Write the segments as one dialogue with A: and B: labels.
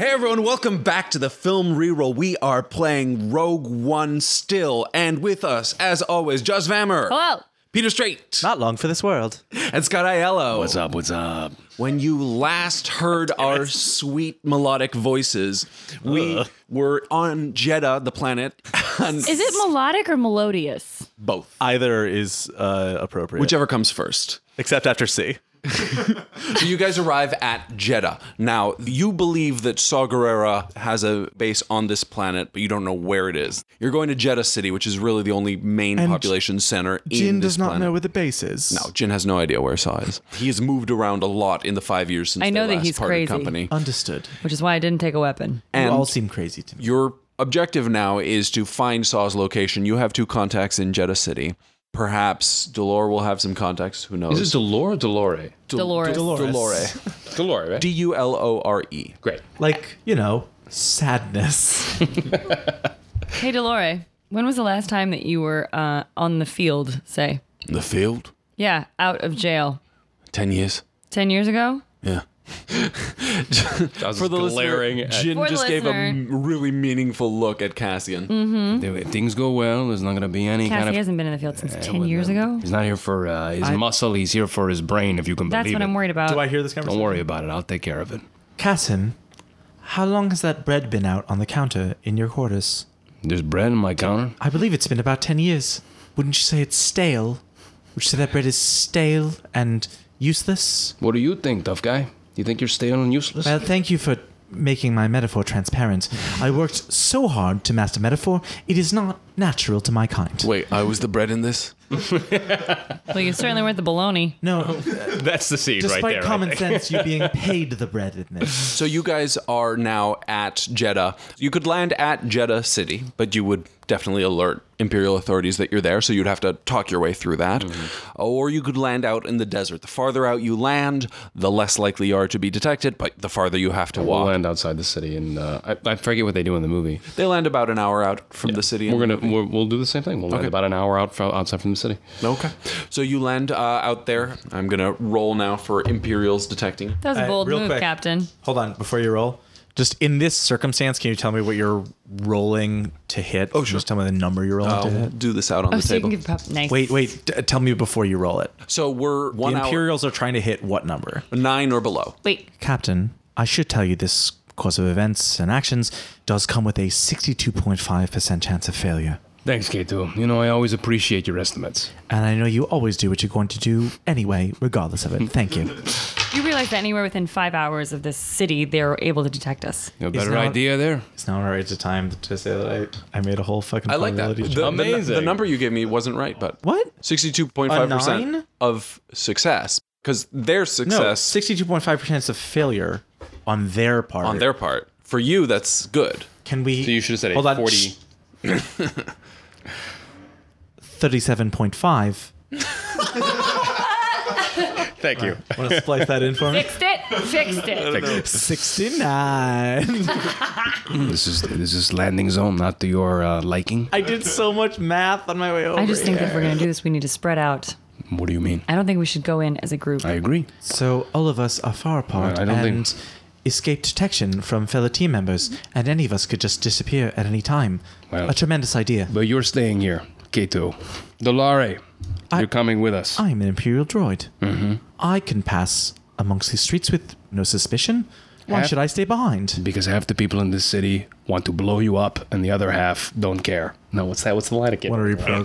A: and welcome back to the film reroll. We are playing Rogue One still, and with us, as always, Joss Vammer,
B: Hello.
A: Peter Straight,
C: Not long for this world.
A: and Scott Aiello.
D: What's up? What's up?
A: When you last heard our sweet melodic voices, we were on Jeddah, the planet, on
B: Is it melodic or melodious?
A: both,
C: Either is uh, appropriate.
A: whichever comes first.
C: Except after C.
A: So you guys arrive at Jeddah. Now, you believe that Saw Gerrera has a base on this planet, but you don't know where it is. You're going to Jeddah City, which is really the only main
E: And
A: population center in
E: Jin
A: this
E: does not
A: planet.
E: know where the base is.
A: No, Jin has no idea where Saw is. He has moved around a lot in the five years since
B: I know
A: they
B: that
A: last
B: he's
A: parted
B: crazy.
A: company.
E: Uh, Understood.
B: Which is why I didn't take a weapon.
E: You
A: And
E: all seem crazy to me.
A: your objective now is to find Saw's location. You have two contacts in Jeddah City. Perhaps Delore will have some contacts. Who knows?
D: Is it Delore? Delore.
B: Dolores.
E: Dolores.
D: Delore, right?
A: D U L O R E.
D: Great.
E: Like, you know, sadness.
B: Hey, Dolores. When was the last time that you were uh, on the field, say?
A: The field?
B: Yeah, out of jail.
A: Ten years.
B: 10 years ago?
A: Yeah.
D: I was
A: For the
D: glaring
A: listener,
D: at-
A: Jin
B: For the
A: just gave a
B: listener. Mm.
A: m- really meaningful look at Cassian.
D: If things go well. There's not going to be any
B: Cassie
D: kind of.
B: hasn't been in the field since 10 years ago.
D: He's not here for uh, his muscle. He's here for his brain. If you can
B: That's
D: believe
B: what
D: it.
B: I'm worried about.
E: Do I hear this conversation?
D: Don't worry about it. I'll take care of it.
E: Cassin, how long has that bread been out on the counter in your quarters?
D: There's bread on my counter.
E: I believe it's been about 10 years. Wouldn't you say it's stale? Would you say that bread is stale and useless?
D: What do you think, tough guy? You think you're stale and useless?
E: Well, thank you for making my metaphor transparent. I worked so hard to master metaphor, it is not natural to my kind.
A: Wait, I was the bread in this?
B: Well, you certainly weren't the baloney.
E: No,
D: That's the seed
E: despite common sense, you being paid the bread in this.
A: So you guys are now at Jeddah. You could land at Jeddah City, but you would definitely alert Imperial authorities that you're there, so you'd have to talk your way through that. Or you could land out in the desert. The farther out you land, the less likely you are to be detected, but the farther you have to
D: We'll
A: walk.
D: land outside the city, and uh, I, I forget what they do in the movie.
A: They land about an hour out from the city.
D: We're gonna we're, we'll do the same thing. We'll land about an hour out fro- outside from the city.
A: Okay. So you land uh, out there. I'm going to roll now for Imperials detecting.
B: That was a
E: Uh,
B: bold
E: real
B: move,
E: quick.
B: Captain.
E: Hold on, before you roll, just in this circumstance, can you tell me what you're rolling to hit? Oh, sure. Just tell me the number you're rolling to
A: I'll
E: hit.
A: do this out on
B: Oh,
A: the
B: so you
A: table.
B: can give pop. Nice.
E: Wait, wait. D- uh, tell me before you roll it.
A: So we're one
E: The
A: hour
E: Imperials are trying to hit what number?
A: nine or below.
B: Wait.
E: Captain, I should tell you this course of events and actions does come with a 62.5% chance of failure.
D: Thanks, K2. You know I always appreciate your estimates.
E: And I know you always do what you're going to do anyway, regardless of it. Thank you.
B: You realize that anywhere within five hours of this city, they're able to detect us.
D: You have a better
E: not-
D: idea there.
E: It's now alright to time to say that I, I made a whole fucking
A: I like that. The- the- The,
D: Amazing.
A: number you gave me wasn't right, but
E: What?
A: Sixty-two point five
E: A
A: percent
E: nine?
A: of success because their
E: No,
A: success
E: 62.5% chance of failure on their part.
A: on their part. For you, that's good.
E: Can we.
D: So you should have said a
E: hold on,
D: 40.
E: shh. 37.5.
D: Thank you.
E: Want to splice that in for me?
B: Fixed it. Fixed it.
E: 69.
D: This is this is landing zone, not to your uh, liking.
E: I did so much math on my way over.
B: I just think if we're going to do this, we need to spread out.
D: What do you mean?
B: I don't think we should go in as a group.
D: I agree.
E: So all of us are far apart
D: I don't
E: and
D: think-
E: escaped detection from fellow team members, and any of us could just disappear at any time.
D: Well-
E: a tremendous idea.
D: But you're staying here, Kato. Dolare, you're coming with us.
E: I'm an Imperial droid. Mm-hmm. I can pass amongst these streets with no suspicion. Why
D: Have-
E: should I stay behind?
D: because half the people in this city want to blow you up, and the other half don't care. No, what's that? What's the line again?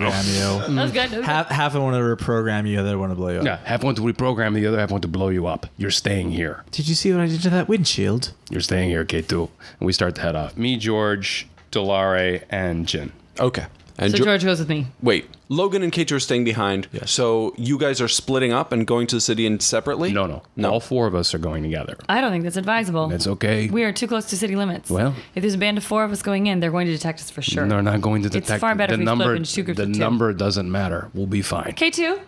E: reprogram you.
B: That was good. That was
E: half, half want to reprogram you, the other want to blow you up.
D: Yeah, half want to reprogram, the other half want to blow you up. You're staying here.
E: Did you see what I did to that windshield?
D: You're staying here, Kato. And we start to head off. Me, George, Dolare, and Jin.
A: Okay. And
B: good. So
A: Jo-
B: George goes with me.
A: wait, Logan and Kate are staying behind. So you guys are splitting up and going to the city and separately.
D: No, no,
A: no.
D: All four of us are going together.
B: I don't think that's advisable.
D: That's okay.
B: We are too close to city limits.
D: Well-
B: if there's a band of four of us going in, they're going to detect us for sure.
D: They're not going to detect
B: far better if
D: the
B: we split up
D: number.
B: into two groups
D: the
B: of two.
D: number doesn't matter. We'll be fine.
B: K2,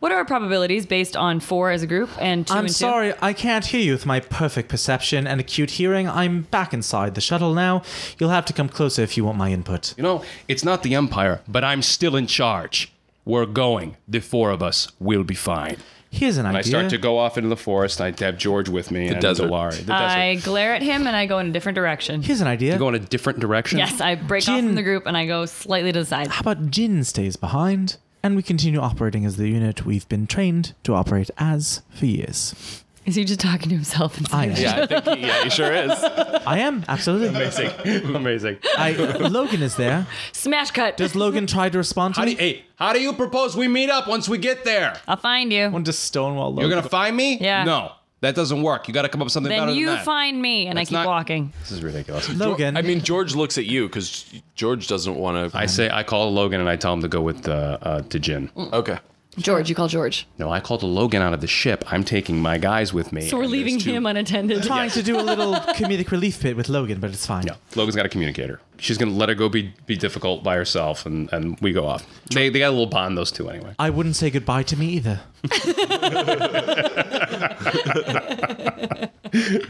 B: what are our probabilities based on four as a group and 2
E: I'm
B: and two?
E: sorry, I can't hear you with my perfect perception and acute hearing. I'm back inside the shuttle now. You'll have to come closer if you want my input.
D: You know, it's not the Empire, but I'm still in charge. We're going. The four of us will be fine.
E: Here's an
D: And I
E: idea.
D: start to go off into the forest. I have George with me and
A: desert.
D: Delari. The desert.
B: I glare at him and I go in a different direction.
E: Here's an idea.
D: You go in a different direction.
B: Yes, I break off
E: Jin- Ah.
B: from the group and I go slightly to the side.
E: How about Jin stays behind, and we continue operating as the unit we've been trained to operate as for years?
B: Is he just talking to himself? And
E: I am.
D: Yeah, I think he, yeah, he sure is.
E: I am absolutely.
D: Amazing, amazing.
E: I, Logan is there.
B: Smash cut.
E: Does Logan try to respond to
F: How do you,
E: me?
F: hey, how do you propose we meet up once we get there?
B: I'll find you.
E: Want to stonewall Logan?
F: You're gonna find me?
B: Um, Yeah.
F: No, that doesn't work. You got to come up with something better than
B: Then you
F: that.
B: find me, and I
F: That's
B: keep
F: not-
B: walking.
F: this is ridiculous.
E: Logan.
A: I mean, George looks at you because George doesn't want to.
D: I say I call Logan and I tell him to go with uh, uh, to Jin.
B: Mm.
A: Okay.
B: George, you call George.
D: No, I called Logan out of the ship. I'm taking my guys with me.
B: So we're
D: and
B: leaving
D: there's two-
B: him unattended.
E: trying to do a little comedic relief bit with Logan, but it's fine.
D: No, Logan's got a communicator. She's gonna let her go be be difficult by herself, and and we go off. They they got a little bond those two anyway.
E: I wouldn't say goodbye to me either.
A: Okay.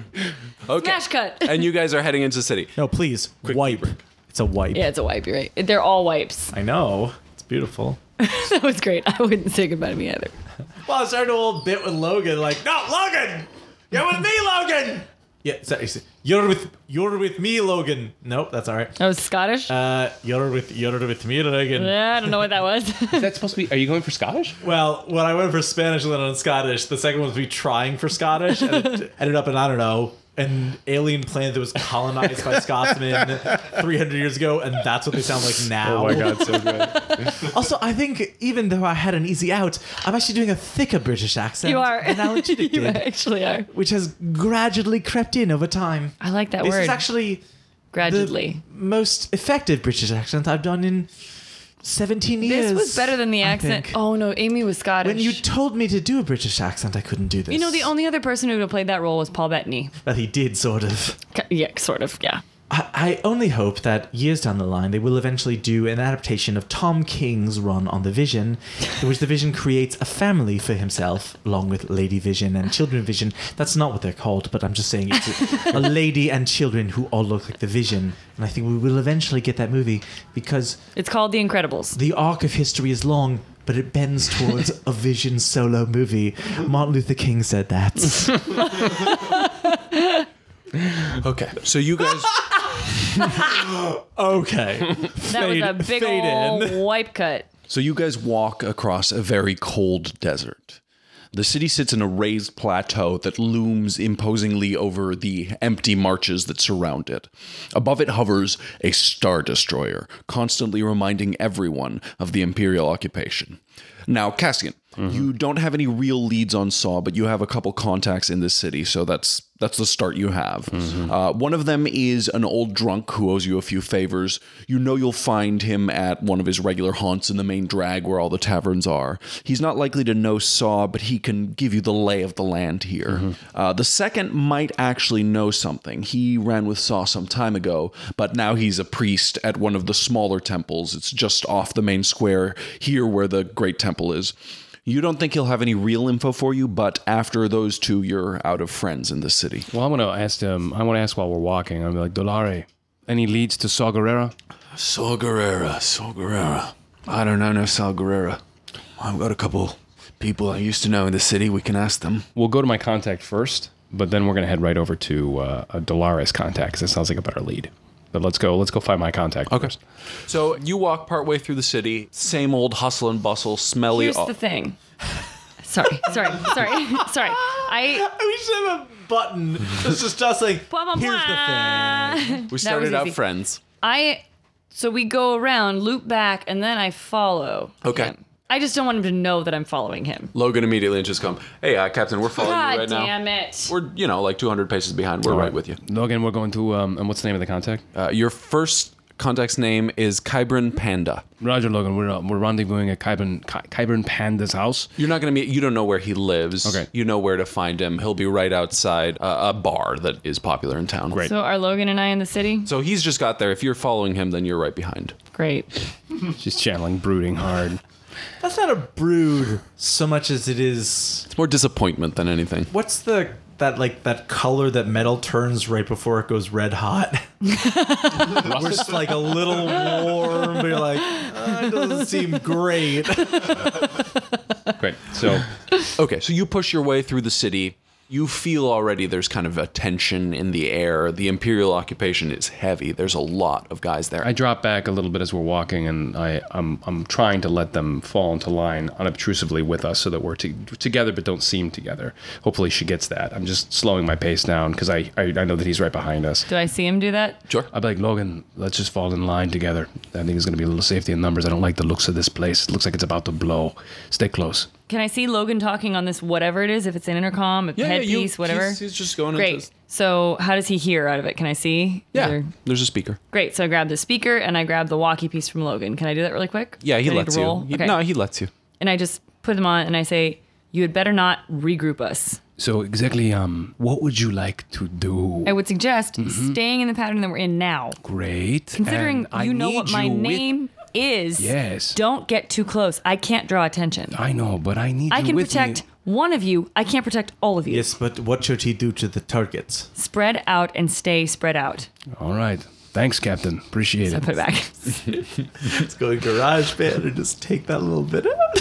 B: Smash cut.
A: and you guys are heading into the city.
E: No, please wipe. It's a wipe.
B: Yeah, it's a wipe. You're right. They're all wipes.
E: I know. It's beautiful.
B: That was great. I wouldn't say goodbye to me either.
E: Well, I started a little bit with Logan, like, no, Logan, you're with me, Logan. Yeah, so- so- you're with you're with me, Logan. Nope, that's all right.
B: That was Scottish.
E: Uh, you're with you're with me, Logan.
B: Oh. yeah, I don't know what that was.
D: Is that supposed to be? Are you going for Scottish?
E: Well, when I went for Spanish and then on Scottish, the second one was me trying for Scottish, and it ended up in I don't know an alien planet that was colonized by Scotsmen 300 years ago, and that's what they sound like now.
A: Oh
D: god, so good.
E: Also, I think even though I had an easy out, I'm actually doing a thicker British accent
B: You are.
E: than Alan
B: you
E: did,
B: actually are.
E: which has gradually crept in over time.
B: I like Ah, that
E: this
B: word.
E: is actually
B: gradually.
E: the most effective British accent I've done in 17 years.
B: This was better than the
E: I
B: accent.
E: think.
B: Oh no, Amy was Scottish.
E: When you told me to do a British accent, I couldn't do this.
B: You know, the only other person who would have played that role was Paul Bettany.
E: that he did sort of.
B: Yeah, sort of. Yeah.
E: I, I only hope that years down the line they will eventually do an adaptation of Tom King's run on the Vision, in which the Vision creates a family for himself, along with Lady Vision and Children Vision. That's not what they're called, but I'm just saying it's a, a lady and children who all look like the Vision. And I think we will eventually get that movie because
B: It's called The Incredibles.
E: the arc of history is long, but it bends towards a Vision solo movie. Martin Luther King said that.
A: Okay. So you guys.
E: okay.
B: That was a big
E: fade
B: old
E: in.
B: wipe cut.
A: So you guys walk across a very cold desert. The city sits in a raised plateau that looms imposingly over the empty marches that surround it. Above it hovers a star destroyer, constantly reminding everyone of the imperial occupation. Now, Cassian, you don't have any real leads on Saw, but you have a couple contacts in this city, so that's that's the start you have. Uh, one of them is an old drunk who owes you a few favors. You know you'll find him at one of his regular haunts in the main drag where all the taverns are. He's not likely to know Saw, but he can give you the lay of the land here. Uh, the second might actually know something. He ran with Saw some time ago, but now he's a priest at one of the smaller temples. It's just off the main square here where the great temple is. You don't think he'll have any real info for you, but after those two, you're out of friends in the city.
D: Well, I'm gonna ask him. I want to ask while we're walking. I'm like, Dolare, any leads to Saw Gerrera?
A: Saul Guerrera, Saul Guerrera. I don't know no Saul Guerrera. I've got a couple people I used to know in the city. We can ask them.
D: We'll go to my contact first, but then we're gonna head right over to uh, a Dolare's contact because it sounds like a better lead. But let's go. Let's go find my contact. Okay. First.
A: So you walk partway through the city, same old hustle and bustle, smelly.
B: Here's the thing. Sorry, sorry, sorry, sorry. I
E: We should have a button that's just us like,
B: blah blah
E: here's the thing.
B: blah.
A: we
B: started
A: started
B: was out
A: out
B: easy.
A: friends.
B: I so we go around, loop back, and then I follow.
A: Okay.
B: him. I just don't want him to know that I'm following him.
A: Logan immediately just come. Hey, uh, Captain, we're following
B: God
A: you right
B: damn
A: now.
B: it.
A: We're you know like 200 paces behind. We're right with you.
D: Logan, we're going to. Um, and what's the name of the contact?
A: Uh, your first contact's name is Kybrin Panda.
D: Roger, Logan. We're uh, we're rendezvousing at Kybern Ky- Kybern Panda's house.
A: You're not going to meet. You don't know where he lives.
D: Okay.
A: You know where to find him. He'll be right outside uh, a, a bar that is popular in town. Right.
B: So are Logan and I in the city?
A: So he's just got there. If you're following him, then you're right behind.
B: Great.
D: She's channeling, brooding hard.
E: That's not a brood so much as it is.
A: It's more disappointment than anything.
E: What's the that like that color that metal turns right before it goes red hot? We're just like a little warm, but you're like, "Uh, it doesn't seem great.
D: Great. So
A: Okay, so you push your way through the city. You feel already there's kind of a tension in the air. The Imperial occupation is heavy. There's a lot of guys there.
D: I drop back a little bit as we're walking, and I, I'm I'm trying to let them fall into line unobtrusively with us, so that we're to, together but don't seem together. Hopefully, she gets that. I'm just slowing my pace down because I, I I know that he's right behind us.
B: Do I see him do that?
A: sure.
D: I'd be like, Logan, let's just fall in line together. I think there's going to be a little safety in numbers. I don't like the looks of this place. It looks like it's about to blow. Stay close.
B: Can I see Logan talking on this whatever it is? If it's an intercom, a
A: you-
B: headpiece, whatever.
A: He's, he's just going
B: Great.
A: into.
B: So how does he hear out of it? Can I see?
A: Yeah,
B: Is there-
A: there's a speaker.
B: Great. So I grab the speaker and I grab the walkie piece from Logan. Can I do that really quick?
A: Yeah, he
B: Do I need
A: lets
B: to
A: you.
B: roll?
A: He-
B: okay.
A: No, he lets you.
B: and I just put them on and I say, "You had better not regroup us."
D: So exactly, um, what would you like to do?
B: I would suggest
A: Mm-hmm.
B: staying in the pattern that we're in now,
D: Great.
B: considering
D: And I
B: you know
D: need
B: what my
D: you with-
B: name is.
D: Yes.
B: Don't get too close. I can't draw attention.
D: I know, but I need.
B: I
D: you
B: can
D: with me.
B: protect one of you. I can't protect all of you.
E: Yes, but what should he do to the targets?
B: Spread out and stay spread out.
D: All right. Thanks, Captain. Appreciate
B: I
D: it.
B: put it back.
E: Let's go to garage band and just take that little bit out.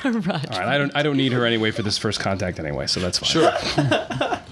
B: Garage.
D: All right, I don't. I don't need her anyway for this first contact anyway, so that's fine.
A: Sure.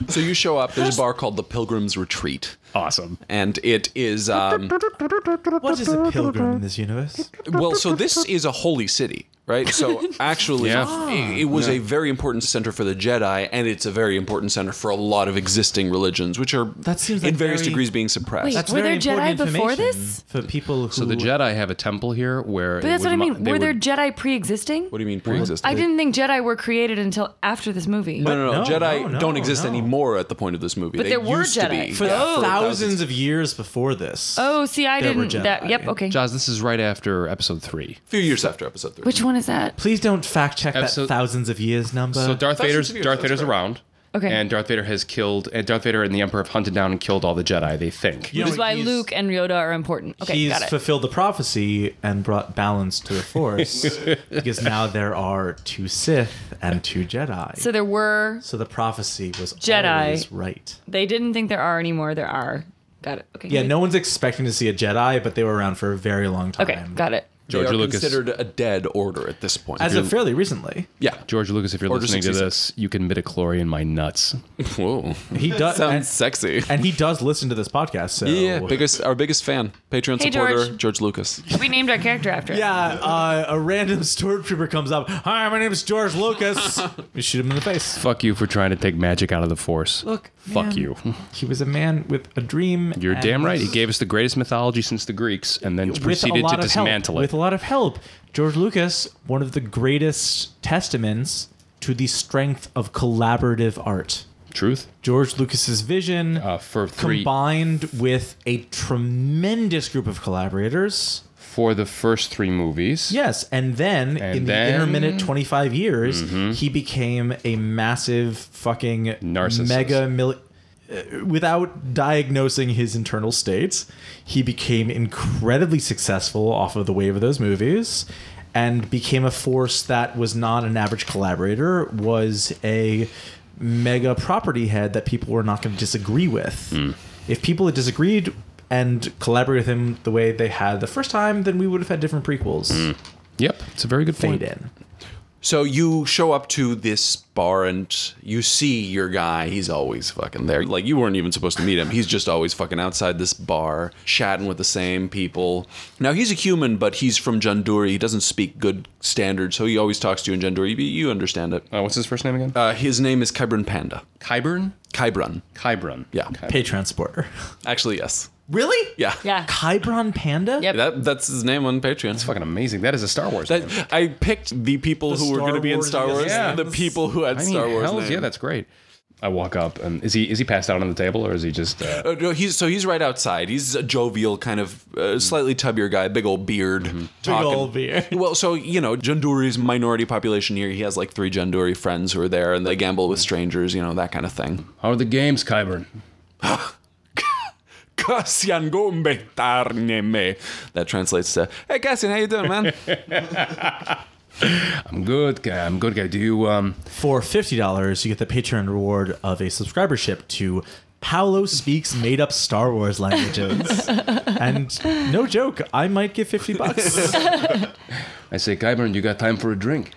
A: so you show up. There's a bar called the Pilgrim's Retreat,
D: Awesome.
A: and it is um,
E: What is a pilgrim in this universe?
A: well. So this is a holy city, right? So actually,
D: Yeah.
A: it, it was a very important center for the Jedi, and it's a very important center for a lot of existing religions, which are
E: That seems
A: in
E: like
A: various
E: very-
A: degrees being suppressed.
B: Wait. Were there
E: important
B: Jedi before
E: information
B: this?
E: For people who
D: So the Jedi have a temple here where.
B: But that's what I mean. Were there Jedi pre-existing?
A: What do you mean pre-existing?
B: I didn't think Jedi were created until after this movie.
A: No, no, no.
E: No,
A: Jedi
E: no, no,
A: don't exist
E: no.
A: anymore at the point of this movie.
B: But
A: they
B: there were
A: used to
B: Jedi.
A: be.
E: for
A: Yeah,
E: thousands of years before this.
B: oh, see, I
E: There were
B: didn't. That.
E: Jedi.
B: Yep. Okay.
D: Jaws, this is right after episode three.
A: a few years after episode three.
B: Which one is that?
E: Please don't fact check that
D: Episode-
E: thousands of years number.
D: So Darth
A: That's
D: Vader's
A: what it is,
D: Darth
A: that's
D: Vader's
A: correct.
D: around.
B: Okay.
D: And Darth Vader has killed. And Darth Vader and the Emperor have hunted down and killed all the Jedi. They think.
E: You know,
B: Which is why
E: he's-
B: Luke and Yoda are important. Okay,
E: he's
B: got it.
E: fulfilled the prophecy and brought balance to the Force because now there are two Sith and two Jedi.
B: so
E: So,
B: there were.
E: the prophecy was
B: Jedi.
E: always right.
B: They didn't think there are anymore. There are. Got it. Okay.
E: Yeah, no one's expecting to see a Jedi, but they were around for a very long time.
B: Okay, got it.
A: They
D: George
A: are
D: Lucas.
A: considered a dead order at this point.
E: As of fairly recently,
A: yeah.
D: George Lucas, if you're
A: Order
D: listening to
A: 66.
D: this, you can midichlorian my nuts.
A: Whoa.
E: he does,
A: Sounds
E: and,
A: sexy.
E: and he does listen to this podcast. So
A: Yeah, biggest our biggest fan, Patreon
B: Hey,
A: supporter George.
B: George.
A: Lucas.
B: We named our character after. it.
E: Yeah, uh, a random stormtrooper comes up. Hi, my name is George Lucas. we shoot him in the face.
D: Fuck you for trying to take magic out of the Force.
E: Look,
D: Fuck
E: man,
D: you.
E: He was a man with a dream.
D: You're
E: and-
D: damn right. He gave us the greatest mythology since the Greeks, and then
E: with a
D: proceeded
E: lot
D: to
E: of
D: dismantle
E: help,
D: it.
E: With a lot of help, George Lucas, one of the greatest testaments to the strength of collaborative art.
D: Truth.
E: George Lucas's vision
D: Uh, for three.
E: combined with a tremendous group of collaborators.
D: for the first three movies.
E: Yes, and then
D: And
E: in
D: then- Mm-hmm.
E: the intermittent 25 years, he became a massive fucking
D: Narcissist.
E: mega mil- uh, without diagnosing his internal states, he became incredibly successful off of the wave of those movies and became a force that was not an average collaborator, was a mega property head that people were not going to disagree with.
D: Hmm.
E: If people had disagreed and collaborated with him the way they had the first time, then we would have had different prequels
D: Hmm. Yep. It's a very good
E: fade
D: point.
E: in.
A: So you show up to this bar and you see your guy. He's always fucking there. Like you weren't even supposed to meet him. He's just always fucking outside this bar, chatting with the same people. Now he's a human, but he's from Janduri. He doesn't speak good standard, so he always talks to you in Janduri. You- You understand it.
D: Uh, what's his first name again?
A: Uh, his name is Kybran Panda.
D: Kyburn?
A: Kybran.
D: Kyburn.
A: Yeah.
E: Pay transporter.
A: Actually, yes.
E: Really?
A: Yeah.
B: Yeah.
E: Kybron Panda?
B: Yep.
A: That, that's his name on Patreon.
D: Fucking amazing. That is a Star Wars name.
A: That, I picked the people
E: The
A: who were
E: Star
A: going to be in
E: Wars
A: Star Wars,
D: Yeah.
A: and the people who had
D: I mean,
A: Star Wars.
D: hells,
A: names.
D: yeah, that's great. I walk up and is he is he passed out on the table or is he just uh,
A: Uh, no, he's so he's right outside. He's a jovial kind of uh, slightly tubbier guy, big old beard, talking.
E: Mm-hmm. old beard.
A: Well, so you know, Janduri's minority population here. He has like three Janduri friends who are there, and they gamble with strangers, you know, that kind of thing.
D: How are the games, Kyburn?
A: Cassian gombe tarneme. That translates to Hey, Cassian, how you doing, man?
D: I'm good, guy. I'm good guy. Do you um
E: For $50, you get the Patreon reward of a subscribership to Paolo Speaks Made Up Star Wars Languages. and no joke, I might give 50 bucks.
D: I say, Kyburn, you got time for a drink?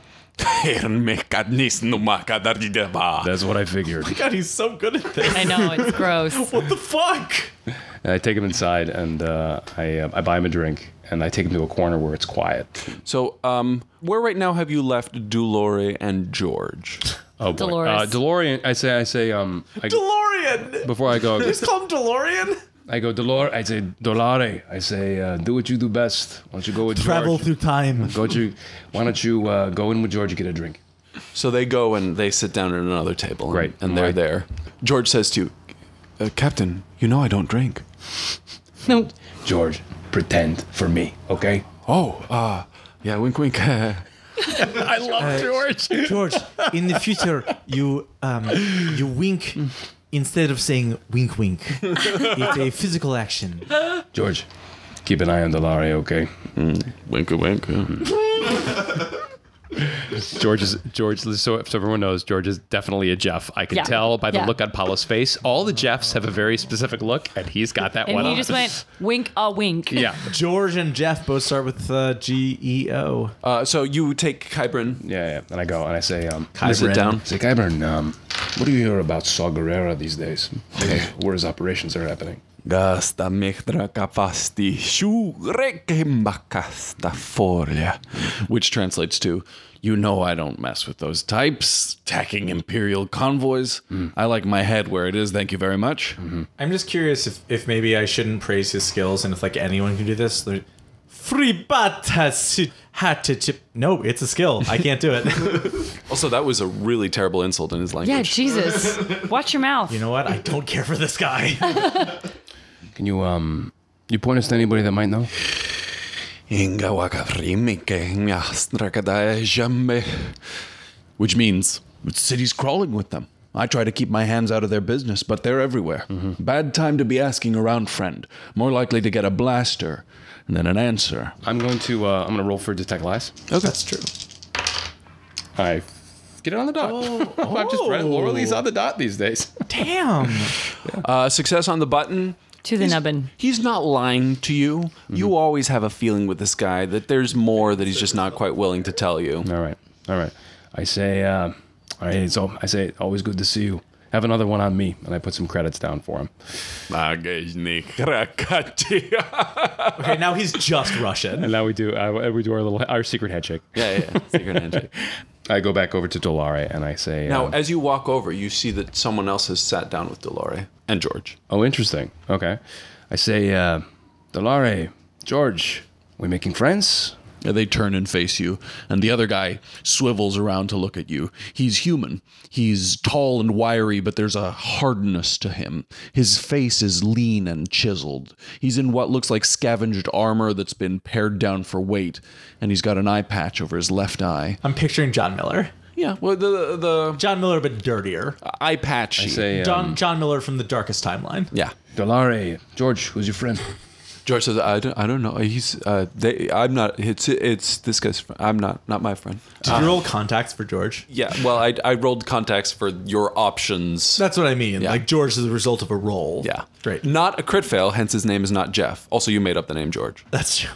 D: That's what I figured.
E: God, he's so good at this.
B: I know it's gross.
E: What the fuck?
D: And I take him inside and uh, I, uh, I buy him a drink and I take him to a corner where it's quiet.
A: So, um, where right now have you left Dulore and George?
D: Oh, boy.
B: Dolores.
D: Uh, DeLorean. I say, I say, um, I,
E: DeLorean.
D: before I go, I go,
E: Just call him DeLorean.
D: I go, Dolore. I say, Dolore. I say, uh, do what you do best. Why don't you go with George?
E: Travel through time.
D: Go to, why don't you uh, go in with George and get a drink?
A: So they go and they sit down at another table. and-
D: Right.
A: And they're
D: Right.
A: there. George says to you, uh, Captain, you know I don't drink.
B: no.
D: George, pretend for me, okay?
A: Oh, uh, yeah, wink, wink.
D: I love George.
E: George, in the future, you um, you wink instead of saying wink wink. It's a physical action.
D: George, keep an eye on Dolore, okay?
A: wink, wink.
D: George is George. So, so everyone knows George is definitely a Jeff. I can
B: Yeah.
D: tell by the
B: Yeah.
D: look on Paolo's face. All the Jeffs have a very specific look, and he's got that one.
B: And he
D: on.
B: just went wink a wink.
D: yeah,
E: George and Jeff both start with uh, G E O.
A: Uh, so you take Kybrin.
D: yeah, yeah. And I go and I say, um,
A: You sit
E: Kybrin.
A: down.
D: I say, Kyburn, um, what do you hear about Saw Gerrera these days? Where his operations are happening?
A: Gasta mechtra capasti shurekembakasta foria. Which translates to, you know I don't mess with those types, attacking imperial convoys. I like my head where it is, thank you very much.
E: I'm just curious if, if maybe I shouldn't praise his skills and if like anyone can do this. There- Fribata su- hata chip- No, it's a skill. I can't do it.
A: Also, that was a really terrible insult in his language.
B: Yeah, Jesus. Watch your mouth.
E: you know what? I don't care for this guy.
D: Can you um, you point us to anybody that might know?
A: Inga waka frimike nya strakadaya jambe. Which means the city's crawling with them. I try to keep my hands out of their business, but they're everywhere. Bad time to be asking around, friend. More likely to get a blaster than an answer.
D: I'm going to uh, I'm going to roll for detect lies.
E: Okay. That's true.
D: I get it on the dot. I'm just right, Laura Lee's on the dot these days.
E: Damn.
A: Uh, success on the button.
B: To the nubbin.
A: He's not lying to you. You always have a feeling with this guy that there's more that he's just not quite willing to tell you.
D: All right, all right. I say, uh, all right. So I say, always good to see you. Have another one on me, and I put some credits down for him.
E: Okay, now he's just Russian.
D: And now we do uh, we do our little our secret handshake.
A: Yeah, yeah, yeah. Secret handshake.
D: I go back over to Dolare and I say,
A: Now,
D: um,
A: as you walk over, you see that someone else has sat down with Delore and George.
D: "Oh, interesting. Okay." I say, uh, "Dolare, George, we making friends?"
A: And They turn and face you, and the other guy swivels around to look at you. He's human. He's tall and wiry, but there's a hardness to him. His face is lean and chiseled. He's in what looks like scavenged armor that's been pared down for weight, and he's got an eye patch over his left eye.
E: I'm picturing John Miller.
A: Yeah, well, the the
E: John Miller, but dirtier.
A: eye patch.
D: I say,
E: John
D: um,
E: John Miller from the Darkest Timeline.
A: yeah.
D: "Dolare, George, who's your friend?"
A: George says, "I don't, I don't know. He's, uh, they, I'm not. It's, it's this guy's. fr- I'm not, not my friend."
E: Did you roll contacts for George?
A: Yeah, well, I, I rolled contacts for your options.
E: That's what I mean.
A: Yeah.
E: Like George is the result of a roll.
A: yeah.
E: Great.
A: Not a crit fail, hence his name is not Jeff. Also, you made up the name George.
E: That's true.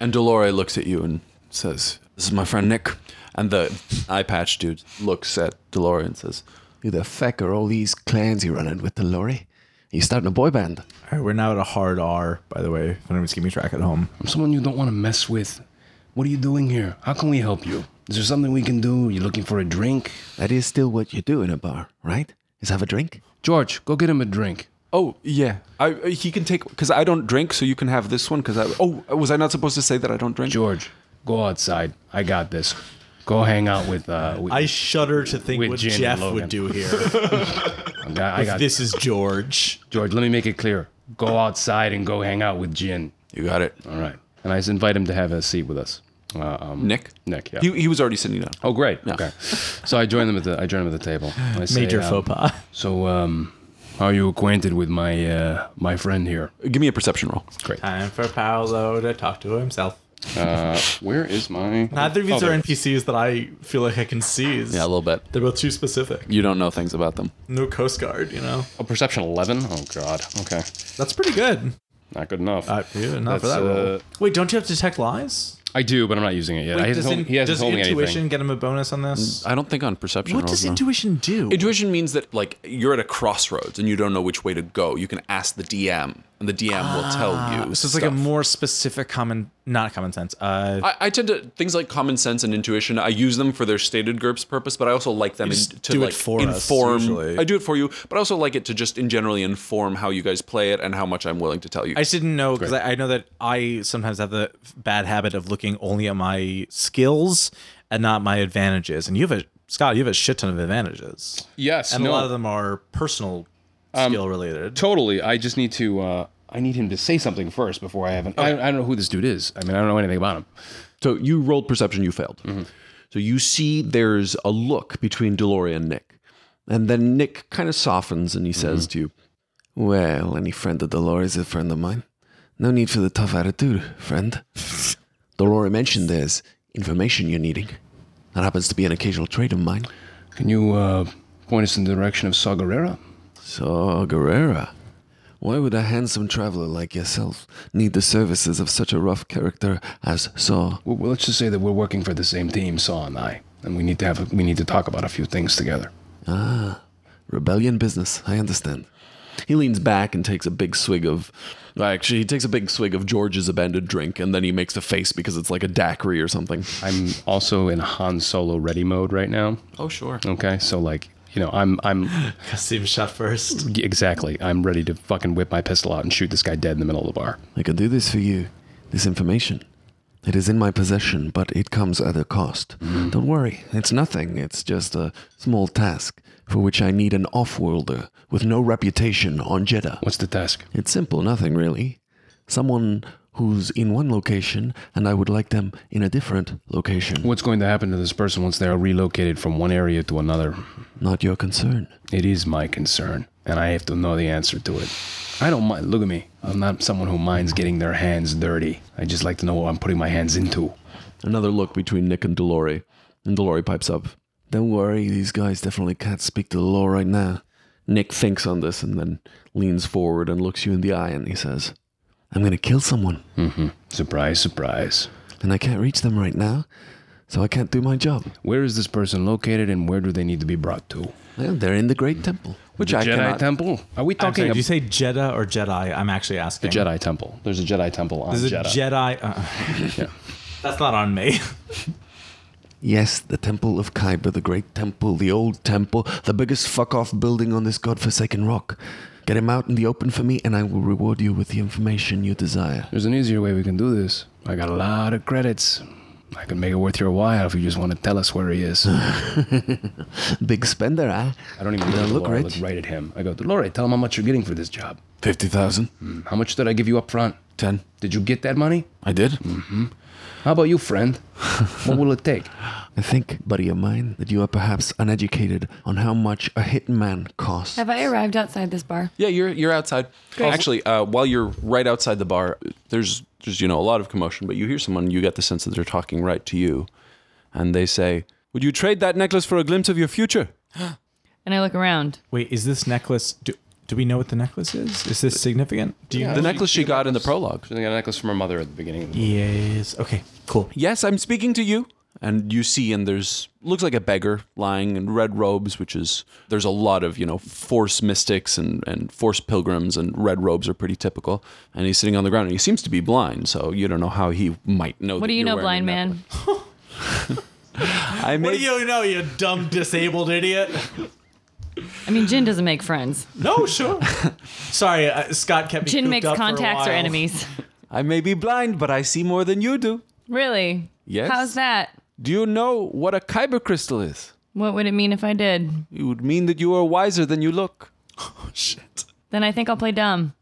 A: And Delore looks at you and says, This is my friend Nick. And the eye patch dude looks at Delore and says,
G: Who the fuck are all these clans you running with the lorry? You starting a boy band?
E: All right, we're now at a hard R, by the way, if anyone's keeping track at home.
D: I'm someone you don't want to mess with. What are you doing here? How can we help you? Is there something we can do? You looking for a drink?
G: That is still what you do in a bar, right? Is have a drink?
D: George, go get him a drink.
A: Oh, yeah. I, he can take, because I don't drink, so you can have this one. Because I, oh, was I not supposed to say that I don't drink?
D: George, go outside. I got this. Go hang out with. Uh, with
E: I shudder to think
D: With
E: what
D: Jen and
E: Jeff
D: Logan.
E: would do here.
D: I got, I got
E: this is George.
D: George. Let me make it clear. Go outside and go hang out with Jin.
A: You got it.
D: All right. And I invite him to have a seat with us. Uh, um,
A: Nick?
D: Nick, yeah.
A: He, he was already sitting down.
D: oh, great. Okay. So I join them at the I join them at the table. I say,
E: Major
D: um,
E: faux pas.
D: So, um, are you acquainted with my uh, my friend here?
A: Give me a perception roll.
D: Great.
E: Time for Paolo to talk to himself.
D: Uh, where is my?
E: Neither of these
D: Oh,
E: are
D: there.
E: NPCs that I feel like I can seize.
A: Yeah, a little bit.
E: They're both too specific.
A: You don't know things about them.
E: No Coast Guard, you know?
D: Oh, perception eleven. Oh God. Okay.
E: That's pretty good.
D: Not good enough.
E: Uh, yeah, not for
D: That's,
E: that
D: uh,
E: roll. Wait, don't you have to detect lies?
D: I do, but I'm not using it yet. I
E: Wait,
D: hasn't
E: does
D: told,
E: in-
D: he hasn't
E: does
D: told me
E: intuition
D: anything. Mm,
E: get him a bonus on this?
A: I don't think on perception.
E: What
A: rolls,
E: does
A: no.
E: intuition do?
A: Intuition means that like you're at a crossroads and you don't know which way to go. You can ask the DM, and the DM will tell you.
E: so it's like a
A: stuff.
E: more specific common, not common sense. Uh,
A: I, I tend to things like common sense and intuition. I use them for their stated GURPS purpose, but I also like them in,
E: just
A: to
E: do it
A: like
E: for us,
A: inform.
E: usually.
A: I do it for you, but I also like it to just in generally inform how you guys play it and how much I'm willing to tell you.
E: I just didn't know because I, I know that I sometimes have the f- bad habit of looking only at my skills and not my advantages. And you have a Scott, you have a shit ton of advantages,
D: Yes,
E: and
D: no, Um,
E: a lot of them are personal skill related.
D: totally. I just need to. Uh, I need him to say something first before I have. An, I, I don't know who this dude is. I mean, I don't know anything about him.
A: So you rolled perception, you failed.
G: Mm-hmm.
A: So you see there's a look between Deloria and Nick.
G: And then Nick kind of softens and he says to you, Well, any friend of Dolores is a friend of mine. No need for the tough attitude, friend. Dolores mentioned there's information you're needing. That happens to be an occasional trait of mine.
D: Can you uh, point us in the direction of Sagarera?
G: So, Guerrera, why would a handsome traveler like yourself need the services of such a rough character as Saw?
D: Well, well, let's just say that we're working for the same team, Saw and I, and we need to have a, we need to talk about a few things together.
G: Rebellion business, I understand.
A: He leans back and takes a big swig of. Actually, he takes a big swig of George's abandoned drink, and then he makes a face because it's like a daiquiri or something.
D: I'm also in Han Solo ready mode right now.
A: Oh sure.
D: Okay, so like you know, I'm I'm
E: Kasim shot first.
D: exactly I'm ready to fucking whip my pistol out and shoot this guy dead in the middle of the bar.
G: I can do this for you. This information. It is in my possession, but it comes at a cost. Don't worry, it's nothing. It's just a small task for which I need an off-worlder with no reputation on Jeddah.
D: What's the task?
G: It's simple, nothing really. Someone who's in one location, and I would like them in a different location.
D: What's going to happen to this person once they are relocated from one area to another?
G: Not your concern.
D: It is my concern, and I have to know the answer to it. I don't mind. Look at me. I'm not someone who minds getting their hands dirty. I just like to know what I'm putting my hands into.
A: Another look between Nick and Delory, and Delory pipes up.
G: Don't worry, these guys definitely can't speak to the law right now.
A: Nick thinks on this and then leans forward and looks you in the eye, and he says,
G: I'm gonna kill someone,
D: Mm-hmm. Surprise, surprise.
G: and I can't reach them right now, so I can't do my job.
D: Where is this person located, and where do they need to be brought to?
G: Well, they're in the Great Temple.
A: "Which
D: The
A: I
D: Jedi
A: cannot."
D: Temple? Are we
E: Okay,
D: talking
E: do you
D: about
E: say Jeddah or Jedi? I'm actually asking.
D: the Jedi Temple? There's a Jedi Temple on
E: There's a
D: Jeddah.
E: Jedi. Uh, That's not on me.
G: Yes, the Temple of Kyber, the Great Temple, the Old Temple, the biggest fuck off building on this godforsaken rock. Get him out in the open for me, and I will reward you with the information you desire.
D: There's an easier way we can do this. I got a lot of credits. I can make it worth your while if you just want to tell us where he is. I
G: Big spender, eh?
D: don't even
G: Now
D: look,
G: look
D: at Laura. I
G: rich.
D: look right at him. I go, Dolore, tell him how much you're getting for this job.
A: 50,000?
D: How much did I give you up front?
A: 10.
D: Did you get that money?
A: I did?
D: How about you, friend? what will it take?
G: I think, buddy of mine, that you are perhaps uneducated on how much a hitman costs.
B: Have I arrived outside this bar?
A: Yeah, you're you're outside. Actually, uh, while you're right outside the bar, there's there's you know a lot of commotion, but you hear someone, you get the sense that they're talking right to you, and they say, "Would you trade that necklace for a glimpse of your future?"
B: And I look around.
E: Wait, is this necklace? Do, do we know what the necklace is? Is this significant? Do you?
A: The necklace she got in the prologue.
D: She got a necklace from her mother at the beginning.
E: Yes. Okay. Cool.
A: Yes, I'm speaking to you. And you see, and there's looks like a beggar lying in red robes, which is there's a lot of you know force mystics and and force pilgrims, and red robes are pretty typical. And he's sitting on the ground, and he seems to be blind, so you don't know how he might know.
B: What do you know, blind man?
A: I
E: What
A: made
E: do you know, you dumb disabled idiot?
B: I mean, Jin doesn't make friends.
E: No, sure. Sorry, uh, Scott kept me
B: Jin
E: cooped
B: makes
E: up for a
B: contacts or
E: while.
B: enemies.
A: I may be blind, but I see more than you do.
B: Really?
A: Yes.
B: How's that?
A: Do you know what a kyber crystal is?
B: What would it mean if I did?
A: It would mean that you are wiser than you look.
B: Then I think I'll play dumb.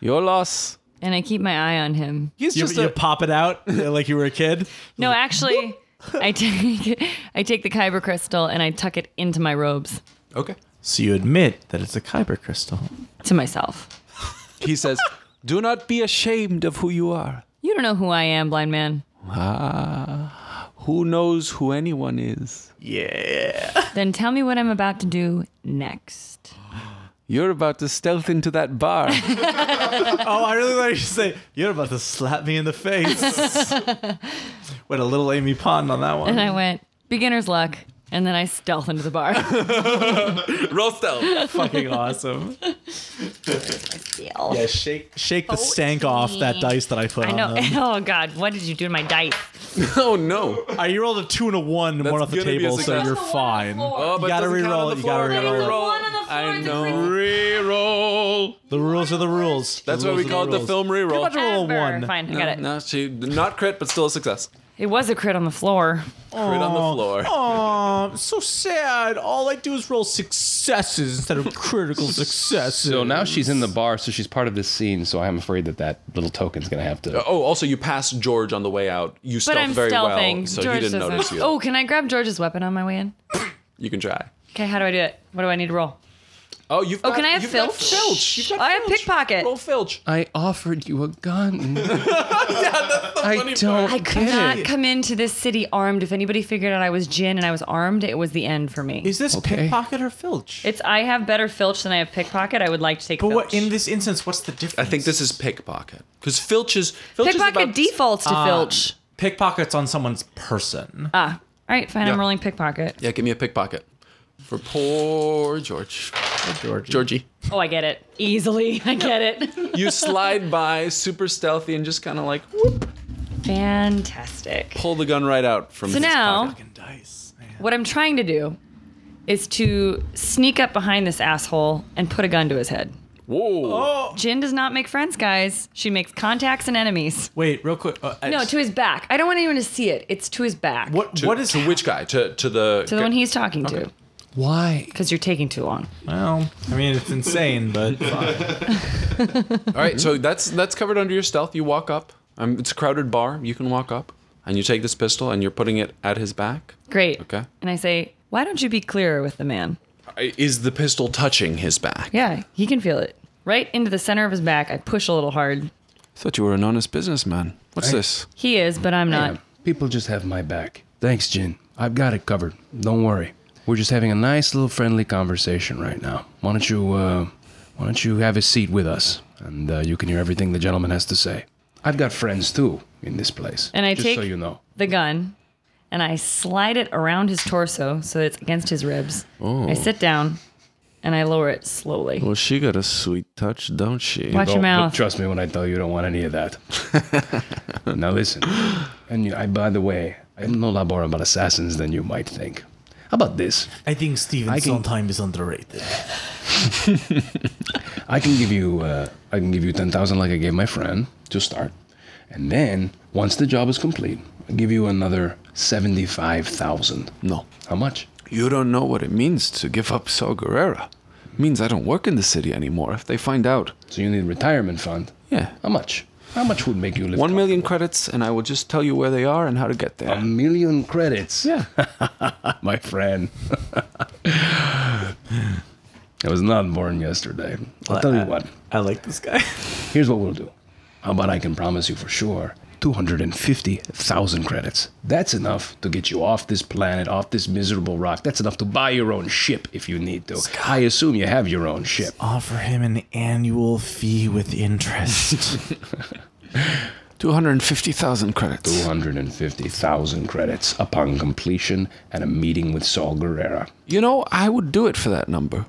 A: Your loss.
B: And I keep my eye on him.
A: He's
E: You,
A: just
E: you
A: a.
E: pop it out uh, like you were a kid.
B: No, actually, I take I take the kyber crystal and I tuck it into my robes
A: okay.
E: So you admit that it's a kyber crystal.
B: to myself.
A: He says, "Do not be ashamed of who you are.
B: You don't know who I am, blind man.
A: Ah, Who knows who anyone is?
B: Then tell me what I'm about to do next.
A: You're about to stealth into that bar."
E: Oh, I really thought you should say you're about to slap me in the face. What a little Amy Pond on that one.
B: And I went, beginner's luck. And then I stealth into the bar.
H: Roll stealth.
E: Fucking awesome.
B: Steal.
E: Yeah, shake shake the stank off that dice that I put
B: Oh, I know.
E: on them.
B: Oh, God. What did you do to my dice?
H: oh no.
E: Uh, you rolled a two and a one and one off the
H: gonna be a
E: table, so
H: success.
E: you're fine.
H: Oh, but
E: gotta
H: doesn't count
E: reroll
H: on
E: it,
H: the
E: you gotta
H: floor.
E: reroll it.
B: one on the floor.
H: I
B: It's a
H: know.
B: crazy-
I: Reroll.
E: The rules are the rules.
H: That's why we call it the film
E: about to
H: reroll.
E: roll- a
B: Ever.
E: one.
B: Fine, I got it.
H: No, she not crit, but still a success.
B: It was a crit on the floor.
H: Crit on
E: Oh.
H: the floor.
E: Aw, Um, so sad. All I do is roll successes instead of critical successes.
D: So now she's in the bar, so she's part of this scene. So I'm afraid that that little token's gonna have to.
H: Oh, also you passed George on the way out. You
B: But
H: stealthed
B: I'm
H: very
B: stealthing.
H: well, so
B: George
H: he didn't
B: doesn't.
H: notice you.
B: Oh, can I grab George's weapon on my way in?
H: You can try.
B: Okay, how do I do it? What do I need to roll?
H: Oh, you've.
B: Oh,
H: got,
B: can I have
H: you've got
B: filch?
H: Filch. You've got
B: I have
H: filch.
B: pickpocket.
H: Roll filch.
D: I offered you a gun. I don't.
B: I could not come into this city armed. If anybody figured out I was Jin and I was armed, it was the end for me.
E: Is this pickpocket or filch?
B: It's I have better filch than I have pickpocket. I would like to take
E: but
B: filch.
E: what in this instance, what's the difference?
H: I think this is pickpocket because filch is filch
B: pickpocket
H: is about,
B: defaults
E: Ah.
B: to filch.
E: pickpockets on someone's person.
B: Ah, all right, fine. I'm
H: Yeah.
B: rolling pickpocket.
H: Yeah, give me a pickpocket for poor George.
E: Georgie.
H: Georgie.
B: Oh, I get it easily. I get it.
H: You slide by super stealthy and just kind of like whoop,
B: Fantastic.
H: pull the gun right out from
B: So
H: his
B: now,
H: pocket.
E: dice.
B: what I'm trying to do is to sneak up behind this asshole and put a gun to his head.
E: Oh.
H: Whoa.
B: Jin does not make friends, guys. She makes contacts and enemies.
E: Wait, real quick. Uh, I-
B: No, to his back. I don't want anyone to see it. It's to his back.
E: what
H: To,
E: what is
H: to which guy? To to the
B: To the one he's talking to.
D: Why?
B: Because you're taking too long.
E: Well, I mean, it's insane, but fine.
H: All right, so that's that's covered under your stealth. You walk up. Um, it's a crowded bar. You can walk up, and you take this pistol and you're putting it at his back.
B: Great.
H: Okay.
B: And I say, why don't you be clearer with the man?
H: Is the pistol touching his back?
B: Yeah, he can feel it. Right into the center of his back. I push a little hard.
H: Thought you were an honest businessman. What's this?
B: He is, but I'm not.
D: Yeah, people just have my back. Thanks, Jin. I've got it covered. Don't worry. We're just having a nice little friendly conversation right now. Why don't you, uh, why don't you have a seat with us, and uh, you can hear everything the gentleman has to say. I've got friends too in this place.
B: And I
D: just
B: take
D: so you know.
B: the gun and I slide it around his torso so it's against his ribs. I sit down and I lower it slowly.
A: Well, she got a sweet touch, don't she?
B: Watch your
D: Don't-
B: mouth.
D: But trust me when I tell you, you don't want any of that. now listen. And you, I, by the way, I'm no lot more about assassins than you might think. How about this?
E: I think Steven
D: can-
E: Sondheim is underrated.
D: I can give you uh, I can give you ten thousand like I gave my friend to start, and then once the job is complete, I'll give you another seventy five thousand.
A: No.
D: How much?
A: You don't know what it means to give up Saw Gerrera. It means I don't work in the city anymore if they find out.
D: So you need retirement fund.
A: Yeah.
D: How much? How much would make you live?
A: One million credits, and I will just tell you where they are and how to get there.
H: Um,
D: A million credits.
A: yeah.
D: my friend. I was not born yesterday. I'll tell you what.
E: I like this guy.
D: Here's what we'll do. How about I can promise you for sure 250,000 credits. That's enough to get you off this planet, off this miserable rock. That's enough to buy your own ship if you need to. I assume you have your own ship.
E: Offer him an annual fee with interest.
A: 250,000 credits.
D: 250,000 credits upon completion and a meeting with Saul Guerrera.
A: You know, I would do it for that number,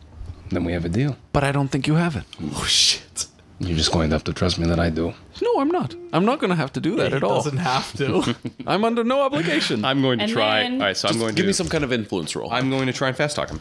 D: Then we have a deal.
A: but I don't think you have it.
E: oh shit!
D: You're just going to have to trust me that I do.
H: No, I'm not. I'm not going to have to do that
E: He
H: at all.
E: doesn't have to.
H: I'm under no obligation.
D: I'm going
B: to And try- then- all right,
D: so I'm
H: Give me some kind of influence roll.
D: I'm going to try and fast talk him.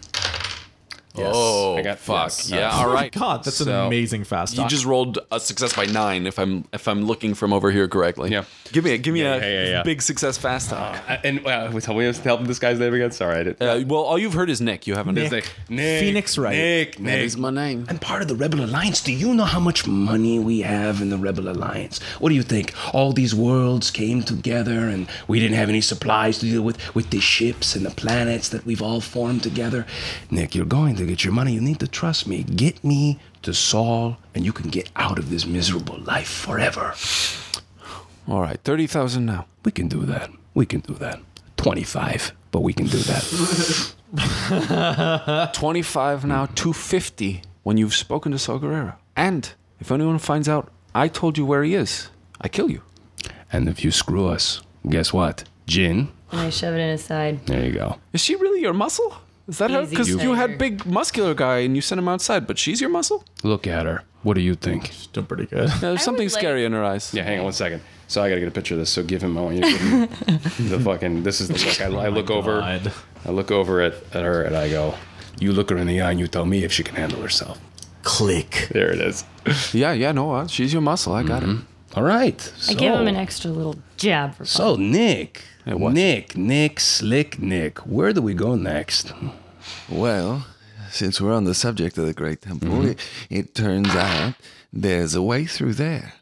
H: oh,
D: I got-
H: fuck.
D: yes.
H: Yeah, all right.
E: God, that's an
H: So-
E: amazing fast
H: You
E: talk.
H: just rolled a success by nine. If I'm if I'm looking from over here correctly.
D: Yeah.
H: Give me a give me a
D: yeah, yeah, yeah.
H: big success fast talk.
D: and uh, tell me what's helping this guy's name again. Sorry, I didn't.
H: Uh, well, all you've heard is Nick. You haven't.
E: Nick.
D: Nick,
E: Phoenix Wright.
D: Nick, Nick.
A: my name.
D: I'm part of the Rebel Alliance. Do you know how much money we have in the Rebel Alliance? What do you think? All these worlds came together and we didn't have any supplies to deal with with the ships and the planets that we've all formed together. Nick, you're going to get your money. You need to trust me. Get me to Saul and you can get out of this miserable life forever.
A: All right, 30,000 now.
D: We can do that. We can do that. 25, but we can do that.
A: 25 now, 250 when you've spoken to Saw Gerrera. And if anyone finds out I told you where he is, I kill you.
D: and if you screw us, Guess what? Gin.
B: And I shove it in his side.
D: There you go.
A: Is she really your muscle? Is that how?
B: Easy
A: Because you had
B: tiger.
A: big muscular guy and you sent him outside, but she's your muscle.
D: Look at her. What do you think?
E: She's done pretty good.
A: Yeah, there's
B: I
A: something
B: would like-
A: scary in her eyes.
D: Yeah, hang on one second. So I gotta get a picture of this. So give him. I want you to give him the fucking. This is the look. I, I look over.
E: God.
D: I look over at, at her and I go, "You look her in the eye and you tell me if she can handle herself."
E: Click.
D: There it is.
A: Yeah, yeah, no, uh, she's your muscle. I got it.
D: All right.
B: I
D: So,
B: give him an extra little jab for fun.
D: So Nick,
A: what?
D: Nick, Nick, slick Nick. Where do we go next?
G: Well, since we're on the subject of the Great Temple,
A: Mm-hmm.
G: it, it turns out there's a way through there.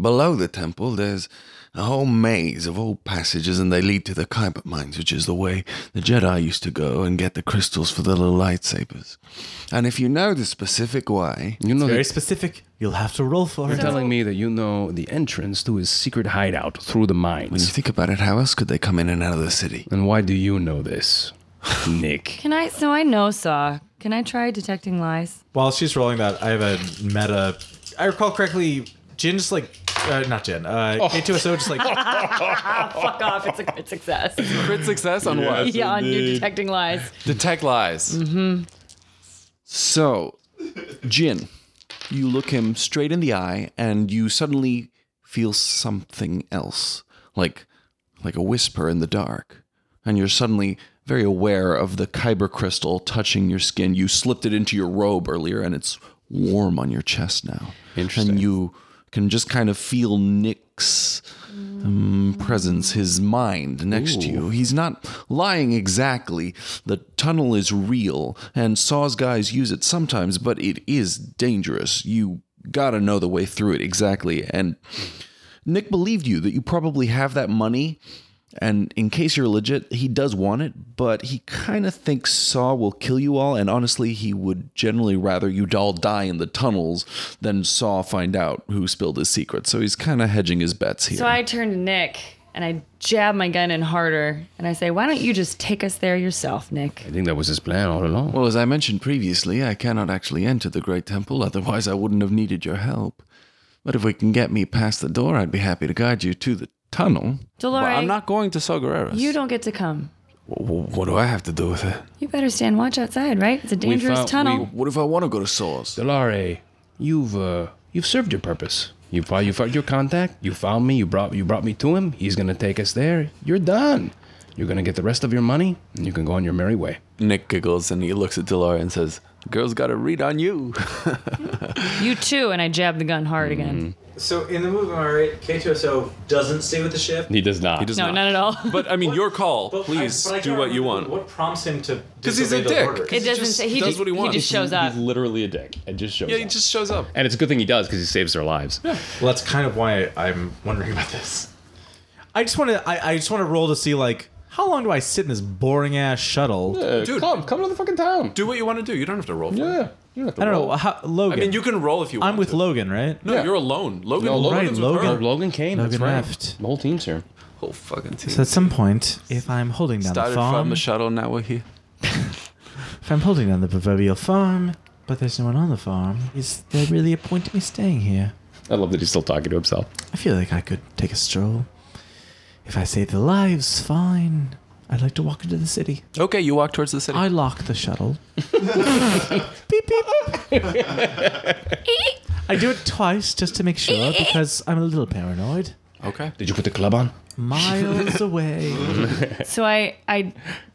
G: Below the temple, there's a whole maze of old passages, and they lead to the Kyber mines, which is the way the Jedi used to go and get the crystals for the little lightsabers. And if you know the specific way,
D: You know,
E: Very
D: that,
E: specific. You'll have to roll for
D: you're
E: it.
D: telling me that you know the entrance to his secret hideout through the
G: when you
D: mines.
G: think about it, how else could they come in and out of the city?
D: And why do you know this, Nick?
B: Can I? So I know Saw. Can I try detecting lies?
E: While she's rolling that, I have a meta. I recall correctly, Jin just like, uh, not Jin, uh,
A: Oh.
E: K2SO just like,
B: Fuck off! It's a good success.
A: Crit success on what?
B: yeah, on you detecting lies.
A: Detect lies. Mm-hmm. So, Jin, you look him straight in the eye, and you suddenly feel something else, like like a whisper in the dark, and you're suddenly very aware of the kyber crystal touching your skin. You slipped it into your robe earlier, and it's warm on your chest now. Interesting. And you can just kind of feel Nick's um, presence, his mind next to you. He's not lying exactly. The tunnel is real, and Saw's guys use it sometimes, but it is dangerous. You gotta know the way through it exactly. And Nick believed you that you probably have that money. And in case you're legit, he does want it, but he kind of thinks Saw will kill you all. And honestly, he would generally rather you all die in the tunnels than Saw find out who spilled his secret. So he's kind of hedging his bets here.
B: So I turn to Nick and I jab my gun in harder and I say, "Why don't you just take us there yourself, Nick?"
D: I think that was his plan all along.
G: Well, as I mentioned previously, I cannot actually enter the Great Temple, otherwise, I wouldn't have needed your help. But if we can get me past the door, I'd be happy to guide you to the tunnel.
B: Dolores,
A: But I'm not going to Saw Gerrera's.
B: you don't get to come.
G: What do I have to do with it?
B: You better stand watch outside, right? It's a dangerous
D: found-
B: tunnel.
D: we-
G: What if I want to go to Saw's?
D: Delare, you've uh, you've served your purpose. You found you found your contact. You found me. You brought you brought me to him. He's gonna take us there. You're done. You're gonna get the rest of your money, and you can go on your merry way.
A: Nick giggles and he looks at Delora and says, Girl's got a read on you.
B: You too. And I jab the gun hard
A: Mm,
B: again.
E: So in the movie, am I right? K2SO doesn't stay with the ship.
D: He does not. He
A: does
B: No,
A: not.
B: not at all.
A: But I mean, your call. Please do what you want.
E: What prompts him to? Because
A: he's a dick.
B: It doesn't
A: just
B: say he
A: does
B: just
A: what he wants.
B: just shows up.
D: literally a dick. It just shows.
A: yeah, he just shows up.
D: and it's a good thing he does because he saves their lives.
E: Well, that's kind of why I'm wondering about this. I just want to. I, I just want to roll to see like how long do I sit in this boring ass shuttle?
A: Dude.
D: come, come to the fucking town.
A: Do what you want to do. You don't have to roll for it.
D: Yeah, you
E: I don't know. How, Logan.
A: I mean, you can roll if you want.
E: I'm with
A: to.
E: Logan, right?
A: No, you're alone. Logan,
D: No, Logan-
A: Logan's with
E: Logan-
A: her.
D: Logan came.
E: Logan
D: that's right.
E: left.
D: The whole team's here.
A: Whole fucking team.
E: So at some point, if I'm holding down
A: Started
E: the farm,
A: from the shuttle, now we're here.
E: if I'm holding down the proverbial farm, but there's no one on the farm, is there really a point to me staying here?
D: I love that he's still talking to himself.
E: I feel like I could take a stroll. If I save the lives, fine. I'd like to walk into the city.
A: Okay, you walk towards the city.
E: I lock the shuttle. beep beep. I do it twice just to make sure because I'm a little paranoid.
A: okay.
D: Did you put the club on?
E: Miles away.
B: So I I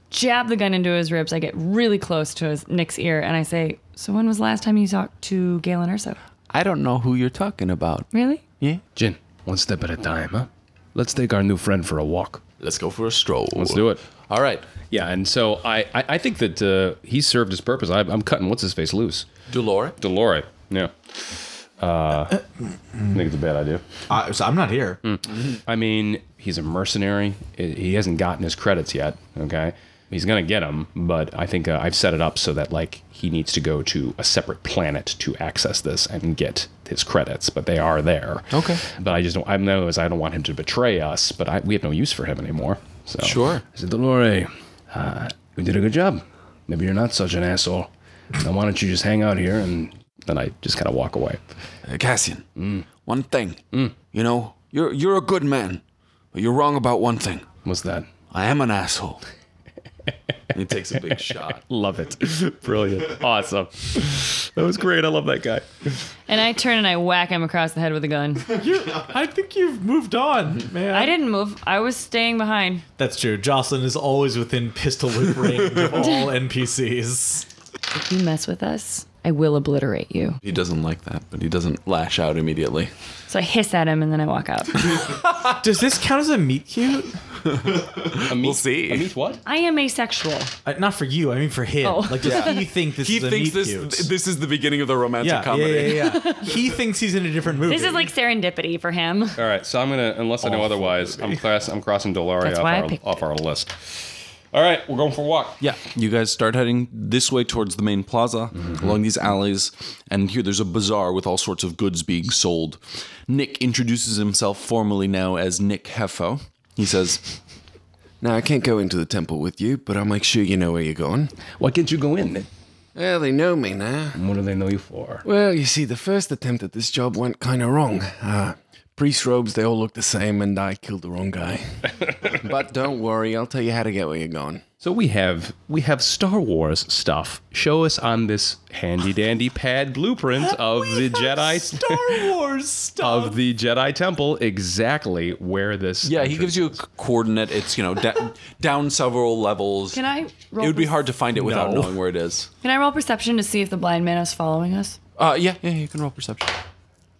B: jab the gun into his ribs. I get really close to his Nick's ear and I say, "So when was the last time you talked to Galen Urso?
A: I don't know who you're talking about.
B: Really?"
D: Jin, one step at a time, huh? Let's take our new friend for a walk.
A: Let's go for a stroll.
D: Let's do it.
A: All right.
D: Yeah, and so I, I, I think that uh, he served his purpose. I, I'm cutting what's his face loose.
A: Dolores.
D: Delore. Yeah. Uh, I think it's a bad idea.
E: I, so I'm not here.
A: Mm.
D: I mean, he's a mercenary. I- He hasn't gotten his credits yet. Okay. He's gonna get them, but I think uh, I've set it up so that like he needs to go to a separate planet to access this and get his credits. But they are there.
A: Okay.
D: But I just don't. I know is I don't want him to betray us. But I, we have no use for him anymore. So
A: Sure.
D: I said, Dolore, uh, we did a good job. Maybe you're not such an asshole. Now why don't you just hang out here and then I just kind of walk away.
A: Uh,
G: Cassian, one thing. You know, you're, you're a good man.
A: But you're wrong about one thing.
D: What's that?
A: I am an asshole. he takes a big shot.
D: Love it. Brilliant. Awesome. That was great. I love that guy.
B: And I turn and I whack him across the head with a gun.
E: I think you've moved on, man.
B: I didn't move. I was staying behind.
E: That's true. Jocelyn is always within pistol whip range of all NPCs.
B: If you mess with us, I will obliterate you.
A: He doesn't like that, but he doesn't lash out immediately.
B: So I hiss at him and then I walk out.
E: Does this count as a meet cute?
A: We'll see.
J: Meet what?
B: I am asexual.
E: Uh, not for you. I mean for him.
B: Oh.
E: Like, does he think this
A: he
E: is a
A: thinks
E: meet
A: this
E: cute?
A: this is the beginning of the romantic
E: yeah, yeah,
A: comedy.
E: yeah, yeah. he thinks he's in a different movie.
B: This is like serendipity for him.
A: Uh,
D: All right, so I'm gonna unless I know otherwise, I'm class I'm crossing Dolari
B: That's
D: off
B: why I
D: our,
B: picked
D: off our list. All right, we're going for a walk.
A: Yeah, you guys start heading this way towards the main plaza,
E: Mm-hmm.
A: along these alleys, and here there's a bazaar with all sorts of goods being sold. Nick introduces himself formally now as Nick Hefo. He says,
G: Now, I can't go into the temple with you, but I'll make sure you know where you're going.
D: Why can't you go in? then?
G: Well, they know me now.
D: What do they know you for?
G: Well, you see, the first attempt at this job went kind of wrong. Uh, priest robes, they all look the same, and I killed the wrong guy. but don't worry, I'll tell you how to get where you're going.
D: So we have we have Star Wars stuff. Show us on this handy dandy pad blueprint of the Jedi
E: Star Wars stuff.
D: of the Jedi Temple exactly where this
A: "Yeah, he gives you a c- coordinate. It's you know da- down several levels.
B: Can I roll
A: It would be
B: per-
A: hard to find it without
E: No.
A: knowing where it is.
B: Can I roll perception to see if the blind man is following us?
A: Uh, yeah, yeah, you can roll perception.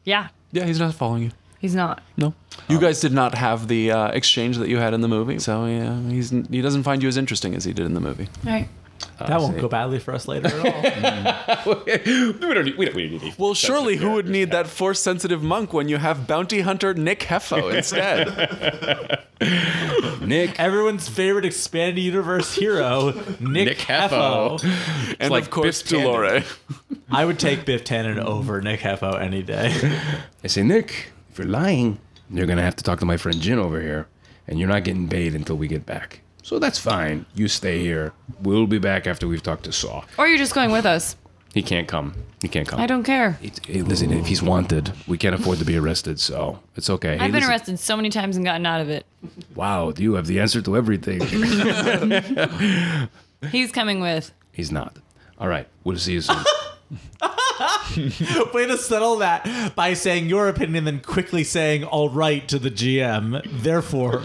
B: Yeah,
A: Yeah, he's not following you.
B: he's not.
A: No, you guys did not have the uh, exchange that you had in the movie, so yeah, he's he doesn't find you as interesting as he did in the movie.
B: All right.
A: Oh,
E: that won't go badly for us later at all.
D: we don't need, we don't, we don't need
A: Well, surely who would need that force sensitive monk when you have bounty hunter Nick Hefo instead?
D: Nick
E: Everyone's favorite expanded universe hero, Nick,
D: Nick Heffo.
E: Heffo.
A: and
D: like
A: of course,
D: Biff Tannen.
A: Dolore.
E: I would take Biff Tannen over Nick Heffo any day.
D: I say, Nick, if you're lying, you're gonna have to talk to my friend Jin over here, and you're not getting paid until we get back. So that's fine. You stay here. We'll be back after we've talked to Saw.
B: Or you're just going with us.
D: He can't come. He can't come.
B: I don't care.
D: It's- hey, listen, if he's wanted, we can't afford to be arrested, so it's okay. Hey,
B: I've been
D: listen-
B: arrested so many times and gotten out of it.
D: Wow, you have the answer to everything.
B: He's coming with.
D: he's not. All right, we'll see you soon.
E: Way to settle that by saying your opinion and then quickly saying all right to the GM. Therefore,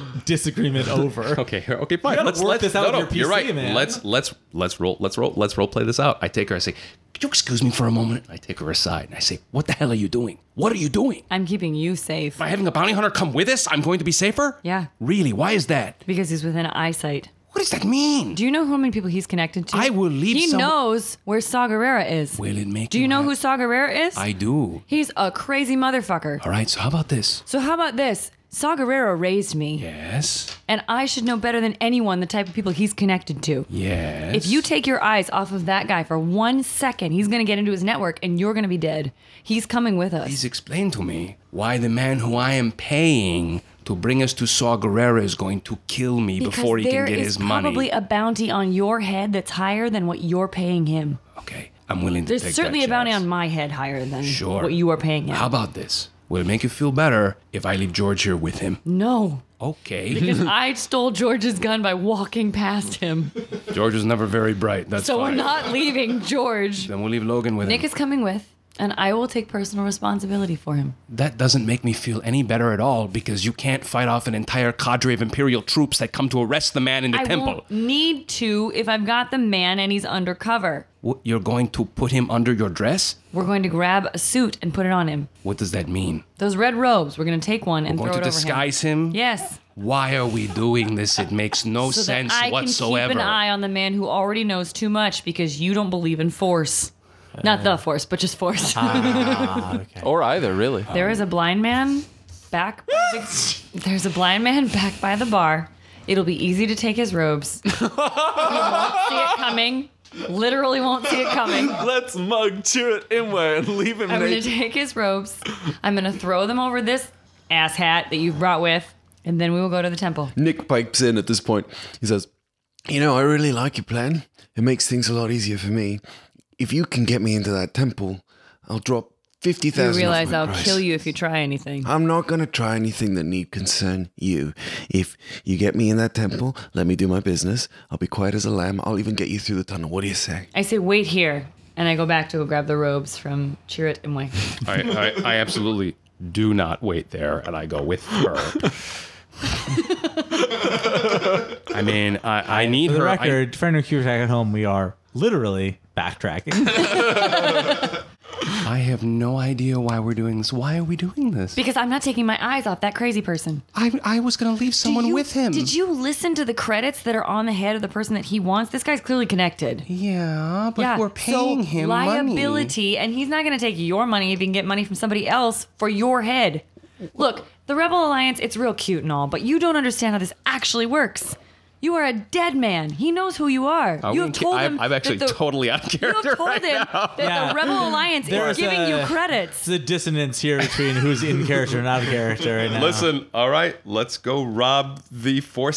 E: disagreement over.
D: Okay, here- okay, fine.
E: gotta
D: Let's
E: work
D: let's
E: this out
D: no,
E: with
D: no,
E: your
D: you're
E: PC,
D: right.
E: man.
D: Let's let's let's roll let's roll let's role play this out. I take her. I say, "Could you excuse me for a moment?" I take her aside and I say, "What the hell are you doing? What are you doing?
B: I'm keeping you safe
D: By having a bounty hunter come with us, I'm going to be safer."
B: Yeah.
D: Really? Why is that?
B: because he's within eyesight.
D: What does that mean?
B: Do you know how many people he's connected to?
D: I will leave
B: He
D: some-
B: knows where Saw Gerrera is.
D: Will it make
B: Do you
D: you
B: know
D: hap-
B: who Saw Gerrera is?
D: I do.
B: He's a crazy motherfucker.
D: All right. So how about this?
B: So how about this? Saw Gerrera raised me,
D: Yes.
B: and I should know better than anyone the type of people he's connected to.
D: Yes.
B: If you take your eyes off of that guy for one second, he's going to get into his network and you're going to be dead. He's coming with us.
D: please explain to me why the man who I am paying to bring us to Saw Gerrera is going to kill me before he
B: there
D: can get
B: is
D: his money.
B: probably a bounty on your head that's higher than what you're paying him.
D: okay. I'm willing to
B: There's
D: take that
B: certainly a bounty
D: chance.
B: on my head higher than
D: Sure.
B: what you are paying him.
D: How about this? Will it make you feel better if I leave George here with him?
B: no.
D: Okay.
B: Because I stole George's gun by walking past him.
D: George was never very bright. That's
B: So
D: fine.
B: we're not leaving George.
D: Then we'll leave Logan with
B: Nick
D: him.
B: is coming with, and I will take personal responsibility for him.
D: That doesn't make me feel any better at all because you can't fight off an entire cadre of Imperial troops that come to arrest the man in the
B: I
D: temple.
B: won't need to if I've got the man and he's undercover.
D: What, you're going to put him under your dress?
B: We're going to grab a suit and put it on him.
D: What does that mean?
B: Those red robes, we're going to take one and
D: Going
B: throw
D: to
B: it over
D: disguise
B: him.
D: him?
B: Yes.
D: Why are we doing this? It makes no
B: So
D: sense
B: that I
D: whatsoever.
B: can keep an eye on the man who already knows too much because you don't believe in force. Not the force, but just force.
D: Ah.
A: or either, really.
B: there is a blind man back. by the- there's a blind man back by the bar. It'll be easy to take his robes. you won't see it coming. Literally won't see it coming.
A: Let's mug Chirrut Imwe and leave him
B: I'm gonna
A: naked.
B: take his robes. I'm gonna throw them over this ass hat that you brought with, and then we will go to the temple.
G: Nick pipes in at this point. He says, You know, I really like your plan. It makes things a lot easier for me. If you can get me into that temple, I'll drop fifty
B: You
G: thousand.
B: realize I'll kill you if you try anything.
G: I'm not gonna try anything that need concern you. If you get me in that temple, let me do my business. I'll be quiet as a lamb. I'll even get you through the tunnel. What do you say?
B: I say, wait here. And I go back to go grab the robes from Chirrut and Wang.
J: I, I, I absolutely do not wait there, and I go with her. I mean, I, I need
E: For the
J: her. I-
E: record, friend of Cusack at home, we are literally backtracking.
J: I, have no idea why we're doing this. Why are we doing this?
B: Because I'm not taking my eyes off that crazy person.
J: I, I was going to leave someone
B: You-
J: with him.
B: Did you listen to the credits that are on the head of the person that he wants? This guy's clearly connected.
J: Yeah, but
B: yeah,
J: we're
B: so
J: paying him money.
B: liability, and he's not going to take your money if he can get money from somebody else for your head. Look, the Rebel Alliance, it's real cute and all, but you don't understand how this actually works. You are a dead man. He knows who you are. you have
J: wouldn't ca-
B: told
J: I'm-
B: him.
J: I'm
B: that
J: actually
B: the-
J: totally out of
B: You
J: character
B: have told
J: right
B: him that
E: Yeah.
B: the Rebel Alliance is
E: There's
B: giving you
E: a-
B: credits.
E: it's a dissonance here between who's in character and out of character. Right now.
J: Listen, all right, let's go rob the force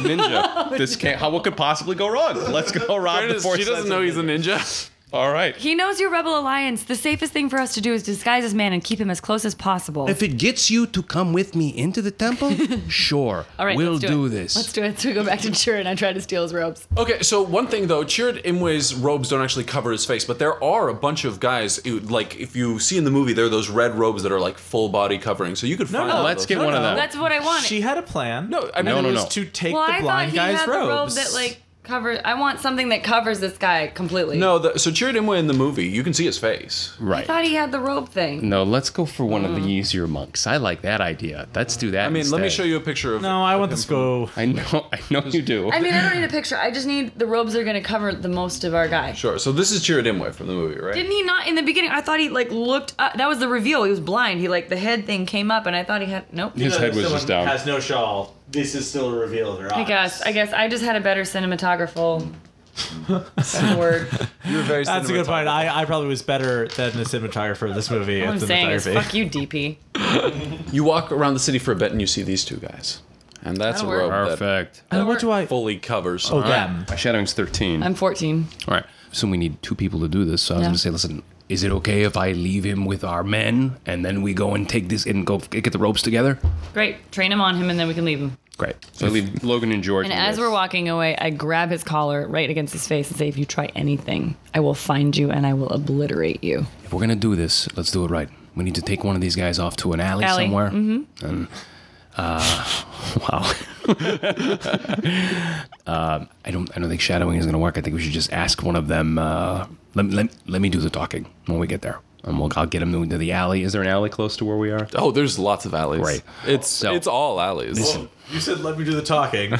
J: ninja. this can't. How, what could possibly go wrong? Let's go rob the force.
A: she doesn't know he's a ninja.
J: All right.
B: He knows your Rebel Alliance. The safest thing for us to do is disguise this man and keep him as close as possible.
D: If it gets you to come with me into the temple, sure.
B: All right,
D: we'll
B: let's do, it.
D: this.
B: Let's do it. So we go back to Chirrut and I try to steal his robes.
A: Okay, so one thing though, Chirrut Imwe's robes don't actually cover his face, but there are a bunch of guys. it- Like if you see in the movie, there are those red robes that are like full body covering. So you could find.
E: no,
A: all
J: let's
A: those.
J: get one of them.
B: That's what I wanted.
E: She had a plan.
A: No, I mean
J: No,
A: it
J: no,
A: was
J: no.
E: to take
B: well,
E: the
B: I thought
E: blind
B: he
E: guy's
B: had the robe
E: robes.
B: that like covers. I want something that covers this guy completely.
A: No, the, so Chirrut Imwe in the movie, you can see his face.
B: I thought he had the robe thing.
J: No, let's go for one
D: Mm.
J: of the easier monks. I like that idea. Let's do that.
A: I mean, let me show you a picture of.
E: no, I want this to go.
J: I know, I know you do.
B: I mean, I don't need a picture. I just need the robes that are going to cover the most of our guy.
A: Sure. So this is Chirrut Imwe from the movie, right?
B: Didn't he not in the beginning? I thought he like looked up. That was the reveal. He was blind. He like the head thing came up, and I thought he had nope.
J: His head was just down.
E: no shawl. This is still a reveal of her
B: I guess. I guess I just had a better cinematographical. That's the word.
A: You're very
E: That's a good point. I, I probably was better than the cinematographer of this movie.
B: All
E: at
B: I'm saying is, fuck you, DP.
A: You walk around the city for a bit and you see these two guys, and that's a
B: That'll work.
A: robe that
J: Perfect.
E: And what do I?
A: fully covers.
E: Oh, them.
J: My shadowing's 13.
B: I'm 14.
D: All right. So we need two people to do this. So I was
B: Yeah.
D: going to say, listen, is it okay if I leave him with our men and then we go and take this and go f- get the ropes together?
B: Great. Train him on him, and then we can leave him.
D: Great.
J: so I leave Logan and George.
B: And
J: with-
B: as we're walking away, I grab his collar right against his face and say, If you try anything, I will find you and I will obliterate you.
D: If we're going to do this, let's do it right. We need to take one of these guys off to an alley,
B: Alley.
D: somewhere. Mm-hmm. And, uh, wow. um, I don't. I don't think shadowing is going to work. I think we should just ask one of them. Uh, let, let, let me do the talking when we get there, and we'll, I'll get him into the alley.
J: Is there an alley close to where we are?
A: Oh, there's lots of alleys.
D: Right.
A: It's
D: So-
A: it's all alleys.
E: You said let me do the talking.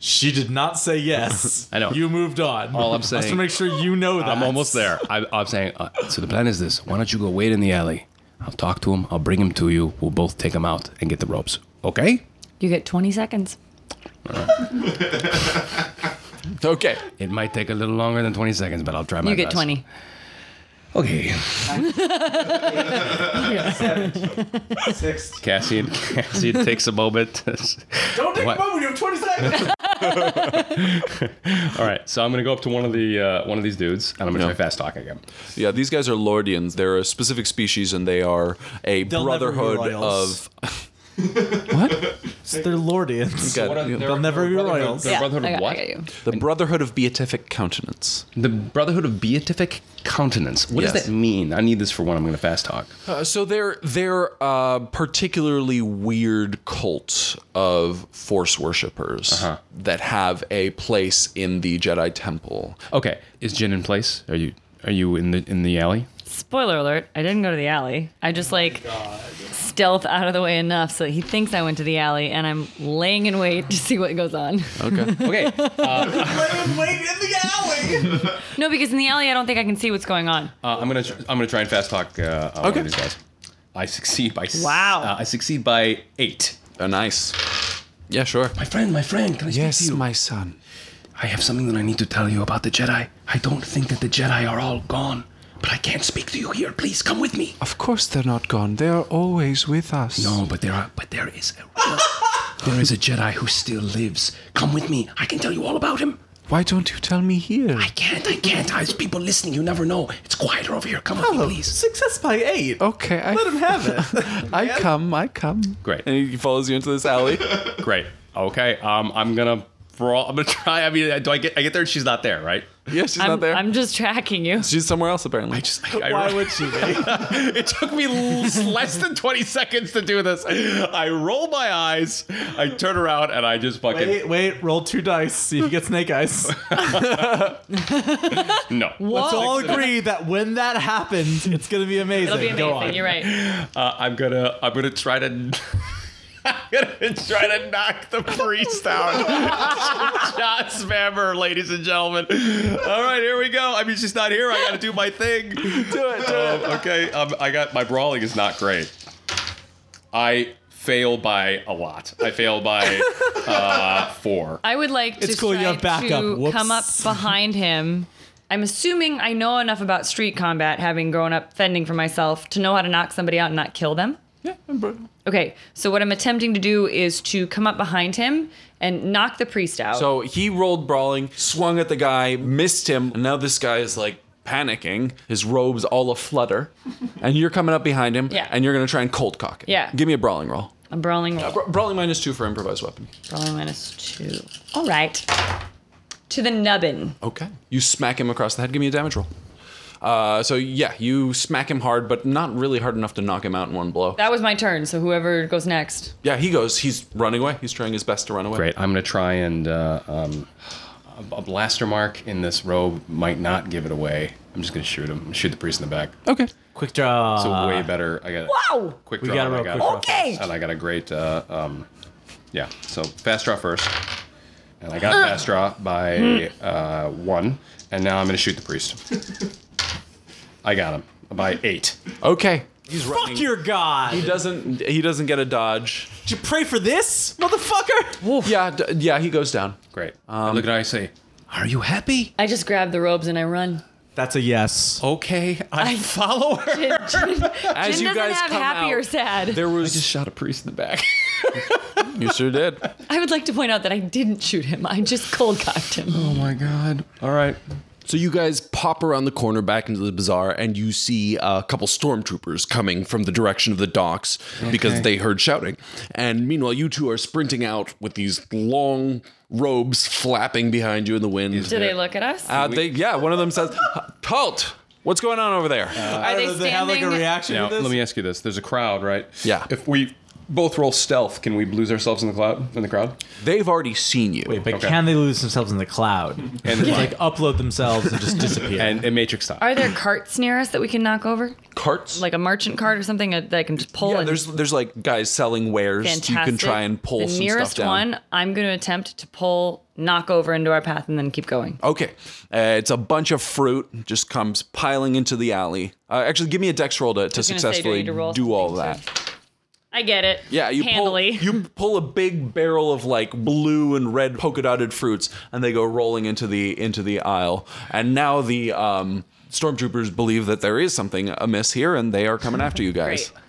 E: she did not say yes.
D: I know.
E: You moved on.
D: All I'm
E: Just to
D: saying-
E: make sure you know that.
D: I'm almost there. I, I'm saying. Uh, so the plan is this: Why don't you go wait in the alley? I'll talk to him. I'll bring him to you. We'll both take him out and get the ropes. Okay?
B: You get 20 seconds.
A: Okay.
D: It might take a little longer than 20 seconds, but I'll try my
B: You
D: best.
B: get 20.
D: Okay.
E: Six.
J: Cassian, Cassian takes a moment. to-
E: Don't take
J: What?
E: a moment. You have 20 seconds.
J: All right, so I'm gonna go up to one of the uh, one of these dudes, and I'm gonna try fast talking again.
A: Yeah, these guys are Lordians. They're a specific species, and they are a
E: They'll never be
A: brotherhood
E: royals.
A: of.
E: They're Lordians.
A: God, you know,
E: They'll never be royals.
J: The Brotherhood
B: I
J: of
B: got,
J: what?
B: I got you.
A: the Brotherhood of Beatific Countenance.
J: The Brotherhood of Beatific Countenance. What
A: Yes.
J: does that mean? I need this for when I'm gonna fast talk.
A: Uh, so they're they're a particularly weird cult of force worshippers that have a place in the Jedi Temple.
J: Okay, is Jin in place? Are you are you in the in the alley?
B: Spoiler alert, I didn't go to the alley. I just like stealth out of the way enough so that he thinks I went to the alley and I'm laying in wait to see what goes on.
J: Okay, uh,
E: Wait in the alley.
B: no, because in the alley, I don't think I can see what's going on.
J: Uh, I'm gonna tr- I'm gonna try and fast talk. Uh, uh, one
A: Okay.
J: of these guys. I succeed by s-
B: Wow.
J: Uh, I succeed by eight.
A: Oh, nice. Yeah, sure.
D: My friend, my friend, can I speak to you?
A: my son.
D: I have something that I need to tell you about the Jedi. I don't think that the Jedi are all gone, but I can't speak to you here. Please come with me.
A: Of course they're not gone. They are always with us.
D: No, but there are, but there is a, there is a Jedi who still lives. Come with me. I can tell you all about him.
A: Why don't you tell me here?
D: I can't, I can't. There's people listening. You never know. It's quieter over here. Come on,
E: Hello,
D: please.
E: success by eight.
J: Oh,
A: Okay, I,
E: Let him have it.
A: I come, I come.
J: Great.
A: And he follows you into this alley.
J: Great. Okay. Um, I'm gonna. For all, I'm gonna try. I mean, do I get? I get there. and She's not there, right?
A: yeah, she's
B: I'm,
A: not there.
B: I'm just tracking you.
A: she's somewhere else, apparently.
J: I just. I, I-
E: Why would she be?
J: it took me l- less than 20 seconds to do this. I roll my eyes. I turn around and I just fucking
E: Wait, wait, roll two dice, see if you get snake eyes.
J: no.
E: Let's all agree that when that happens, it's gonna be amazing.
B: It'll be
E: Go
B: amazing.
E: on.
B: You're right.
J: Uh, I'm gonna. I'm gonna try to. I'm gonna try to knock the priest out. John Spammer, ladies and gentlemen. All right, here we go. I mean, she's not here. I gotta do my thing. Do it. Do it. Okay. Um, I got my brawling is not great. I fail by a lot. I fail by uh, four.
B: I would like to
E: It's cool, you
B: try
E: have backup.
B: to
E: Whoops.
B: come up behind him. I'm assuming I know enough about street combat, having grown up fending for myself, to know how to knock somebody out and not kill them. Okay, so what I'm attempting to do is to come up behind him and knock the priest out.
A: So he rolled brawling, swung at the guy, missed him. And now this guy is like panicking, his robes all aflutter. and you're coming up behind him,
B: Yeah.
A: and you're going to try and cold cock it.
B: Yeah.
A: Give me a brawling roll.
B: I'm brawling.
A: Bra- brawling minus two for improvised weapon.
B: Brawling minus two. All right. To the nubbin.
A: Okay. You smack him across the head. Give me a damage roll. Uh, so yeah, you smack him hard, but not really hard enough to knock him out in one blow.
B: That was my turn, so whoever goes next.
A: yeah, he goes. He's running away. He's trying his best to run away.
J: Great. I'm gonna try and uh, um, a- a blaster mark in this robe might not give it away. I'm just gonna shoot him. Shoot the priest in the back.
A: Okay.
E: Quick draw.
J: So way better. I got
B: Wow!
E: Ah.
J: quick
E: We
J: draw.
E: gotta
J: and I
E: roll
J: got,
E: quick draw Okay.
B: first.
J: And I got a great. Uh, um, yeah. So fast draw first, and I got fast draw by uh, one, and now I'm gonna shoot the priest. I got him by eight.
A: Okay. He's
E: Fuck your god.
A: He doesn't. He doesn't get a dodge.
E: Did you pray for this, motherfucker?
A: Yeah. D- yeah. He goes down.
J: Great. I
E: Um,
J: look at I say,
D: Are you happy?
B: I just grab the robes and I run.
E: That's a yes.
B: Oh.
J: okay, I, follow her.
B: Jin, Jin-
A: As
B: Jin
A: you
B: doesn't
A: guys
B: have
A: come
B: happy
A: out,
B: or sad.
A: There was
D: Shot a priest in the back.
A: You sure did.
B: I would like to point out that I didn't shoot him. I just cold cocked him.
D: Oh my god. All right.
A: So you guys pop around the corner back into the bazaar, and you see a couple stormtroopers coming from the direction of the docks because they heard shouting. And meanwhile, you two are sprinting out with these long robes flapping behind you in the wind.
B: Do they look at us?
A: Uh, they, yeah, one of them says, "Halt! What's going on over there?"
E: Uh,
B: Are they
E: Does it have like
B: standing?
E: a reaction
J: Now,
E: to this?
J: let me ask you this: There's a crowd, right?
A: Yeah.
J: If we both roll stealth, can we lose ourselves in the cloud in the crowd?
A: They've already seen you.
E: Wait, but
J: Okay.
E: can they lose themselves in the cloud? And like upload themselves and just disappear.
J: And, and Matrix style.
B: Are there carts near us that we can knock over?
A: Carts.
B: Like a merchant cart or something that I can just pull
A: yeah,
B: and
A: there's there's like guys selling wares.
B: fantastic.
A: You can try and pull
B: the
A: some
B: nearest
A: stuff down.
B: one. I'm going to attempt to pull, knock over into our path, and then keep going.
A: Okay. Uh, it's a bunch of fruit just comes piling into the alley. Uh, actually, give me a dex roll to, to
B: was gonna say, do I
A: successfully
B: need to roll
A: do all
B: something,
A: that.
B: I get it.
A: Yeah, you pull,
B: handily.
A: you pull a big barrel of like blue and red polka dotted fruits, and they go rolling into the into the aisle. And now the um, stormtroopers believe that there is something amiss here, and they are coming after you guys.
B: Great.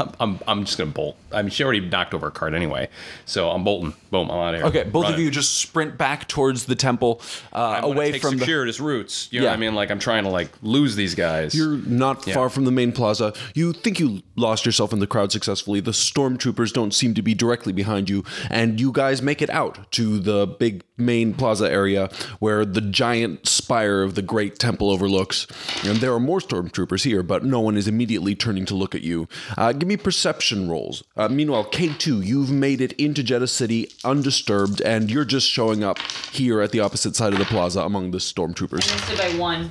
J: I'm, I'm, I'm just gonna bolt. I mean, she already knocked over a card anyway, so I'm bolting. Boom, I'm out of here.
A: Okay, both of
J: Running.
A: you just sprint back towards the temple, uh,
J: I'm gonna
A: away
J: take
A: from the.
J: secured as roots. You know
A: Yeah.
J: what I mean? Like I'm trying to like lose these guys.
K: You're not
J: Yeah.
K: far from the main plaza. You think you lost yourself in the crowd successfully. The stormtroopers don't seem to be directly behind you, and you guys make it out to the big main plaza area where the giant spire of the great temple overlooks. And there are more stormtroopers here, but no one is immediately turning to look at you. Uh, give me perception rolls. Uh, meanwhile, K2, you've made it into Jeddah City undisturbed, and you're just showing up here at the opposite side of the plaza among the stormtroopers.
B: Missed it by one.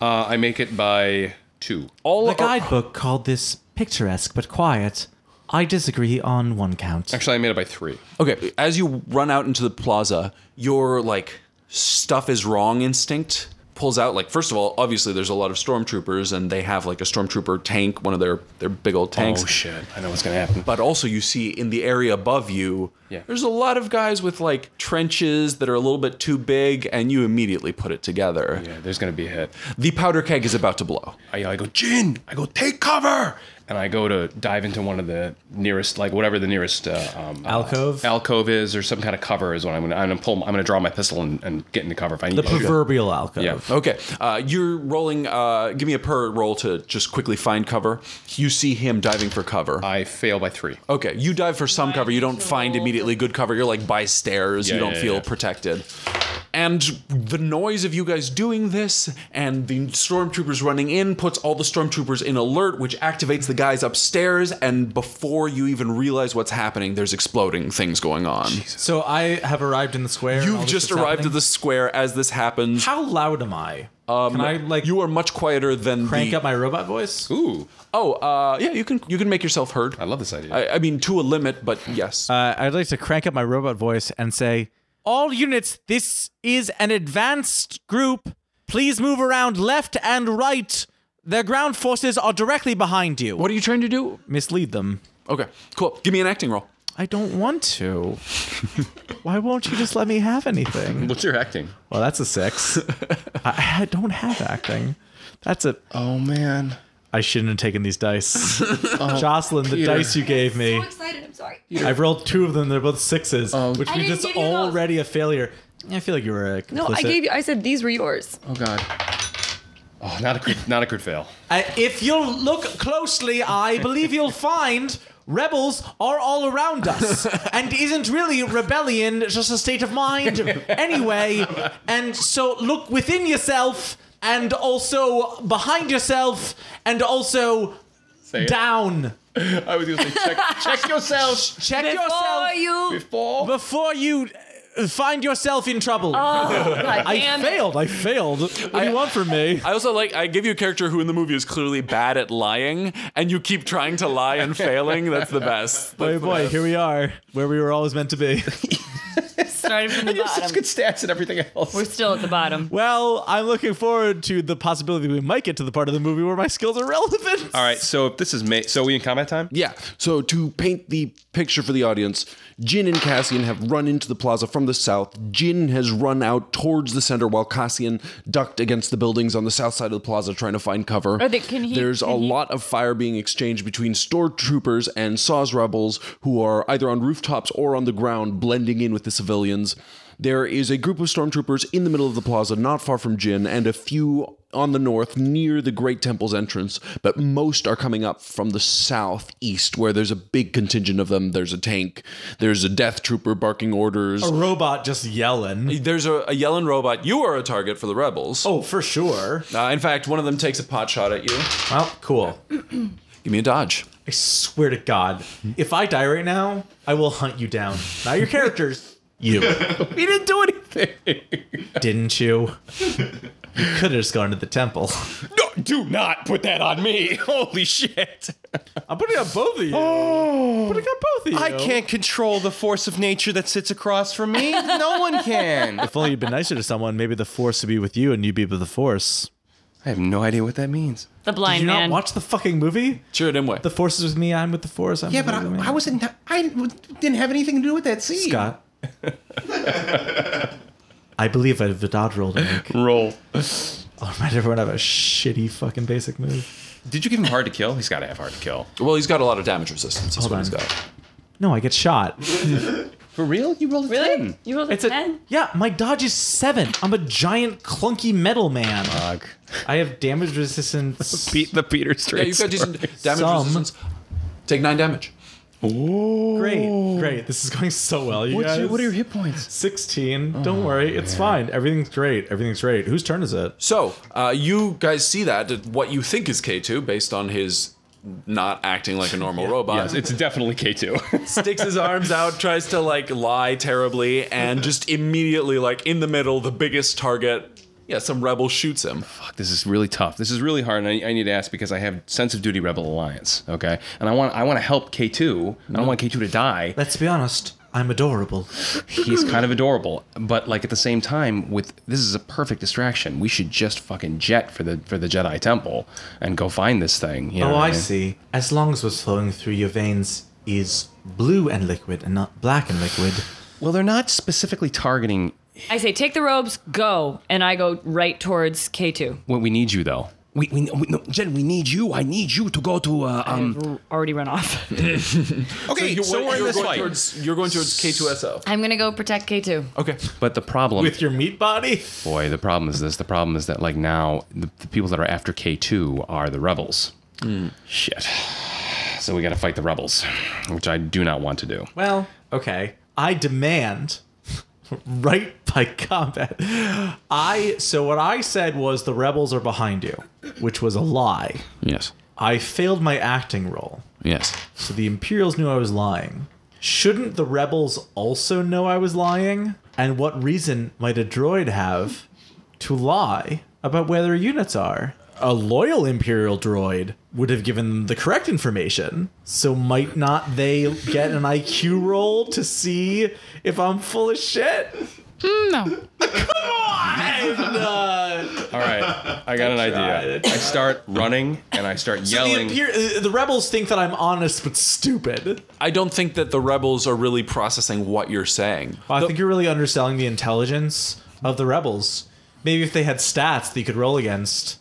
J: Uh, I make it by two.
A: all
E: the guidebook called this picturesque but quiet. I disagree on one count.
J: Actually, I made it by three.
A: Okay, as you run out into the plaza, your like stuff is wrong instinct pulls out like first of all, obviously there's a lot of stormtroopers and they have like a stormtrooper tank, one of their their big old tanks.
J: Oh shit! I know what's gonna happen.
A: but also you see in the area above you,
J: Yeah.
A: there's a lot of guys with like trenches that are a little bit too big and you immediately put it together.
J: Yeah, there's gonna be a hit.
A: The powder keg is about to blow.
J: I, I go, Jin. I go, take cover.
D: and I go to dive into one of the nearest, like whatever the nearest uh, um, uh,
E: Alcove?
D: alcove is, or some kind of cover is what I'm gonna. I'm gonna pull. I'm gonna draw my pistol and, and get into cover if I need
E: The
D: to. shoot.
E: proverbial alcove.
D: Yeah.
H: Okay, uh, you're rolling. Uh, give me a per roll to just quickly find cover. You see him diving for cover.
D: I fail by three.
H: Okay, you dive for some cover. You don't find immediately good cover. You're like by stairs. you
D: Yeah,
H: don't
D: yeah,
H: feel
D: yeah.
H: protected. And the noise of you guys doing this and the stormtroopers running in puts all the stormtroopers in alert, which activates the guys upstairs. And before you even realize what's happening, there's exploding things going on.
E: So I have arrived in the square. and all
H: You've
E: this
H: just
E: is
H: arrived
E: happening.
H: at the square as this happens.
E: How loud am I? Um, Can I like
H: you are much quieter than
E: crank
H: the,
E: up my robot voice?
D: Ooh,
H: Oh, uh, yeah, you can you can make yourself heard.
D: I love this idea.
H: I, I mean, to a limit, but yes.
E: Uh, I'd like to crank up my robot voice and say, "All units, this is an advanced group. Please move around left and right. Their ground forces are directly behind you.
H: what are you trying to do?
E: Mislead them.
H: Okay, cool. Give me an acting roll.
E: I don't want to. Why won't you just let me have anything?
D: What's your acting?
E: Well, that's a six. I, I don't have acting. That's a.
D: Oh man,
E: I shouldn't have taken these dice. Jocelyn, the
D: Peter.
E: dice you gave me.
B: I'm excited. I'm sorry.
E: I've rolled two of them. They're both sixes, which
B: I
E: means
B: didn't
E: it's
B: give you those.
E: already a failure. I feel like you were a complicit.
B: No, I gave you. I said these were yours.
D: oh god. Oh, not a crit, not a crit fail.
E: Uh, if you'll look closely, I believe you'll find rebels are all around us. and isn't really rebellion just a state of mind anyway? And so look within yourself and also behind yourself and also
D: Say it.
E: down.
D: I was gonna say check, check yourself
E: Check
B: Before
E: yourself
B: you.
D: before.
E: before you uh, find yourself in trouble.
B: Oh,
E: I failed. I failed. What do you want from me?
H: I also like I give you a character who in the movie is clearly bad at lying, and you keep trying to lie and failing. That's the best.
E: Boy, boy, here we are, where we were always meant to be.
B: Started from the
D: You have such
B: bottom.
D: good stats and everything else.
B: We're still at the bottom.
E: Well, I'm looking forward to the possibility we might get to the part of the movie where my skills are relevant.
D: All right, so if this is ma- so, we in combat time?
A: Yeah. So to paint the picture for the audience, Jin and Cassian have run into the plaza from the south. Jin has run out towards the center while Cassian ducked against the buildings on the south side of the plaza trying to find cover.
B: Are they- can he-
A: There's
B: can
A: a
B: he-
A: lot of fire being exchanged between stormtroopers and Saw's rebels who are either on rooftops or on the ground blending in with the civilians. There is a group of stormtroopers in the middle of the plaza, not far from Jin, and a few on the north near the Great Temple's entrance, but most are coming up from the southeast, where there's a big contingent of them. There's a tank, there's a death trooper barking orders.
E: A robot just yelling.
H: There's a, a yelling robot. You are a target for the rebels.
E: Oh, for sure.
H: Uh, in fact, one of them takes a pot shot at you.
E: Well, cool.
H: Give me a dodge.
E: I swear to God, if I die right now, I will hunt you down. Not your characters. You.
D: We didn't do anything.
E: Didn't you? You could have just gone to the temple.
D: No, do not put that on me. Holy shit!
E: I'm putting on both of you. putting on both of you.
D: Oh. I can't control the force of nature that sits across from me. No one can. I
E: If only you'd been nicer to someone, maybe the force would be with you and you'd be with the force.
D: have no idea what that means.
B: The blind
E: Did you
B: man.
E: not watch the fucking movie?
H: Sure, Dimway.
E: The force is with me, I'm with the force. I'm
I: Yeah, but
E: with the man.
I: I, I wasn't. I didn't have anything to do with that scene.
E: Scott. I believe I have the dodge roll to make.
D: Roll.
E: Oh, I'll remind everyone of a shitty fucking basic move.
D: Did you give him hard to kill? He's got to have hard to kill.
H: well, he's got a lot of damage resistance. That's
E: Hold
H: what
E: on.
H: he's got.
E: No, I get shot.
D: For real? You rolled a
B: Really? You rolled a
E: It's a
B: ten.
E: yeah. My dodge is seven. I'm a giant clunky metal man.
D: Fuck.
E: I have damage resistance.
D: Beat the Peter
H: Yeah,
D: Street.
H: you've got decent damage
E: Some.
H: resistance. Take nine damage.
E: Great, great. This is going so well, you guys.
D: what are your hit points?
E: Sixteen.
D: Oh,
E: Don't worry, it's fine. Everything's great. Everything's great. Whose turn is it?
H: So, uh, you guys see that, what you think is K2 based on his not acting like a normal robot.
D: Yes, it's definitely K two.
H: sticks his arms out, tries to like lie terribly, and just immediately, like in the middle, the biggest target. Yeah, some rebel shoots him.
D: this is really tough. This is really hard, and I, I need to ask because I have sense of duty rebel alliance. Okay, and I want I want to help K two. I don't want K two to die.
E: Let's be honest. I'm adorable.
D: He's kind of adorable, but like at the same time, with this is a perfect distraction. We should just fucking jet for the for the Jedi Temple and go find this thing. You know
E: Oh,
D: what
E: I
D: mean?
E: see. As long as what's flowing through your veins is blue and liquid and not black and liquid.
D: Well, they're not specifically targeting
B: I say, take the robes, go, and I go right towards K two.
D: what we need you though. We, we, we no, Jen, we need you. I need you to go to uh, um.
B: I've already run off.
D: Okay, so, we're in
H: you're
D: this
H: going
D: fight.
H: Towards, you're going towards K2SO.
B: I'm gonna go protect K2.
H: Okay.
J: But the problem
E: With your meat body?
J: boy, the problem is this. The problem is that like now the, the people that are after K two are the rebels.
D: Hmm.
J: Shit. So we got to fight the rebels, which I do not want to do.
E: Well, okay. I demand right by combat. I so what I said was the rebels are behind you, which was a lie.
J: Yes.
E: I failed my acting role.
J: Yes.
E: So the Imperials knew I was lying. Shouldn't the rebels also know I was lying? And what reason might a droid have to lie about where their units are? A loyal Imperial droid would have given them the correct information. So might not they get an IQ roll to see if I'm full of shit?
J: All right. I got an idea. I start running and I start yelling.
E: The, Imper- uh, the rebels think that I'm honest but stupid.
H: I don't think that the rebels are really processing what you're saying.
E: Well, I think you're really underselling the intelligence of the rebels. Maybe if they had stats that you could roll against.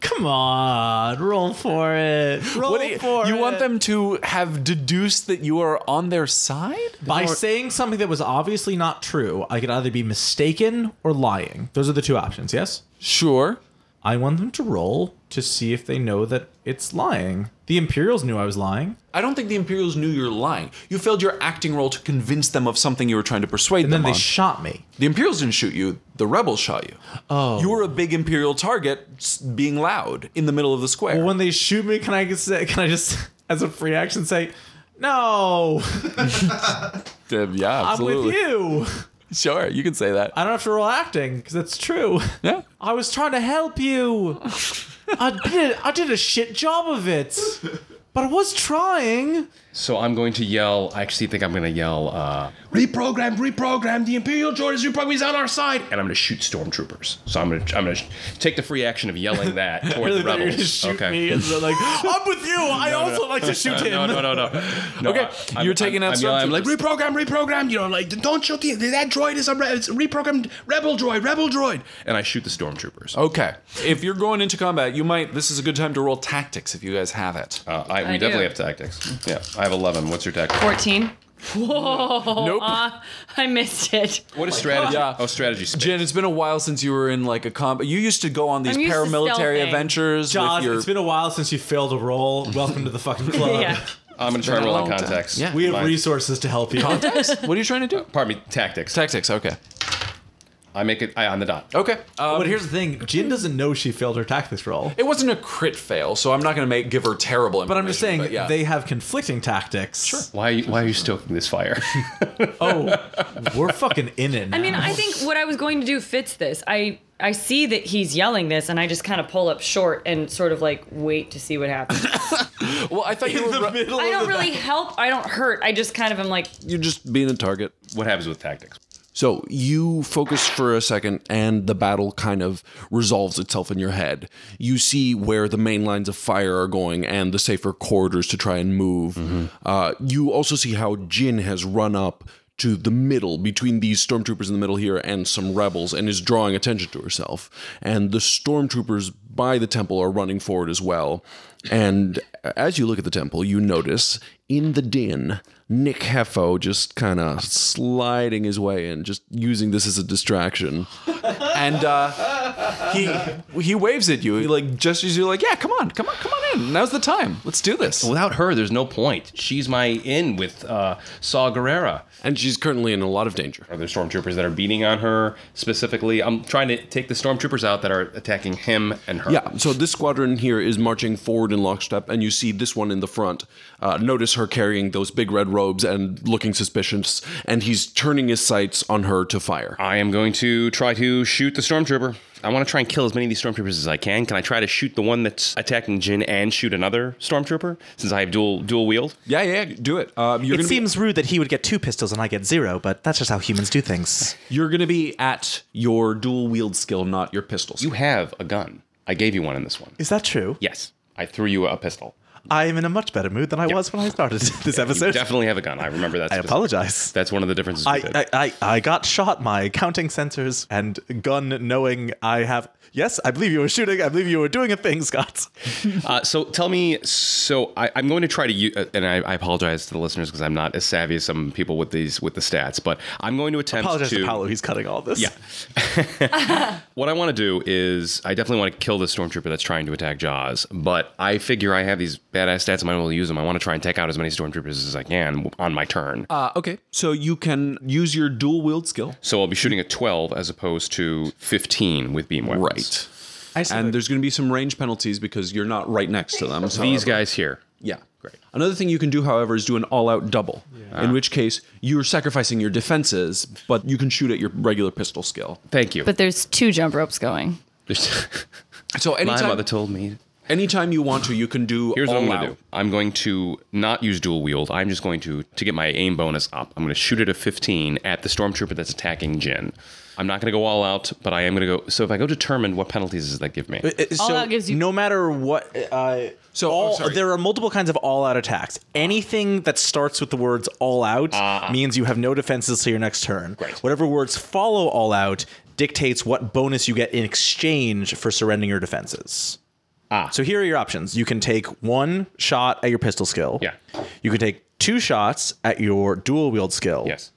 E: Come on, roll for it. Roll
H: What do you,
E: for
H: you
E: it.
H: want them to have deduced that you are on their side?
E: by saying something that was obviously not true. I could either be mistaken or lying. Those are the two options. Yes.
H: Sure.
E: I want them to roll to see if they know that it's lying. The Imperials knew I was lying,
H: I don't think the Imperials knew you're lying. You failed your acting role to convince them of something you were trying to persuade
E: and then
H: them
E: they
H: on.
E: shot me.
H: the Imperials didn't shoot you. The rebels shot you. Oh. You were a big Imperial target, s- being loud in the middle of the square.
E: Well, when they shoot me, can I just say, can I just as a free action say, no,
H: Uh, yeah,
E: I'm with you.
H: Sure, you can say that.
E: I don't have to roll acting because that's true.
H: yeah.
E: I was trying to help you. I did. I did a shit job of it, but I was trying.
J: So I'm going to yell. I actually think I'm going to yell. Uh,
D: Reprogrammed, reprogrammed. The Imperial droid is reprogrammed. He's on our side, and I'm going to shoot stormtroopers. So I'm going to I'm going to take the free action of yelling that toward
E: Really
D: the
E: thought you were
D: rebels.
E: gonna shoot
J: okay.
E: me, and they're like, "I'm with you. I also like to shoot him."
J: No, no, no, no. no
H: Okay,
J: I'm-
H: you're taking
J: I'm,
H: out
J: I'm, yelling, I'm
H: stormtroopers.
J: like
D: Reprogram, reprogram. You know, like don't shoot the that droid is a re- it's a reprogrammed rebel droid, rebel droid.
J: and I shoot the stormtroopers.
H: Okay. If you're going into combat, you might. This is a good time to roll tactics if you guys have it.
J: Uh, I, we
B: I do.
J: definitely have tactics. Yeah, I have 11. What's your tactic?
B: 14. Whoa.
H: Nope.
B: uh, I missed it.
J: What is strategy?
H: God.
J: Oh, strategy. Space.
H: Jen, it's been a while since you were in like a combat. You used to go on these
B: I'm used to
H: paramilitary
B: stealthing.
H: adventures
E: Josh,
H: with your.
E: it's been a while since you failed a roll. Welcome to the fucking club.
B: Yeah.
J: I'm going to try
H: been a
J: rolling
H: long time.
J: contacts.
H: Yeah.
E: We have
J: Mine-
E: resources to help you.
H: what are you trying to do?
J: Pardon me, tactics.
H: Tactics. Okay.
J: I make it I, on the dot.
H: Okay. Um,
E: but here's the thing: Jin doesn't know she failed her tactics roll.
H: it wasn't a crit fail, so I'm not going to make give her terrible.
E: But I'm just saying
H: yeah.
E: they have conflicting tactics. Sure.
J: Why are you, why are you stoking this fire?
E: Oh, we're fucking in it. Now.
B: I mean, I think what I was going to do fits this. I I see that he's yelling this, and I just kind of pull up short and sort of like wait to see what happens.
H: Well, I thought you were. ru-
E: middle
B: I don't really help. I don't hurt. I just kind of am like,
H: You're just being a target.
J: what happens with tactics?
H: So you focus for a second, and the battle kind of resolves itself in your head. You see where the main lines of fire are going and the safer corridors to try and move. Uh, you also see how Jin has run up to the middle between these stormtroopers in the middle here and some rebels and is drawing attention to herself. And the stormtroopers by the temple are running forward as well. And as you look at the temple, you notice in the din, Nick Heffo just kind of sliding his way in, just using this as a distraction. and uh, he he waves at you, he like gestures you, like, yeah, come on, come on, come on in. Now's the time. Let's do this.
J: Without her, there's no point. She's my in with uh, Saw Guerrera.
H: And she's currently in a lot of danger.
J: Are there stormtroopers that are beating on her specifically? I'm trying to take the stormtroopers out that are attacking him and her.
H: Yeah, so this squadron here is marching forward in lockstep, and you see this one in the front. Uh, notice her carrying those big red robes and looking suspicious, and he's turning his sights on her to fire.
J: I am going to try to shoot the stormtrooper. I want to try and kill as many of these stormtroopers as I can. Can I try to shoot the one that's attacking Jin and shoot another stormtrooper since I have dual dual wield?
H: Yeah, yeah, do it. Uh, you're
E: It
H: gonna
E: seems rude that he would get two pistols and I get zero, but that's just how humans do things.
H: be, you're gonna be at your dual wield skill, not your pistols.
J: You have a gun. I gave you one in this one.
E: Is that true?
J: Yes, I threw you a pistol.
E: I am in a much better mood than I was when I started this
J: You
E: episode.
J: definitely have a gun. I remember that.
E: I
J: specific-
E: apologize.
J: That's one of the differences. we did.
E: I, I, I, I got shot. My counting sensors and gun knowing I have. Yes, I believe you were shooting. I believe you were doing a thing, Scott.
J: Uh, so tell me, so I, I'm going to try to use, and I, I apologize to the listeners because I'm not as savvy as some people with these with the stats, but I'm going to attempt
E: apologize to,
J: to.
E: Paolo. He's cutting all this.
J: Yeah. what I want to do is, I definitely want to kill the stormtrooper that's trying to attack Jaws, but I figure I have these badass stats. I might as well use them. I want to try and take out as many stormtroopers as I can on my turn.
H: Uh, okay, so you can use your dual wield skill.
J: so I'll be shooting at 12 as opposed to 15 with beam weapons.
H: Right. and there's going to be some range penalties because you're not right next to them. So
J: These guys here.
H: Yeah. Great. Another thing you can do, however, is do an all out double, in which case you're sacrificing your defenses, but you can shoot at your regular pistol skill.
J: Thank you.
L: But there's two jump ropes going.
H: So
J: my
H: anytime,
J: mother told me
H: anytime you want to, you can do
J: Here's what
H: all
J: I'm
H: out.
J: going to do. I'm going to not use dual wield. I'm just going to to get my aim bonus up. I'm going to shoot at a 15 at the stormtrooper that's attacking Jin. I'm not going to go all out, but I am going to go. So if I go determined, what penalties does that give me?
E: So
L: out gives you-
E: no matter what, uh,
H: So, oh,
E: all,
H: sorry.
E: there are multiple kinds of all-out attacks. Anything that starts with the words "all out" means you have no defenses till your next turn. Right. Whatever words follow "all out" dictates what bonus you get in exchange for surrendering your defenses. Ah. So here are your options. You can take one shot at your pistol skill.
J: Yeah.
E: You can take two shots at your dual wield skill.
J: Yes.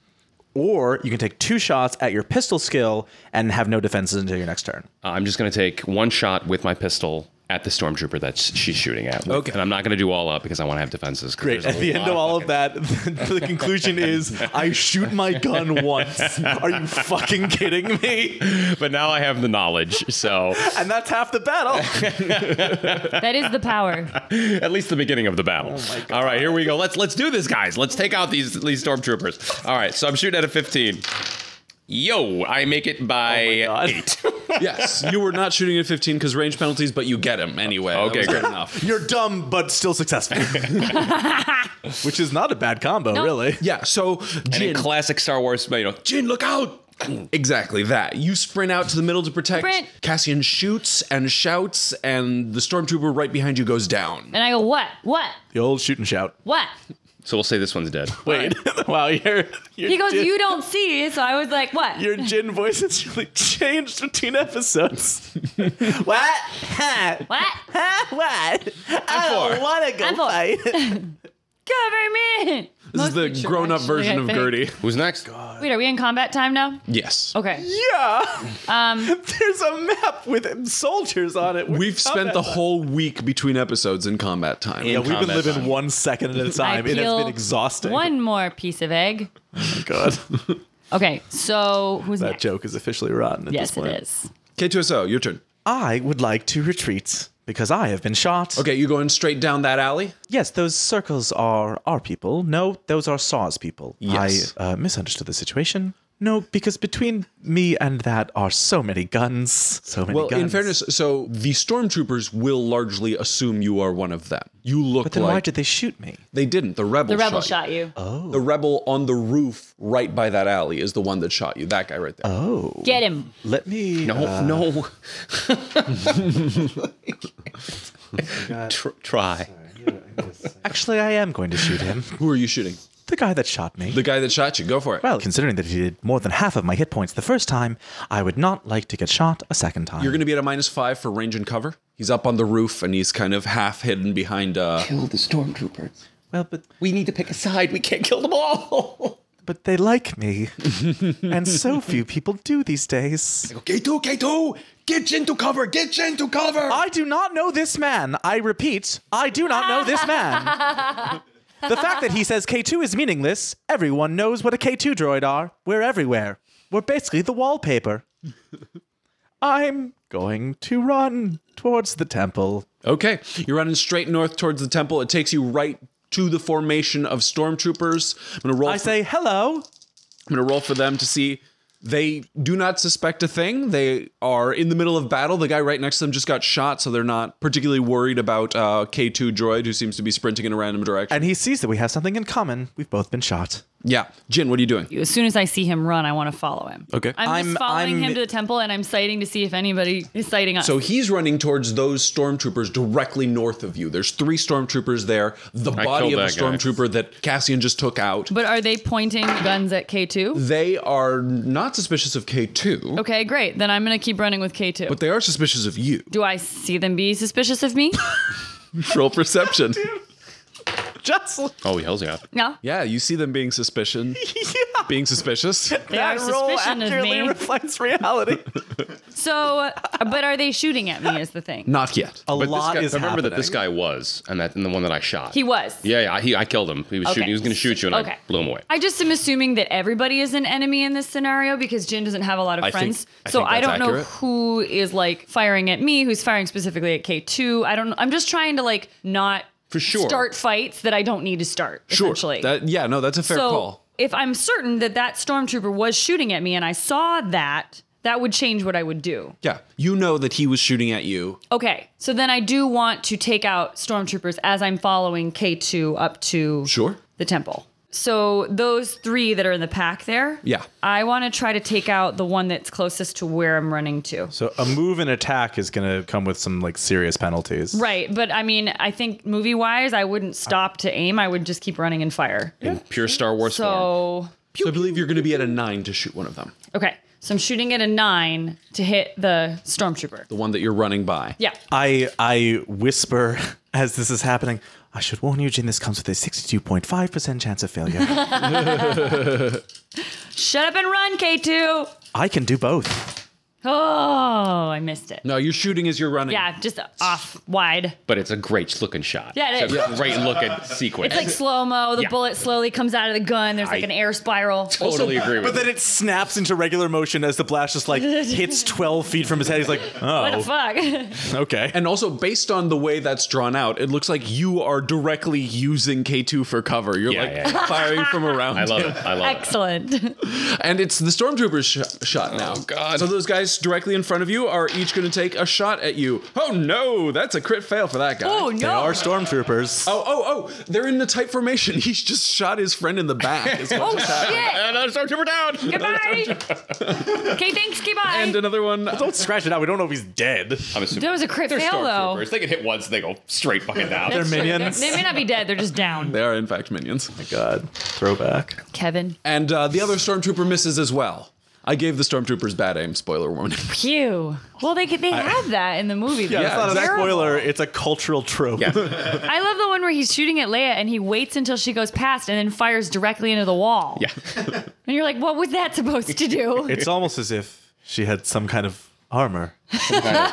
E: Or you can take two shots at your pistol skill and have no defenses until your next turn.
J: Uh, I'm just going to take one shot with my pistol at the stormtrooper that sh- she's shooting at. Okay. And I'm not going to do all out because I want to have defenses. 'cause
E: Great.
J: there's a
E: At the end
J: lot
E: of all of that, the conclusion is I shoot my gun once. Are you fucking kidding me?
J: fucking- But now I have the knowledge. So
E: And that's half the battle.
B: That is the power.
J: at least the beginning of the battle.
E: Oh
J: All right, here we go. Let's let's do this, guys. Let's take out these these stormtroopers. All right, so I'm shooting at a 15. Yo, I make it by
E: Oh God.
J: eight.
H: yes, you were not shooting at 15 because range penalties, but you get him anyway. That
J: Okay,
H: was
J: great.
H: good enough.
E: You're dumb, but still successful. Which is not a bad combo, really.
H: Yeah, so
J: and in
H: Jin,
J: classic Star Wars, you know, Jin, look out!
H: exactly that. You sprint out to the middle to protect.
B: Sprint.
H: Cassian shoots and shouts, and the stormtrooper right behind you goes down.
B: And I go, what? What?
E: The old shoot and shout.
B: What?
J: So we'll say this one's dead.
E: Wait. wow, you're, you're
B: He goes, you don't see. So I was like, what?
E: Your gin voice has really changed between episodes. what? Huh?
B: what?
E: Huh? What? I
J: for it.
E: don't want to go
B: I'm for
E: fight.
B: it. Cover me.
H: This is the grown up version of Gertie.
J: Who's next?
B: Wait, are we in combat time now?
H: Yes.
B: Okay.
E: yeah. Um, There's a map with soldiers on it.
H: We've spent the whole week between episodes in combat time.
E: Yeah, we've been
J: combat
E: living
J: time.
E: one second at a
B: I
E: time. It has
B: peel
E: been exhausting.
B: One more piece of egg.
H: Oh
E: God,
B: Okay, so who's
E: that
B: next?
E: joke is officially rotten at this
B: Yes,
E: point.
B: it is.
H: K2SO, your turn.
E: I would like to retreat because I have been shot.
H: Okay, you going straight down that alley?
E: Yes, those circles are our people. No, those are Saw's people.
H: Yes.
E: I uh, misunderstood the situation. No, because between me and that are so many guns. So many
H: Well,
E: guns.
H: in fairness, so the stormtroopers will largely assume you are one of them. You look
E: But then
H: like
E: why did they shoot me?
H: they didn't. The rebel.
B: The rebel
H: shot
B: shot you.
H: you. The rebel on the roof, right by that alley, is the one that shot you. That guy right there.
E: Oh.
B: Get him.
E: Let me.
J: No,
E: uh,
J: no. Tr- try.
E: Actually, I am going to shoot him.
H: Who are you shooting?
E: the guy that shot me.
H: The guy that shot you. Go for it.
E: Well, considering that he did more than half of my hit points the first time, I would not like to get shot a second time.
H: You're going to be at a minus five for range and cover. He's up on the roof and he's kind of half hidden behind. Uh,
G: Kill the stormtroopers.
E: well, but
G: We need to pick a side. We can't kill them all.
E: but they like me, and so few people do these days.
G: K2, K2, get into cover. Get into cover.
E: I do not know this man. I repeat, I do not know this man. the fact that he says K2 is meaningless. Everyone knows what a K2 droid are. We're everywhere. We're basically the wallpaper. I'm going to run towards the temple.
H: okay, you're running straight north towards the temple. It takes you right to the formation of stormtroopers. I'm going to roll.
E: I
H: for-
E: say hello.
H: I'm going to roll for them to see. They do not suspect a thing. They are in the middle of battle. The guy right next to them just got shot, so they're not particularly worried about uh, K2 droid, who seems to be sprinting in a random direction.
E: and he sees that we have something in common. We've both been shot.
H: Yeah. Jin, what are you doing?
B: As soon as I see him run, I want to follow him.
H: Okay.
B: I'm,
H: I'm-
B: just following
H: I'm-
B: him to the temple and I'm sighting to see if anybody is sighting us.
H: So he's running towards those stormtroopers directly north of you. There's three stormtroopers there. The body
J: killed
H: of a
J: that guy.
H: stormtrooper that Cassian just took out.
B: but are they pointing guns at K2?
H: They are not suspicious of K2,
B: Okay, great. Then I'm going to keep running with K2.
H: but they are suspicious of you.
B: Do I see them be suspicious of me?
H: Roll perception.
E: Just
J: Oh, hell's yeah.
B: No.
H: yeah, you see them being suspicion. Being suspicious.
B: They are suspicious of me.
E: reflects reality.
B: So, uh, but are they shooting at me is the thing.
H: Not yet.
E: A
J: But
E: lot
J: this guy,
E: is
J: remember that this
E: happening.
J: guy was, and that and the one that I shot.
B: He was.
J: Yeah, yeah. He, I killed him. He was shooting. He was going to shoot you, and
B: Okay.
J: I blew him away.
B: I just am assuming that everybody is an enemy in this scenario because Jin doesn't have a lot of
J: I think-
B: friends.
J: I
B: so
J: think
B: I
J: that's
B: don't know
J: accurate.
B: who is like firing at me, who's firing specifically at K2. I don't I'm just trying to like not
J: For sure.
B: start fights that I don't need to start
H: Sure.
B: essentially.
H: That, yeah, no, that's a fair
B: so
H: call.
B: if I'm certain that that stormtrooper was shooting at me and I saw that, that would change what I would do.
H: Yeah. You know that he was shooting at you.
B: Okay. So then I do want to take out stormtroopers as I'm following K2 up to
H: Sure.
B: the temple. So those three that are in the pack there.
H: Yeah.
B: I want to try to take out the one that's closest to where I'm running to.
M: So a move and attack is going to come with some like serious penalties.
B: Right, but I mean, I think movie wise, I wouldn't stop to aim. I would just keep running and fire.
J: In pure Star Wars form.
B: So,
H: So I believe you're going to be at a nine to shoot one of them,
B: okay. So I'm shooting at a nine to hit the stormtrooper.
H: the one that you're running by.
B: Yeah.
E: I I whisper as this is happening. I should warn you, Jin. This comes with a sixty-two point five percent chance of failure.
B: Shut up and run, K2.
E: I can do both.
B: Oh, I missed it.
H: No, you're shooting as you're running.
B: Yeah, just off wide.
J: But it's a great looking shot.
B: Yeah, it
J: it's
B: is.
J: a great looking sequence.
B: It's like slow mo. The
J: Yeah.
B: bullet slowly comes out of the gun. There's like
J: I-
B: an air spiral.
J: totally agree with
E: But then
J: you.
E: it snaps into regular motion as the blast just like hits twelve feet from his head. He's like,
B: What the
E: oh,
B: fuck?
E: okay.
H: And also, based on the way that's drawn out, it looks like you are directly using K2 for cover. You're
J: Yeah,
H: like
J: yeah, yeah.
H: firing from around.
J: I love it. I love it.
E: uh,
B: Excellent.
H: And it's the stormtrooper's sh- shot now.
J: Oh, God.
H: So those guys directly in front of you are each going to take a shot at you. Oh no, that's a crit fail for that guy.
B: Oh
E: They
B: no!
E: are stormtroopers.
H: Oh, oh, oh, they're in the tight formation. He's just shot his friend in the back. is what
B: Oh
H: just happened.
B: shit!
J: Another uh, stormtrooper down.
B: Goodbye. okay, thanks. Goodbye.
H: And another one.
E: Don't scratch it out. We don't know if he's dead.
J: I'm assuming
B: that was a crit
J: they're
B: fail though.
J: stormtroopers. They can hit once, they go straight fucking down.
E: They're minions.
B: They may not be dead. They're just down.
H: They are, in fact,
J: Oh,
H: minions.
E: God, throwback.
B: Kevin.
H: And uh, the other stormtrooper misses as well. I gave the stormtroopers bad aim, spoiler warning.
B: Pew. Well, they could, they have that in the movie.
E: Yeah,
B: though.
E: it's not
H: exactly.
E: a spoiler. It's a cultural trope.
B: I love the one where he's shooting at Leia and he waits until she goes past and then fires directly into the wall. Yeah. and you're like, what was that supposed to do?
E: It's almost as if she had some kind of armor,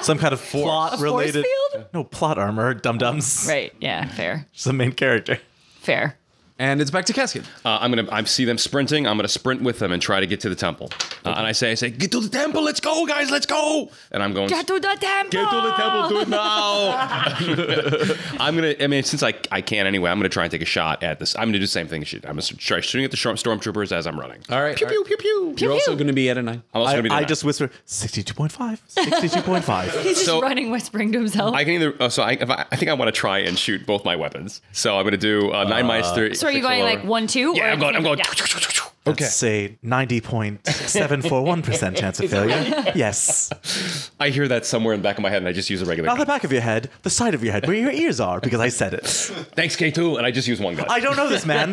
E: some kind of plot related.
B: field?
E: No plot armor, dum dums.
B: Right. Yeah. Fair.
E: She's the main character.
B: Fair.
H: And it's back to Cassian.
J: Uh, I'm gonna. I see them sprinting. I'm gonna sprint with them and try to get to the temple. Uh, and I say, I say, get to the temple. Let's go, guys. Let's go. And I'm going.
B: Get to the temple.
J: Get to the temple. Do it now. I'm gonna. I mean, since I I can anyway, I'm gonna try and take a shot at this. I'm gonna do the same thing. as she- I'm gonna try shooting at the storm, stormtroopers as I'm running.
H: All right. Pew, pew, pew, pew. You're also going to be at a nine.
J: I'm also
E: I,
J: gonna be. the
E: I
J: nine.
E: just whisper 62.5, 62.5.
B: He's
J: So-
B: just running, whispering to himself.
J: I can either. Oh, so I, if I, I think I want to try and shoot both my weapons. So I'm gonna do uh, nine minus three.
B: so are you
J: six or
B: going
J: lower.
B: like one, two?
J: Yeah,
B: or
J: I'm going. I'm going.
B: Yeah.
E: Okay. Say 90.741% chance of failure. Yes.
J: I hear that somewhere in the back of my head, and I just use a regular.
E: Not the
J: Gun.
E: back of your head, the side of your head, where your ears are, because I said it.
J: Thanks, K2, and I just use one gun.
E: I don't know this man.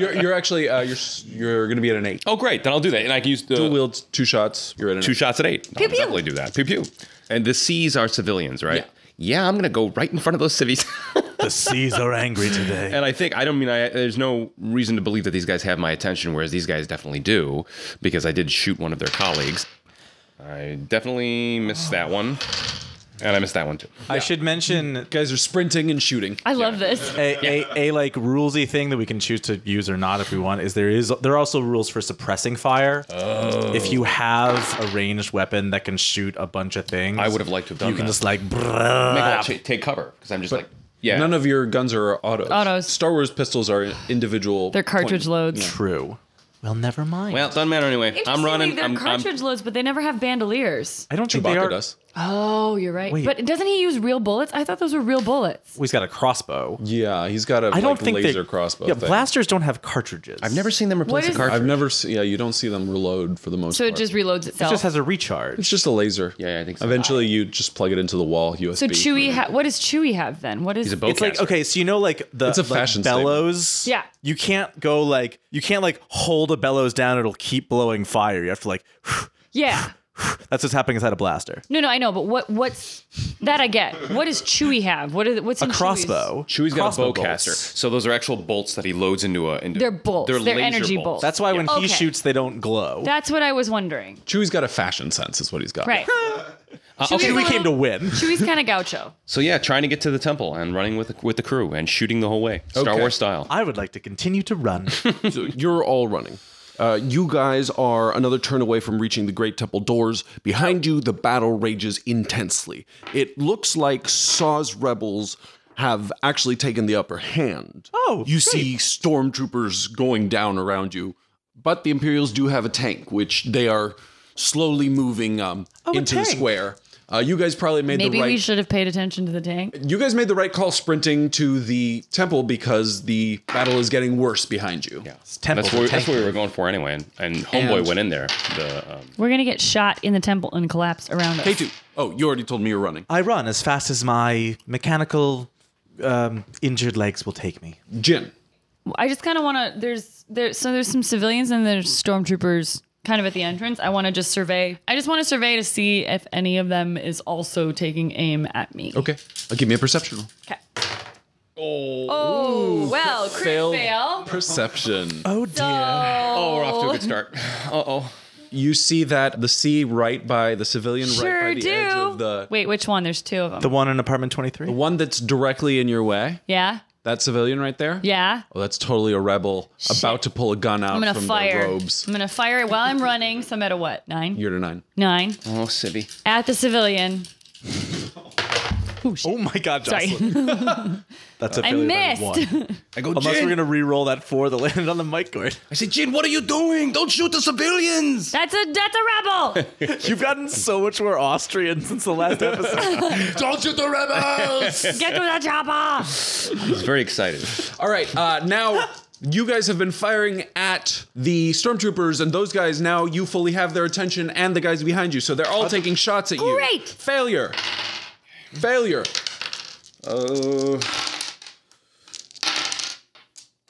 H: You're, you're actually, uh, you're, s- you're going to be at an eight.
J: oh, great. Then I'll do that, and I can use the
E: Uh,
H: Dual wield, two shots. You're at an
J: two
H: eight.
J: shots at eight. No,
B: Pew,
J: I'll
B: pew.
J: definitely do that. Pew pew. And the C's are civilians, right? Yeah, I'm gonna go right in front of those civvies.
E: The seas are angry today.
J: and I think I don't mean I. There's no reason to believe that these guys have my attention, whereas these guys definitely do, because I did shoot one of their colleagues. I definitely missed that one, and I missed that one too.
E: I should mention
H: guys are sprinting and shooting.
B: I love this.
E: a, a, a like rulesy thing that we can choose to use or not if we want is there is there are also rules for suppressing fire. If you have a ranged weapon that can shoot a bunch of things,
J: I would have liked to have done
E: You can
J: that.
E: just like
J: Make
E: brrrr.
J: that shit- take cover because I'm just like yeah.
H: None of your guns are autos.
B: Autos.
H: Star Wars pistols are individual.
B: They're cartridge
H: point-
B: loads.
E: true. Well, never mind.
J: well, doesn't matter anyway. I'm
B: Interestingly,
J: running.
B: They're
J: I'm, I'm-
B: cartridge loads, but they never have bandoliers.
E: I don't think they
H: Chewbacca
E: are.
H: does.
B: Oh, you're right.
E: Wait.
B: But doesn't he use real bullets? I thought those were real bullets.
E: Well, he's got a crossbow.
H: Yeah, he's got a
E: I don't
H: like,
E: think
H: laser
E: they,
H: crossbow.
E: Yeah,
H: thing.
E: blasters don't have cartridges.
D: I've never seen them replace
B: What
D: a
B: is-
D: cartridge.
H: I've never seen. Yeah, you don't see them reload for the most.
B: So it
H: part.
B: just reloads itself.
E: It just has a recharge.
H: It's just a laser.
D: Yeah, I think so.
H: Eventually, you just plug it into the wall USB.
B: so Chewy, ha- what does Chewy have then? What is?
D: He's a
E: It's like
D: bowcaster.
E: okay, so you know like the
H: It's a
E: like,
H: fashion statement.
E: bellows.
B: Yeah.
E: You can't go like you can't like hold a bellows down, it'll keep blowing fire. You have to like
B: Yeah.
E: that's what's happening inside a blaster.
B: No, no, I know, but what? What's that? I get. What does Chewy have? What is? What's
E: A
B: in Chewy's-
E: crossbow.
D: Chewy's got a
E: Crossbow
D: bowcaster.
E: bolts.
D: So those are actual bolts that he loads into a. Into,
B: They're bolts. They're energy bolts.
E: That's why when
B: Okay.
E: he shoots they don't glow.
B: That's what I was wondering.
H: Chewy's got a fashion sense, is what he's got.
B: Right.
E: Chewie
B: Chewy's a
E: came to
B: little-
E: win.
B: Chewy's kind of gaucho.
D: So yeah, trying to get to the temple and running with the, with the crew and shooting the whole way, Star
H: Okay.
D: Wars style.
E: I would like to continue to run.
H: So you're all running. Uh, you guys are another turn away from reaching the Great Temple doors. Behind you, the battle rages intensely. It looks like Saw's rebels have actually taken the upper hand.
E: Oh,
H: you
E: great.
H: see stormtroopers going down around you, but the Imperials do have a tank, which they are slowly moving um,
E: a
H: into the
E: tank.
H: square. Uh, you guys probably made
B: Maybe
H: the right.
B: we should have paid attention to the tank.
H: You guys made the right call sprinting to the temple because the battle is getting worse behind you. Yeah.
E: Temple
D: That's what, we, that's
E: tank.
D: what we were going for anyway, and, and Homeboy
H: And-
D: went in there. The, um,
B: We're gonna get shot in the temple and collapse around us.
H: K2. Oh, you already told me you're running.
E: I run as fast as my mechanical um, injured legs will take me.
H: Jin.
B: I just kind of want to. There's there. So there's some civilians and there's stormtroopers kind of at the entrance. I want to just survey. I just want to survey to see if any of them is also taking aim at me.
H: Okay. Uh, give me a perception. roll.
B: Okay. Oh. well, crit fail.
H: Perception.
E: Oh dear.
D: oh, we're off to a good start. Uh oh.
H: You see that the sea right by the civilian,
B: Sure
H: right by the
B: do.
H: edge of the
B: Wait, which one? There's two of them.
E: The one in apartment 23?
H: one that's directly in your way.
B: yeah.
H: That civilian right there.
B: Yeah.
H: Oh, that's totally a rebel about to pull a gun out
B: I'm gonna
H: from
B: fire.
H: their robes.
B: I'm gonna fire it while I'm running. So I'm at a what? Nine.
H: You're to nine.
B: Nine.
D: Oh, Sibby.
B: At the civilian.
E: Oh my god,
B: Sorry.
E: Jocelyn. That's a
B: I
E: failure by
B: missed.
E: one.
I: I go,
E: Unless we're
I: Jin.
E: gonna re-roll that four that landed on the mic cord.
I: I say, Jin, what are you doing? Don't shoot the civilians.
B: That's a that's a rebel.
E: You've gotten so much more Austrian since the last episode.
I: Don't shoot the rebels.
B: Get to the chopper.
D: He's very excited.
H: All right. Uh, now you guys have been firing at the stormtroopers, and those guys now you fully have their attention, and the guys behind you. So they're all taking shots at you.
B: Great.
H: Failure. Failure. Uh,
D: Oh.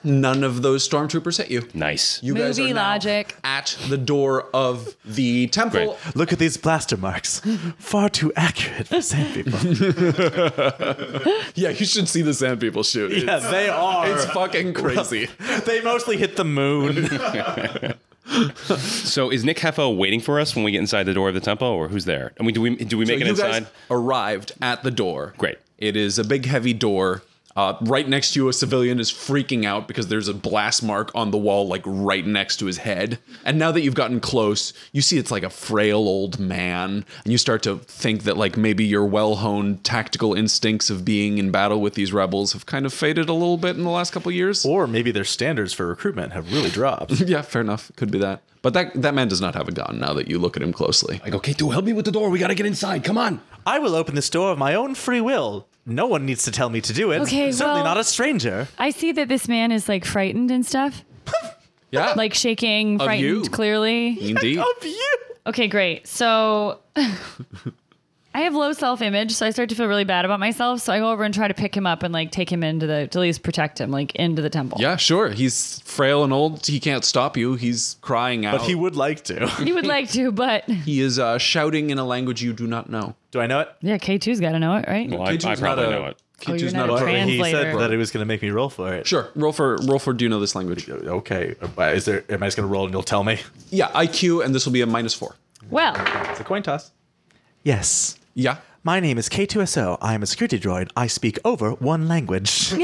H: None of those stormtroopers hit you.
D: Nice.
H: You guys
B: Movie
H: are now
B: logic.
H: at the door of the temple.
E: Look at these blaster marks. Far too accurate for sand people.
H: Yeah, you should see the sand people shoot.
E: yeah, they are.
H: It's fucking crazy.
E: they mostly hit the moon.
D: So is Nick Heffa waiting for us when we get inside the door of the temple, or who's there? I mean, do we do we make it
H: you
D: inside?
H: guys arrived at the door.
D: Great.
H: It is a big, heavy door. Uh, right next to you, a civilian is freaking out because there's a blast mark on the wall, like right next to his head. And now that you've gotten close, you see it's like a frail old man, and you start to think that like maybe your well-honed tactical instincts of being in battle with these rebels have kind of faded a little bit in the last couple years.
E: or maybe their standards for recruitment have really dropped.
H: Oh, Yeah, fair enough. Could be that. But that that man does not have a gun. Now that you look at him closely,
I: I go, K2, help me with the door. We got to get inside. Come on.
E: I will open this door of my own free will. No one needs to tell me to do it.
B: Okay,
E: Certainly
B: well-
E: not a stranger.
B: I see that this man is like frightened and stuff.
H: yeah,
B: Like shaking,
H: Of
B: frightened,
H: you.
B: clearly.
H: indeed.
E: Of you.
B: Okay, great. So I have low self image, so I start to feel really bad about myself. So I go over and try to pick him up and like take him into the, to at least protect him, like into the temple.
H: Yeah, sure. He's frail and old. He can't stop you. He's crying out.
E: But he would like to.
B: He would like to, but
H: He is uh, shouting in a language you do not know.
E: Do I know it?
B: yeah, K2's got to know it, right?
D: Well, I,
H: K2's
D: I probably
H: not a-
D: know it.
B: Oh, you're
H: K2's
B: not
H: not,
B: a
H: a
B: trans-
H: trans.
E: He
B: Translator.
E: said that he was going to make me roll for it.
H: Sure. Roll for roll for. Do you know this language?
E: Okay. uh, Is there? Am I just going to roll and you'll tell me?
H: Yeah, IQ, and this will be a minus four.
B: Well,
E: It's a coin toss. Yes.
H: Yeah.
E: My name is K2SO. I am a security droid. I speak over one language.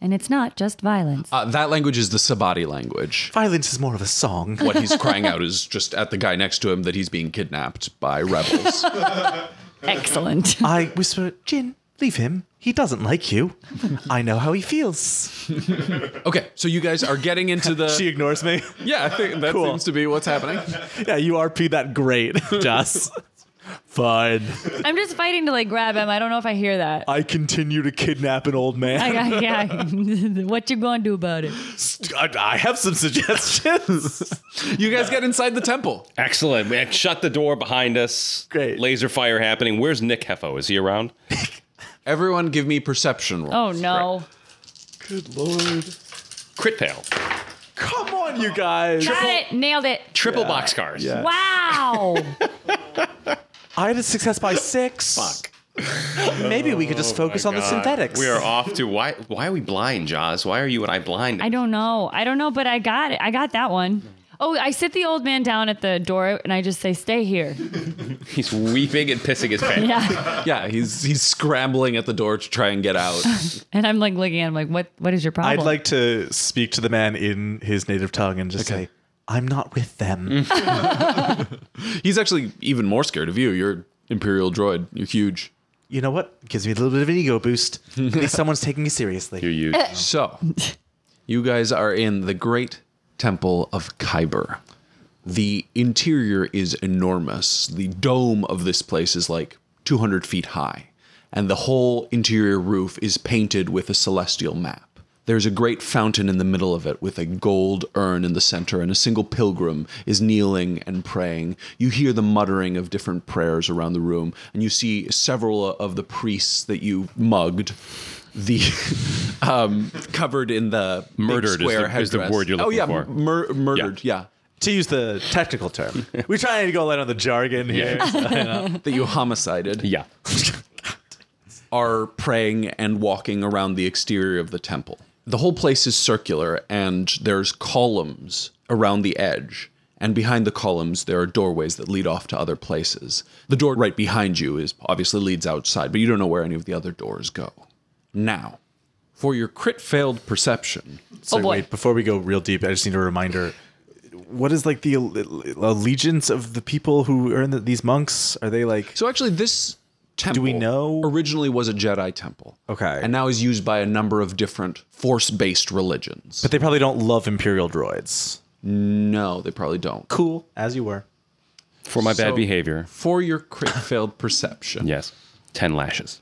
B: and it's not just violence.
H: Uh, that language is the Sabati language.
E: Violence is more of a song.
H: What he's crying out is just at the guy next to him that he's being kidnapped by rebels.
B: Excellent.
H: uh,
E: I whisper, Jin, leave him. He doesn't like you. I know how he feels.
H: okay, so you guys are getting into the.
E: She ignores me.
H: yeah, I think that
E: Cool.
H: seems to be what's happening.
E: yeah, you RP that great, Joss. Fine.
B: I'm just fighting to like grab him. I don't know if I hear that.
H: Uh,
E: I continue to kidnap an old man.
B: I, I, yeah. what you gonna do about it?
E: I, I have some suggestions.
H: You guys get inside the temple.
J: Excellent. We had shut the door behind us.
E: Great.
J: Laser fire happening. Where's Nick Heffo? Is he around?
H: Everyone, give me perception rolls.
B: Oh no.
J: Crit fail.
E: Come on, you guys.
B: Got it. Nailed it.
J: Triple box boxcars.
E: Yeah.
B: Wow.
E: I had a success by six. Fuck. Maybe we could just focus on the synthetics.
N: Oh We are off to why? Why are we blind, Jaws? Why are you and I blind?
B: I don't know. I don't know, but I got it. I got that one. Oh, I sit the old man down at the door and I just say, "Stay here."
N: He's weeping and pissing his pants.
B: Yeah.
H: Yeah, he's he's scrambling at the door to try and get out.
B: And I'm like looking at him, like, "What? What is your problem?"
E: I'd like to speak to the man in his native tongue and just say, I'm not with them.
H: he's actually even more scared of you. You're Imperial droid. You're huge.
O: You know what? Gives me a little bit of an ego boost. At least someone's taking me seriously.
J: You.
H: So, you guys are in the Great Temple of Kyber. The interior is enormous. The dome of this place is like 200 feet high, and the whole interior roof is painted with a celestial map. There's a great fountain in the middle of it with a gold urn in the center, and a single pilgrim is kneeling and praying. You hear the muttering of different prayers around the room, and you see several of the priests that you mugged. The um, covered in the big
J: Murdered is the-
H: square
J: is the
H: headdress.
J: word you're
H: oh
J: looking
H: yeah,
J: for.
H: mur- murdered. Yeah.
E: to use the technical term, we're trying to go light on the jargon here.
H: that you homicided.
J: Yeah.
H: are praying and walking around the exterior of the temple. The whole place is circular, and there's columns around the edge. And behind the columns, there are doorways that lead off to other places. The door right behind you is obviously leads outside, but you don't know where any of the other doors go. Now, for your crit failed perception,
E: So
B: boy.
E: wait, before we go real deep, I just need a reminder. What is like the al- allegiance of the people who are in the, these monks? Are they like
H: So actually, this temple
E: we know?
H: originally was a Jedi temple.
E: Okay.
H: and now is used by a number of different force-based religions.
E: But they probably don't love imperial droids.
H: no, they probably don't.
E: Cool, as you were.
J: For my bad
H: So-
J: behavior.
H: For your crit failed perception,
J: Yes. Ten lashes.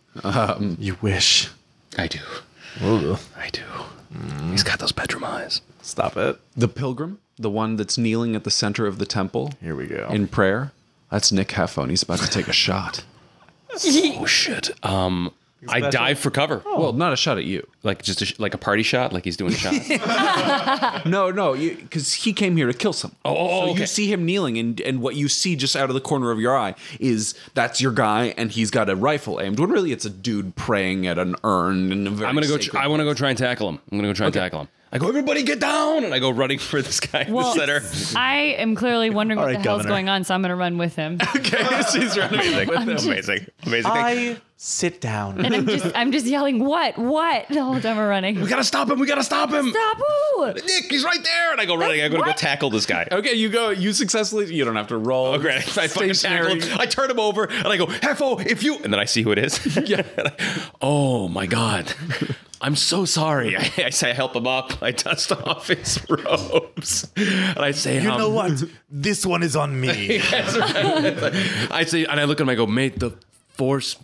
E: You wish.
P: I do. I do. He's got those bedroom eyes.
E: Stop it.
H: the pilgrim, the one that's kneeling at the center of the temple.
E: Here we go.
H: In prayer, that's Nick Heffon. He's about to take a shot.
J: Oh shit. Um, I dive for cover.
H: Well, not a shot at you.
J: Like just a, sh- like a party shot. Like he's doing a shot.
H: No, no, because he came here to kill someone. Oh,
J: oh,
H: so
J: okay.
H: you see him kneeling, and and what you see just out of the corner of your eye is that's your guy, and he's got a rifle aimed. When really, it's a dude praying at an urn. And a very
J: I'm gonna go. Tr-
H: sacred-
J: I want to go try and tackle him. I'm gonna go try and tackle him. I go, everybody get down, and I go running for this guy in
B: Well,
J: the center.
B: I am clearly wondering what
E: right,
B: the hell's
E: Governor.
B: going on, so I'm gonna run with him.
J: Okay, she's running.
N: Amazing, amazing. thing.
O: I sit down.
B: And I'm just, I'm just yelling, "What? What?" The whole time we're running.
J: We gotta stop him. We gotta stop him.
B: Stop! ooh!
J: Nick, he's right there, and I go running. I go to go
B: What?
J: tackle this guy.
H: Okay, you go. You successfully. You don't have to roll.
J: Okay, I fucking tackle
H: Stationary.
J: him. I turn him over and I go, Hefo, if you. And then I see who it is. yeah. oh my God. I'm so sorry. I, I say, I help him up. I dust off his robes. And I say,
E: You
J: um,
E: know what? this one is on me.
J: I say, and I look at him, I go, May the force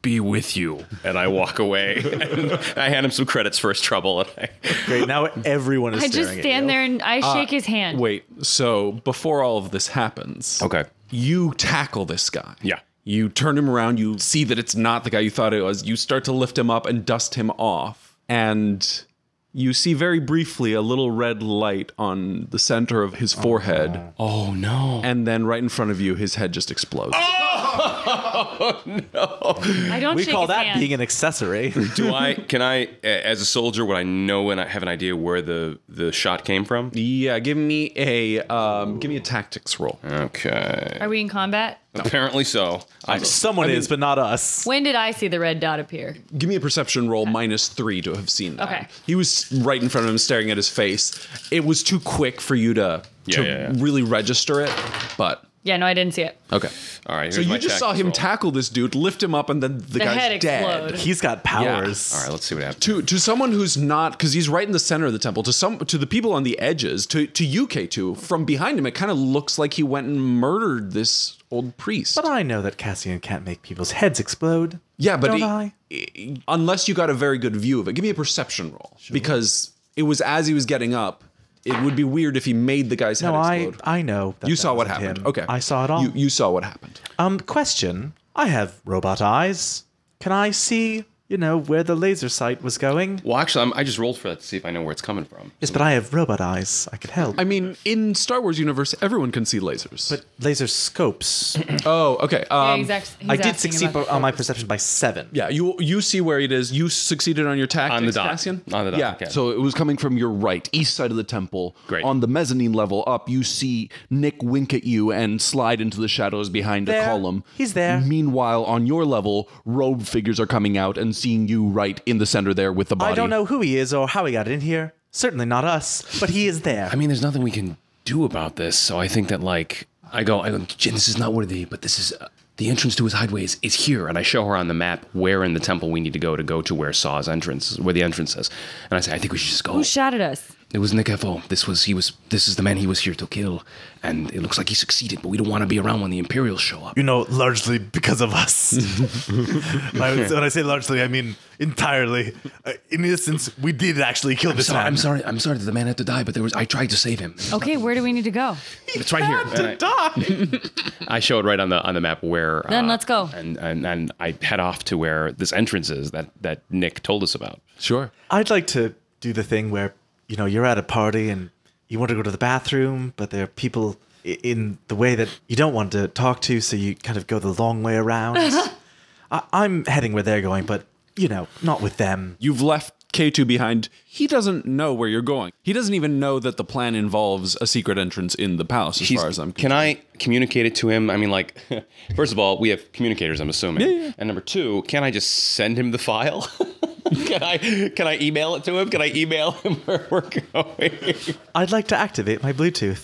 J: be with you. And I walk away. And I hand him some credits for his trouble. And I,
E: Great. Now everyone is.
B: I just
E: staring at
B: stand
E: you. Uh,
B: there and I shake his hand.
H: Wait, so before all of this happens,
J: Okay.
H: you tackle this guy.
J: Yeah.
H: You turn him around, you see that it's not the guy you thought it was. You start to lift him up and dust him off. And you see very briefly a little red light on the center of his forehead. Oh, no. And then right in front of you, his head just explodes.
J: Oh.
B: I don't
E: We
B: shake
E: call
B: his
E: that
B: hand.
E: being an accessory.
J: do I, can I, a- as a soldier, would I know and I have an idea where the, the shot came from?
H: Yeah, give me a um, give me a tactics roll.
J: Okay.
B: Are we in combat?
J: Apparently so.
H: Um,
J: I
E: Someone is, but not us.
B: When did I see the red dot appear?
H: Give me a perception roll minus three to have seen that.
B: Okay.
H: He was right in front of him, staring at his face. It was too quick for you to,
J: Yeah,
H: to
J: yeah, yeah.
H: really register it, but
B: Yeah, no, I didn't see it.
H: okay.
J: All right.
H: So
J: here's
H: you
J: my
H: just
J: attack
H: saw him
J: roll.
H: tackle this dude, lift him up, and then the,
Q: The
H: guy's
Q: head
H: dead.
Q: explodes.
C: He's got powers.
J: All right. Let's see what happens.
H: To to someone who's not because he's right in the center of the temple. To some to the people on the edges. To to UK two from behind him, it kind of looks like he went and murdered this old priest.
E: But I know that Cassian can't make people's heads explode.
H: yeah, but
E: Don't
H: he-
E: I?
H: i- unless you got a very good view of it, give me a perception roll because it was as he was getting up. It would be weird if he made the guy's
E: No,
H: head
E: I
H: explode.
E: I know. That
H: you
E: that
H: saw what
E: wasn't
H: happened.
E: him.
H: Okay,
E: I saw it all.
H: You, you saw what happened.
E: Um, question. I have robot eyes. Can I see, you know, where the laser sight was going?
J: Well, actually, I'm, I just rolled for that to see if I know where it's coming from.
E: Yes, but I have robot eyes. I can help.
H: I mean, in Star Wars universe, everyone can see lasers.
E: but laser scopes.
H: oh, okay. Um,
Q: exactly.
E: I did succeed bo- on my perception by seven.
H: Yeah, you you see where it is. You succeeded on your tactics,
J: On the dot.
H: Cassian?
J: On the dot,
H: Yeah.
J: okay.
A: So it was coming from your right, east side of the temple.
J: Great.
A: On the mezzanine level up, you see Nick wink at you and slide into the shadows behind
E: There.
A: a column.
E: He's there.
A: Meanwhile, on your level, robe figures are coming out and seeing you right in the center there with the body.
E: I don't know who he is or how he got in here. Certainly not us, but he is there.
I: I mean, there's nothing we can do about this. So I think that like I go, I go, Jin, this is not worthy, but this is uh, the entrance to his hideaway is, is here.
J: And I show her on the map where in the temple we need to go to go to where Saw's entrance, where the entrance is.
I: And I say, I think we should just go.
B: Who shot at us?
I: It was Nick F.O. This was he was this is the man he was here to kill, and it looks like he succeeded. But we don't want to be around when the Imperials show up.
C: You know, largely because of us. I would- when I say largely, I mean entirely. Uh, in instance, we did actually kill this
I: So
C: man.
I: I'm sorry. I'm sorry that the man had to die, but there was I tried to save him.
Q: Okay, where do we need to go?
I: It's right here.
J: And I- I showed right on the on the map where. uh,
Q: Then let's go.
J: And, and and I head off to where this entrance is that that Nick told us about.
H: Sure.
E: I'd like to do the thing where, you know, you're at a party and you want to go to the bathroom, but there are people i- in the way that you don't want to talk to, so you kind of go the long way around. I- I'm heading where they're going, but, you know, not with them.
H: You've left K2 behind. He doesn't know where you're going. He doesn't even know that the plan involves a secret entrance in the palace, as
J: He's-
H: far as I'm
J: can I communicate it to him? I mean, like, first of all, we have communicators, I'm assuming. And number two, can I just send him the file? can I can I email it to him? Can I email him where we're going?
E: I'd like to activate my Bluetooth.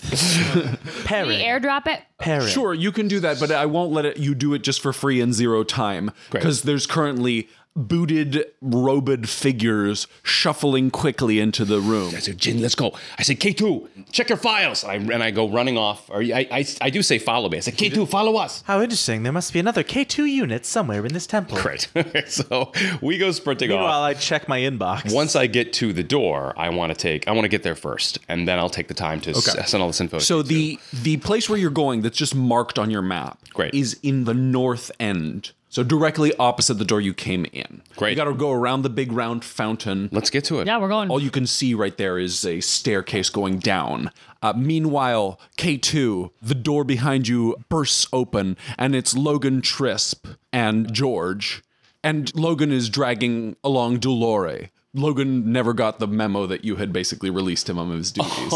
Q: Can we airdrop it?
E: Pairing.
H: Sure, you can do that, but I won't let it. You do it just for free and zero time because there's currently booted, robed figures shuffling quickly into the room.
J: I said, Jin, let's go. I said, K2, check your files. And I, and I go running off. Or I, I, I do say follow me. I said, K2, follow us.
E: How interesting. There must be another K2 unit somewhere in this temple.
J: Right. so we go sprinting
E: Meanwhile,
J: off.
E: I check my inbox.
J: Once I get to the door, I want to take, I want to get there first. And then I'll take the time to s- send all this info.
H: So the the place where you're going that's just marked on your map
J: Great.
H: is in the north end. So directly opposite the door you came in.
J: Great.
H: You got to go around the big round fountain.
J: let's get to it.
Q: Yeah, we're going.
H: All you can see right there is a staircase going down. Uh, meanwhile, K2, the door behind you bursts open, and it's Logan Trisp and George. And Logan is dragging along Dolore. Logan never got the memo that you had basically released him of his duties.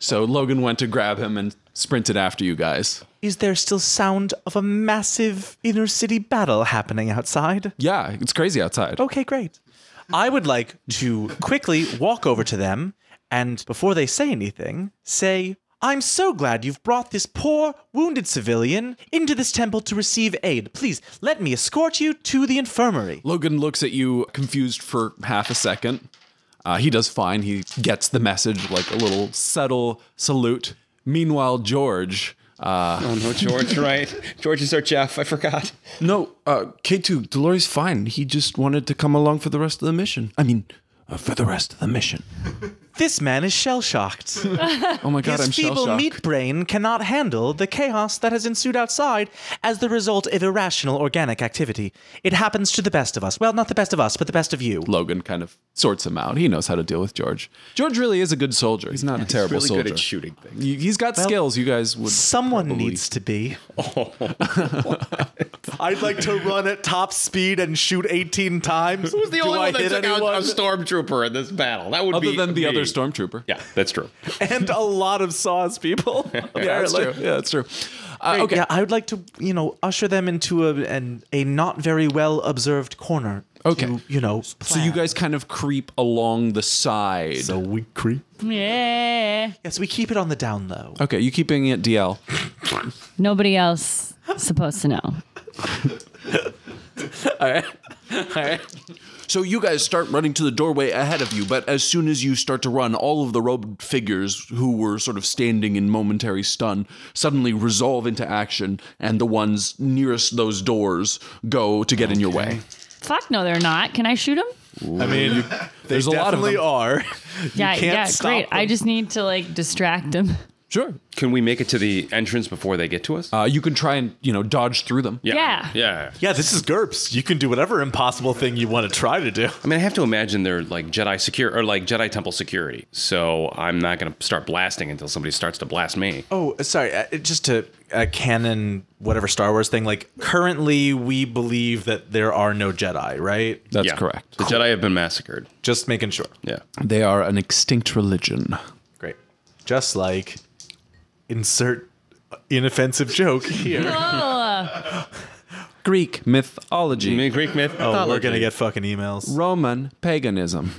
H: So Logan went to grab him and sprinted after you guys.
E: Is there still sound of a massive inner city battle happening outside?
H: Yeah, it's crazy outside.
E: Okay, great. I would like to quickly walk over to them and, before they say anything, say, I'm so glad you've brought this poor, wounded civilian into this temple to receive aid. Please let me escort you to the infirmary.
H: Logan looks at you confused for half a second. Uh, he does fine. He gets the message like a little subtle salute. Meanwhile, George, uh,
J: Oh, no, George, right. George is our Jeff. I forgot.
A: No, uh, K2, Dolores fine. He just wanted to come along for the rest of the mission. I mean, uh, for the rest of the mission.
E: This man is shell shocked.
H: oh my god,
E: His
H: I'm shell
E: feeble
H: shocked.
E: meat brain cannot handle the chaos that has ensued outside as the result of irrational organic activity. It happens to the best of us. Well, not the best of us, but the best of you.
H: Logan kind of sorts him out. He knows how to deal with George. George really is a good soldier. He's not a terrible
J: really
H: soldier.
J: good at shooting things.
H: He- He's got skills. You guys would.
E: Someone needs to be.
H: Oh,
C: I'd like to run at top speed and shoot 18 times.
J: Who's the only one that took out a stormtrooper in this battle? That would
H: Other
J: be
H: than the
J: me.
H: other stormtrooper.
J: Yeah, that's true.
E: and a lot of saws people.
H: Yeah, that's true. Yeah, that's true. Uh, okay.
E: Yeah, I would like to, you know, usher them into a an, a not very well observed corner.
H: Okay.
E: to, you know,
H: So you guys kind of creep along the side.
C: So we creep.
Q: Yeah.
E: yes, we keep it on the down low.
H: okay, you keeping it DL.
Q: Nobody else.
B: supposed to know.
H: So you guys start running to the doorway ahead of you, but as soon as you start to run, all of the robed figures who were sort of standing in momentary stun suddenly resolve into action, and the ones nearest those doors go to get in your way.
B: Fuck no, they're not. Can I shoot them?
E: I mean, you,
H: There's a lot of
E: definitely
H: them.
E: are.
B: Yeah,
E: can't
B: yeah,
E: stop
B: great. I just need to like distract them.
H: Sure.
J: Can we make it to the entrance before they get to us?
H: Uh, you can try and you know dodge through them.
B: Yeah.
J: Yeah.
E: Yeah, this is GURPS. You can do whatever impossible thing you want to try to do.
J: I mean, I have to imagine they're like Jedi secure or like Jedi temple security. So I'm not going to start blasting until somebody starts to blast me.
E: Oh, sorry. Uh, just to uh, canon, whatever Star Wars thing. Like currently, we believe that there are no Jedi, right?
H: That's
J: Yeah.
H: correct.
J: The Jedi have been massacred.
E: Just making sure.
J: Yeah.
H: They are an extinct religion.
E: Great. Just like insert uh, inoffensive joke here.
H: Greek mythology.
J: I mean, Greek myth.
E: oh, we're gonna get fucking emails.
H: Roman paganism.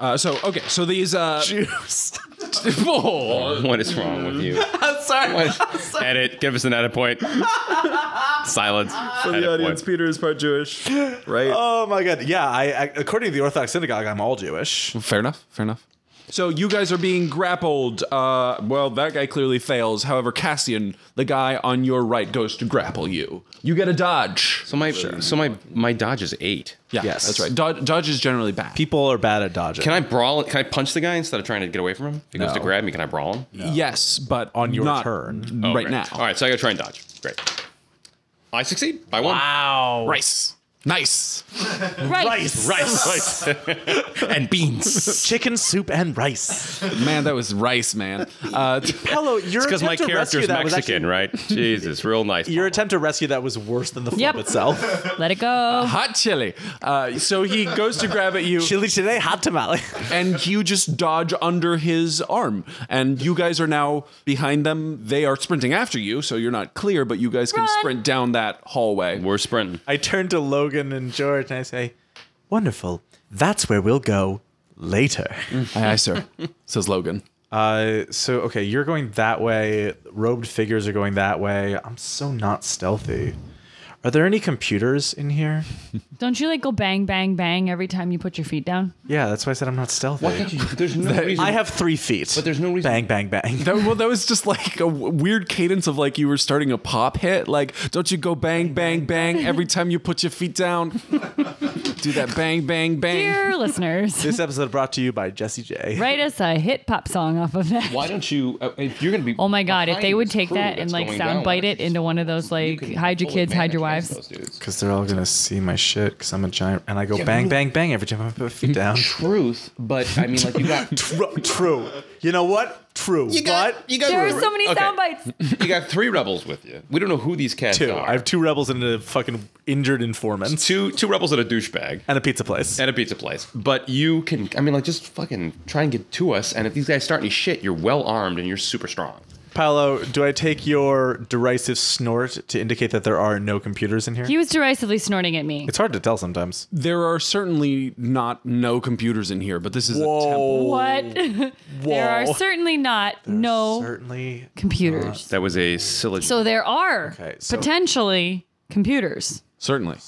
H: uh, so okay, so these uh,
E: Juice.
J: What is wrong with you?
E: I'm sorry.
J: edit. Give us an edit point. Silence. edit point.
E: Peter is part Jewish,
H: right?
E: Oh my god. Yeah. I, I according to the Orthodox synagogue, I'm all Jewish.
H: Fair enough. Fair enough. So you guys are being grappled. Uh, well, that guy clearly fails. However, Cassian, the guy on your right, goes to grapple you. You get a dodge.
J: So my so my my dodge is eight.
H: Yeah,
E: Yes.
H: that's right. Dodge, dodge is generally bad.
E: People are bad at dodging.
J: Can I brawl? Can I punch the guy instead of trying to get away from him? If he goes to
H: No.
J: grab me, can I brawl him?
H: Yes, but
E: on your
H: not
E: turn?
J: Oh,
H: right,
J: great.
H: now.
J: All right, so I gotta try and dodge. Great. I succeed. I won.
E: Wow.
H: Rice. Nice.
B: Right.
J: Rice, rice, and beans.
E: Chicken soup and rice.
H: Man, that was rice, man. Uh,
E: Hello, your
J: Because my
E: attempt to rescue
J: character's
E: that was
J: Mexican,
E: actually-
J: right? Jesus, real nice.
E: Your attempt to rescue that was worse than the flip
B: Yep.
E: itself.
B: Let it go.
J: Uh-huh.
H: hot chili. Uh, so he goes to grab at you.
E: Chili today, hot tamale.
H: and you just dodge under his arm. And you guys are now behind them. They are sprinting after you, so you're not clear, but you guys can
B: Run.
H: sprint down that hallway.
J: We're sprinting.
E: I turn to Logan and George and I say, "Wonderful. That's where we'll go later."
J: Mm.
H: Aye, aye, sir, says Logan.
E: Uh, so okay, you're going that way. Robed figures are going that way. I'm so not stealthy. Are there any computers in here?
B: Don't you like go bang, bang, bang every time you put your feet down?
E: Yeah, that's why I said I'm not stealthy.
J: There's no reason.
E: I have three feet. But
J: there's no reason-
E: Bang, bang, bang.
H: That, well, that was just like a w- weird cadence of like you were starting a pop hit. Like, don't you go bang, bang, bang every time you put your feet down? Do that bang, bang, bang.
B: Dear listeners,
E: this episode brought to you by Jesse J.
B: write us a hit pop song off of that.
J: Why don't you? Uh, if you're gonna be.
B: Oh my god, if
J: behind
B: they would
J: this
B: take
J: crew
B: that and
J: that's
B: like
J: going
B: sound
J: down,
B: bite it into one of those like
J: can
B: hide your
J: full
B: kids, hide your
J: advantage against
B: wives.
J: those dudes.
E: Because they're all gonna see my shit. Because I'm a giant, and I go bang, bang, bang every time I put my feet down.
J: Truth, but I mean, like you got
E: True. True. You know what? True. You
J: you got
B: There are so many sound bites.
J: You got three rebels with you. We don't know who these cats
E: two.
J: are.
E: I have two rebels and a fucking injured informant
J: two two rebels and a douchebag.
E: and a pizza place.
J: At a pizza place, but you can. I mean, like, just fucking try and get to us. And if these guys start any shit, you're well armed and you're super strong.
E: Paolo, do I take your derisive snort to indicate that there are no computers in here?
B: He was derisively snorting at me.
E: it's hard to tell sometimes.
H: There are certainly not no computers in here, but this is a temple.
B: What? there are certainly not no
E: Certainly.
B: computers.
J: That was a syllogism.
B: so there are
E: Okay, so-
B: potentially computers.
H: Certainly.
E: There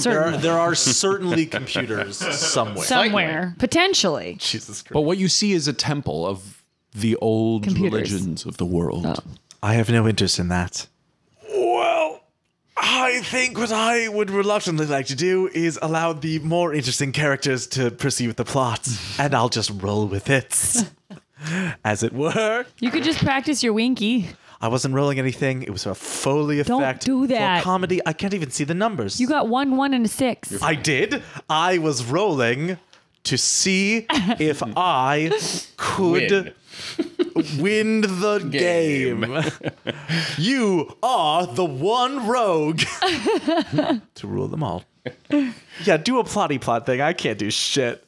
B: Certainly.
E: are, there are certainly computers somewhere.
B: Somewhere. Potentially.
E: Jesus Christ.
H: But what you see is a temple of the old
B: Computers.
H: religions of the world.
E: I have no interest in that. Well, I think what I would reluctantly like to do is allow the more interesting characters to proceed with the plot, and I'll just roll with it. As it were,
B: You could just practice your winky.
E: I wasn't rolling anything. It was a Foley effect.
B: Don't do that.
E: For comedy, I can't even see the numbers.
B: You got one, one, and a six.
E: I did. I was rolling to see if I could win, the game. you are the one rogue to rule them all. Yeah, do a plotty plot thing. I can't do shit.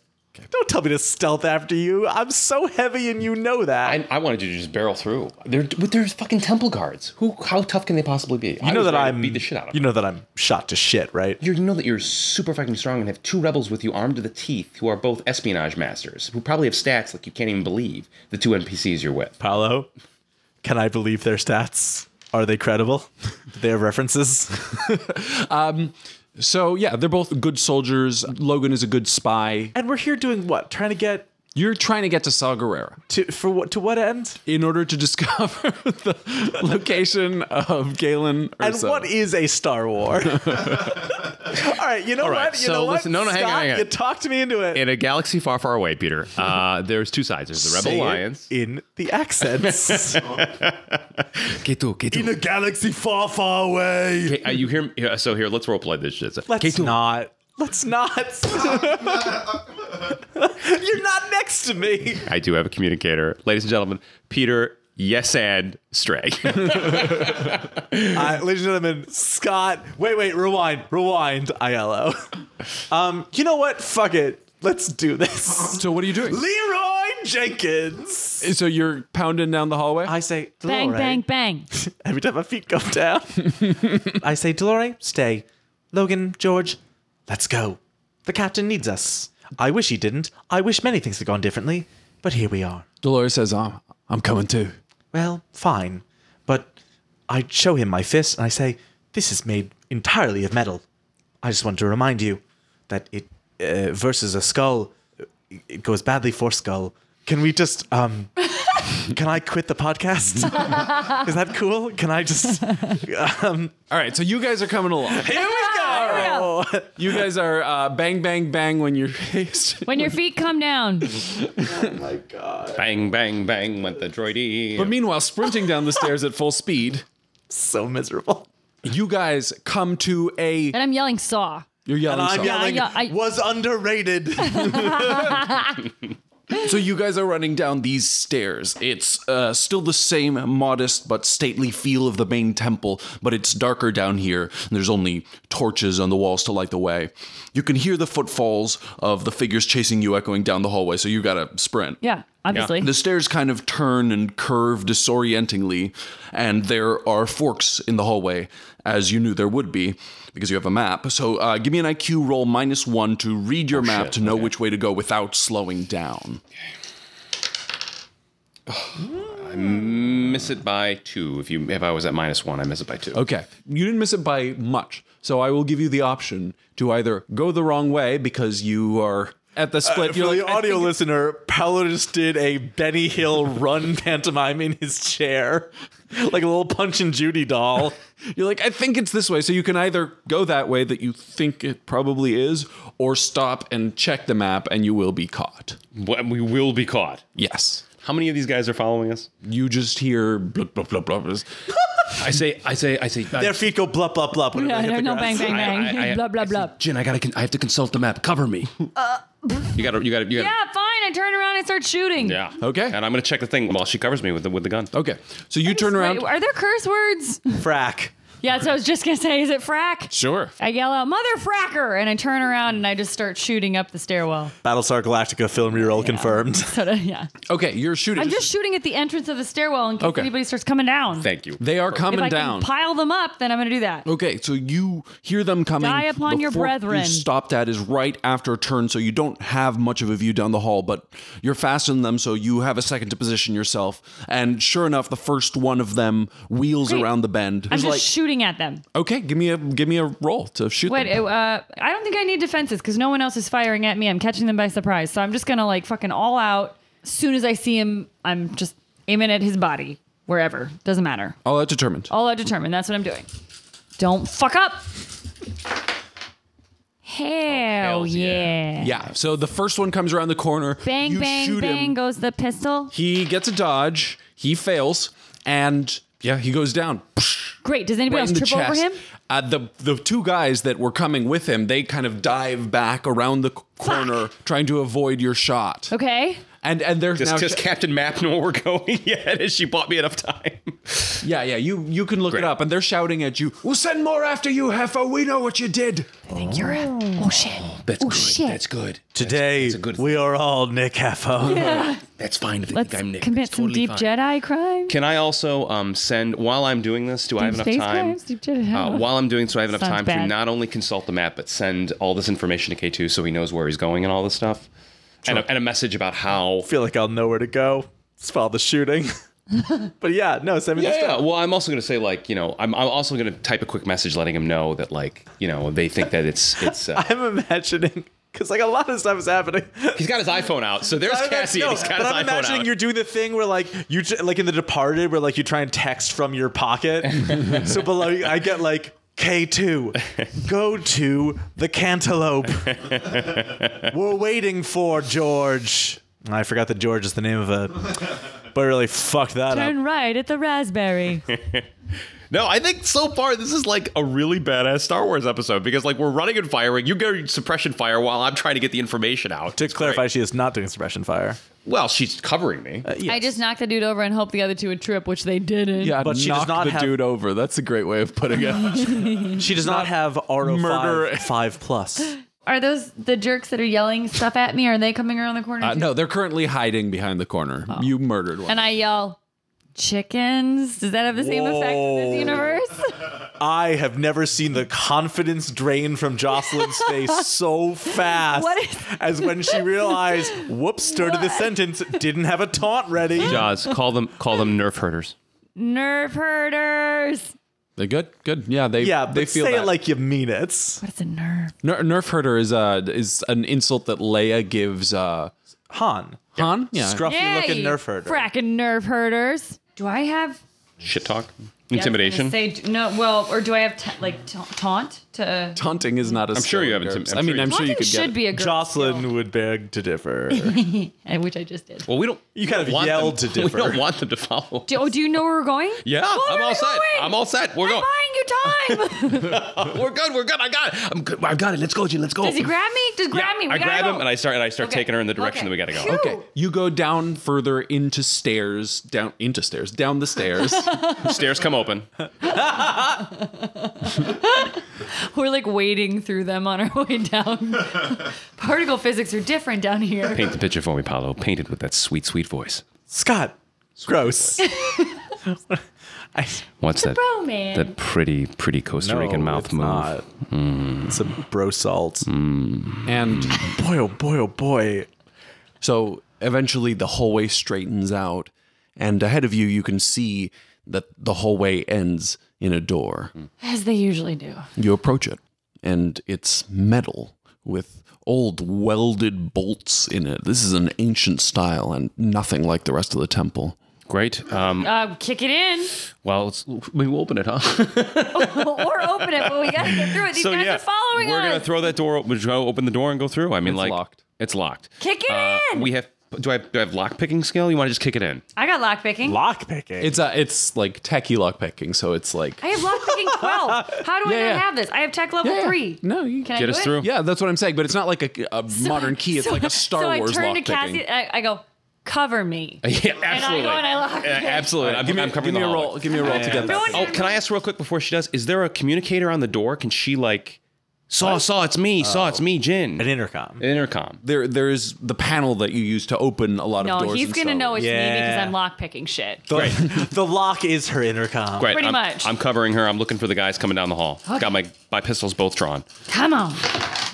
E: Don't tell me to stealth after you. I'm so heavy, and you know that.
J: I, I wanted you to just barrel through. They're, but there's fucking temple guards. Who? How tough can they possibly be?
E: you know that I'm
J: beat the shit out of
E: You
J: them.
E: know that I'm shot to shit, right?
J: You know that you're super fucking strong and have two rebels with you armed to the teeth who are both espionage masters who probably have stats like you can't even believe the two NPCs you're with.
E: Paolo, can I believe their stats? Are they credible? Do they have references?
H: So yeah, they're both good soldiers. Logan is a good spy.
E: and we're here doing what? Trying to get
H: You're trying to get to Saw Gerrera
E: to for what to what end?
H: in order to discover the location of Galen
E: And
H: Erso.
E: what is a Star War? All right, you know what? You
J: so
E: know what?
J: listen- no, no, hang on,
E: Scott,
J: hang on.
E: You talked me into it.
J: In a galaxy far, far away, Peter, uh, there's two sides. There's the Rebel
E: Say it
J: Alliance.
E: in the accents.
D: Keto, Keto.
E: a galaxy far, far away.
J: Okay, uh, you hear? yeah, So here, let's roleplay this shit. So-
E: Let's not. Let's not. You're not next to me.
J: I do have a communicator, ladies and gentlemen. Peter, yes, and Stray.
E: Uh, ladies and gentlemen, Scott. Wait, wait, rewind, rewind, ILO. Um, you know what? Fuck it. Let's do this.
H: So what are you doing?
E: Leroy Jenkins.
H: So you're pounding down the hallway.
R: I say,
B: Bang,
R: Delore.
B: bang, bang.
E: Every time my feet come down.
R: I say, Delore, stay. Logan, George, let's go. The captain needs us. I wish he didn't. I wish many things had gone differently, but here we are.
H: Dolores says, "I'm, I'm coming too."
R: Well, fine. But I show him my fist and I say, This is made entirely of metal. I just want to remind you that it uh, versus a skull, it goes badly for skull. Can we just, um, can I quit the podcast? is that cool? Can I just, um,
H: All right, so you guys are coming along.
E: Here we go.
H: You guys are uh, bang, bang, bang when you're faced.
B: When your feet come down.
J: bang, bang, bang went the droidy.
H: But meanwhile, sprinting down the stairs at full speed,
E: So miserable.
H: you guys come to a.
B: And I'm yelling saw.
H: You're yelling.
E: I'm
H: something.
E: yelling.
B: yeah, I-
E: was underrated.
H: So you guys are running down these stairs. It's uh, still the same modest but stately feel of the main temple, but it's darker down here. And there's only torches on the walls to light the way. You can hear the footfalls of the figures chasing you echoing down the hallway. So you gotta sprint.
B: Yeah, obviously.
H: The stairs kind of turn and curve disorientingly, and there are forks in the hallway, as you knew there would be, because you have a map. So uh, give me an IQ roll minus one to read your map to know which way to go without slowing down.
J: miss it by two. If you if I was at minus one, I miss it by two.
H: Okay. You didn't miss it by much. So I will give you the option to either go the wrong way because you are at the split.
E: Uh, For
H: you're
E: the
H: like, I
E: audio
H: think-
E: listener, Paolo just did a Benny Hill run pantomime in his chair, like a little Punch and Judy doll.
H: You're like, I think it's this way. So you can either go that way that you think it probably is, or stop and check the map and you will be caught.
J: What- We will be caught.
H: Yes.
J: How many of these guys are following us?
H: You just hear blah, blah, blah, blah. blah.
D: I say, I say, I say.
E: Their feet go blup blup blup. When
B: yeah,
E: they hit
B: no,
E: the
B: no,
E: grass.
B: bang, bang, bang.
D: I- I-
B: blah, blah, blah.
D: Jin, I gotta, con- I have to consult the map. Cover me.
J: You got to you got to you got.
B: Yeah, fine. I turn around and start shooting.
J: Yeah.
H: Okay.
J: And I'm gonna check the thing while she covers me with the with the gun.
H: Okay. So you turn around.
B: Wait, are there curse words?
E: Frack.
B: Yeah, so I was just gonna say, is it frack?
H: Sure.
B: I yell out, "Mother fracker!" and I turn around and I just start shooting up the stairwell.
E: Battlestar Galactica film reroll confirmed.
B: So to, yeah,
H: Okay. You're shooting.
B: I'm just shooting at the entrance of the stairwell in case
H: Okay.
B: anybody starts coming down.
J: Thank you.
H: they are coming
B: if I
H: down.
B: can pile them up, then I'm gonna do that.
H: Okay, so you hear them coming.
B: Die upon
H: The
B: your
H: fork
B: brethren.
H: You stopped at is right after a turn, so you don't have much of a view down the hall, but you're faster than them, so you have a second to position yourself. And sure enough, the first one of them wheels
B: Great.
H: around the bend.
B: I'm
H: It's
B: just
H: like,
B: shooting at them.
H: okay, give me a give me a roll to shoot
B: Wait,
H: them.
B: uh, I don't think I need defenses because no one else is firing at me. I'm catching them by surprise, so I'm just gonna like fucking all out. As soon as I see him, I'm just aiming at his body wherever. Doesn't matter.
H: All that determined.
B: All out determined. That's what I'm doing. Don't fuck up. Hell,
J: hells
B: yeah.
H: Oh, yeah. So the first one comes around the corner.
B: Bang,
H: you
B: bang,
H: shoot
B: bang
H: him.
B: goes the pistol.
H: He gets a dodge. He fails, and yeah, he goes down.
B: Great. Does anybody
H: right
B: else
H: in the
B: trip over
H: chest.
B: him?
H: Uh, the the two guys that were coming with him, they kind of dive back around the c- corner, trying to avoid your shot.
B: Okay.
H: And and they're
J: Does,
H: now
J: does Captain Map know where we're going yet? Has she bought me enough time?
H: yeah yeah you you can look it up, and they're shouting at you. We'll send more after you, Heffa. We know what you did.
B: Oh shit.
D: That's good.
B: shit.
D: That's good.
E: Today,
D: a good-
E: we are all Nick Heffo.
D: That's fine. If they
B: Let's
D: think I'm Nick.
B: commit
D: That's
B: some
D: totally
B: deep
D: fine.
B: Jedi crime.
J: Can I also um, send while I'm doing this? Do I have
B: Deep
J: enough
B: space
J: time?
B: crimes, deep Jedi.
J: uh, while I'm doing so, I have enough
B: Sounds
J: time to
B: bad.
J: not only consult the map but send all this information to K2 so he knows where he's going and all this stuff, and, a, and a message about how
E: feel like I'll know where to go. It's all the shooting. But yeah, no, send me the
J: Yeah,
E: stuff.
J: yeah. Well, I'm also going to say like you know I'm, I'm also going to type a quick message letting him know that like you know they think that it's it's uh,
E: I'm imagining because like a lot of stuff is happening.
J: he's got his iPhone out. So there's
E: I'm
J: Cassie.
E: no,
J: and he's got
E: but
J: his
E: I'm
J: iPhone
E: imagining
J: out.
E: you're doing the thing where like you j- like in The Departed where like you try and text from your pocket. so below you- I get like K2, go to the cantaloupe. We're waiting for George. I forgot that George is the name of it, but I really fucked that up.
B: Turn right at the raspberry.
J: No, I think so far this is like a really badass Star Wars episode because like we're running and firing. You get a suppression fire while I'm trying to get the information out.
E: To clarify, she is not doing suppression fire.
J: Well, she's covering me.
Q: I just knocked the dude over and hoped the other two would trip, which they didn't.
H: Yeah,
E: But she does
H: knock
E: not
H: the
E: have-
H: dude over. That's a great way of putting it.
E: She does not have RO5
H: Murder-
E: five plus.
B: Are those the jerks that are yelling stuff at me? Are they coming around the corner?
H: Uh,
B: too?
H: no, they're currently hiding behind the corner. You murdered one.
Q: And I yell,
B: Chickens? Does that have the same effect in
E: Whoa.
B: this universe?
E: I have never seen the confidence drain from Jocelyn's face so fast
B: What is-
E: as when she realized, whoops, started the sentence, didn't have a taunt ready.
J: Jaws, call them call them nerf herders.
B: Nerve herders.
H: They're good, good. Yeah, they
E: Yeah, but
H: they feel
E: say
H: that.
E: it like you mean it.
B: What is a nerve?
H: Ner- nerf herder is uh is an insult that Leia gives uh
E: Han,
H: Han. Yeah,
E: scruffy
Q: Yeah,
E: looking
Q: you
E: nerf herder.
Q: fracking nerve herders.
B: Do I have
J: Shit talk,
B: I
J: intimidation.
B: was gonna Say no. Well, or do I have ta- like ta- taunt to?
H: taunting is not a.
J: sure
H: skill
J: you
H: in
J: have intim-
H: GURPS.
J: I'm
H: I
J: sure
H: mean,
J: you-
H: I'm sure you
Q: Taunting
H: could
Q: should
H: get. it.
Q: be a girl
E: Jocelyn
Q: skill,
E: would beg to differ.
B: Eh,
Q: and which I just did.
J: well, we don't. You
E: kind of yelled to
J: We
E: differ.
J: don't want them to follow.
B: Do, oh, do you know where we're going?
J: Yeah,
B: Well,
J: I'm
B: where are
J: all
B: we
J: set.
B: going?
J: I'm all set. We're
B: I'm
J: going.
B: buying you time.
J: We're good. We're good. I got it. I'm good.
I: I've got it. Let's go, Jin. Let's go.
B: Does he grab me? Just grab me. We
J: I
B: gotta
J: grab
B: go.
J: him and I start and I start
B: Okay.
J: taking her in the direction
B: Okay.
J: that we got to go.
B: Phew.
H: Okay, you go down further into stairs, down into stairs, down the stairs.
J: Stairs come open.
B: We're like wading through them on our way down. Particle physics are different down here.
J: Paint the picture for me, Paolo. Painted with that sweet, sweet voice.
E: Scott, gross. I,
J: What's that?
B: Romance.
J: That pretty, pretty Costa Rican
E: no,
J: mouth
E: it's
J: move.
E: not. It's a bro salt.
H: and
E: Boy, oh boy, oh boy.
H: So eventually the hallway straightens out, and ahead of you, you can see that the hallway ends in a door.
B: As they usually do.
H: You approach it, and it's metal with old welded bolts in it. This is an ancient style and nothing like the rest of the temple.
J: Great. Um,
B: Uh, kick it in
J: well, it's, we will open it, huh?
B: or open it, but we gotta get through it. These guys are following
J: we're gonna
B: us.
J: throw that door. We're gonna open the door and go through. I mean,
H: It's
J: like
H: locked.
J: It's locked.
B: Kick it
J: Uh,
B: in.
J: we have. Do I do I have lock picking skill? You want to just kick it in?
B: I got lock picking.
E: Lock picking.
H: It's uh, it's like techie lockpicking, so it's like
B: I have lock picking 12. How do I
H: Yeah,
B: not
H: yeah.
B: have this? I have tech level
H: Yeah, yeah.
B: 3.
H: No, you
B: Can I
J: Get
B: do
J: us
B: it?
J: through.
H: Yeah, that's what I'm saying. But it's not like a, a modern key. It's
B: So-
H: like a Star
B: so
H: Wars
B: I turn to
H: lockpicking.
B: Cassie. I, I go, cover me.
J: Yeah, absolutely.
B: And I go and I lock.
J: Uh, absolutely. I'm,
H: give me,
J: I'm covering
H: give
J: the
H: me a
J: hallway.
H: roll. Give me a roll to get
B: No
H: that.
B: one
J: Oh, can I ask real quick before she does? Is there a communicator on the door? Can she like saw saw it's me saw it's me Jin
H: Oh.
E: An intercom.
J: intercom?
H: there there's the panel that you use to open a lot of
B: No,
H: doors.
B: he's
H: and
B: gonna
H: stuff.
B: know it's me because
E: Yeah.
B: I'm lock picking shit.
E: The, the lock is her intercom.
J: Great.
B: Pretty
J: I'm,
B: much.
J: I'm covering her. I'm looking for the guys coming down the hall. Got my my pistols both drawn.
B: Come on.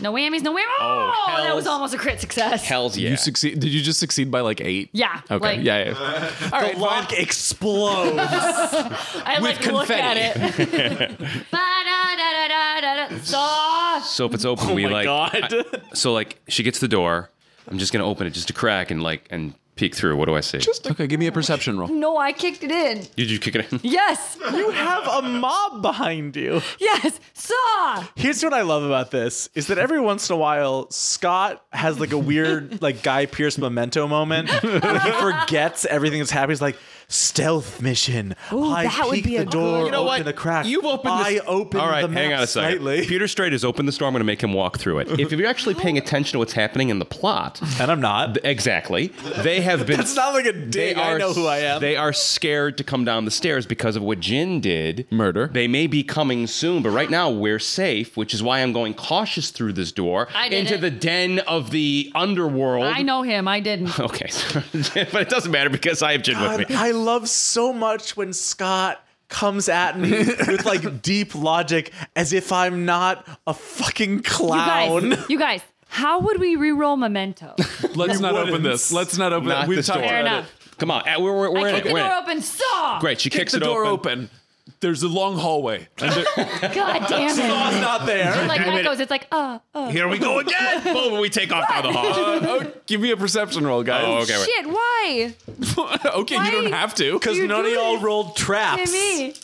B: No whammies, no whammies.
J: Oh,
B: Oh, that was
J: hells.
B: almost a crit success.
J: Hell's yeah.
H: You succeed. Did you just succeed by like eight?
B: Yeah,
H: Okay.
B: like-
H: yeah. yeah. All right.
E: The lock explodes.
B: I like
H: With
B: look at it. Ba-da-da-da-da-da. Sauce.
J: so if it's
H: Oh
J: open, we like.
E: Oh God.
J: I- so like she gets the door. I'm just gonna open it just to crack and like and peek through. What do I see?
H: Okay. Give me a perception roll.
B: No, I kicked it in.
J: Did you kick it in?
B: Yes,
E: you have a mob behind you.
B: yes. Saw.
E: Here's what I love about this is that every once in a while Scott has like a weird like Guy Pierce memento moment where he forgets everything that's happening. He's like stealth mission. I
B: that would
E: peek
B: be a
E: the door,
B: good- You know
E: open the crack.
J: You've opened.
E: I
J: this-
E: opened
J: All right,
E: the map
J: hang on a second.
E: slightly.
J: Peter Strait has opened this door. I'm gonna make him walk through it. If you're actually paying attention to what's happening in the plot,
E: and I'm not.
J: exactly, they have been.
E: That's not like a dig. I know who I am.
J: They are scared to come down the stairs because of what Jin did.
H: Murder.
J: They may be coming soon, but right now we're safe, which is why I'm going cautious through this door
B: I did
J: into
B: it.
J: the den of the underworld.
B: I know him. I didn't.
J: Okay, so- but it doesn't matter because I have Jin
E: God,
J: with me.
E: I love so much when Scott comes at me with like deep logic as if I'm not a fucking clown.
B: You guys, you guys, how would we re-roll Memento?
H: Let's not open
E: wouldn't.
H: this. Let's not open
J: Not
H: it. We've
J: this
H: talked
J: door.
B: Fair
H: about
B: enough.
H: it.
J: Come on, Uh, we're, we're, we're in
B: I
J: it.
B: kicked the
J: We're in
B: door
J: it.
B: open. Saw.
J: Great, she
H: Kick
J: kicks
H: the
J: it
H: door
J: open.
H: open. There's a long hallway. And there-
B: God damn it!
E: Not there.
B: Like echoes. It's like uh, uh.
J: Here we go again. Boom, we take off down the hall.
H: Uh, oh, give me a perception roll, guys.
J: Oh, okay.
B: Shit. Why?
H: okay, you don't
B: Why?
H: have to.
E: Because
B: You're
E: none of
B: doing
E: y'all
B: it.
E: rolled traps.
B: Me.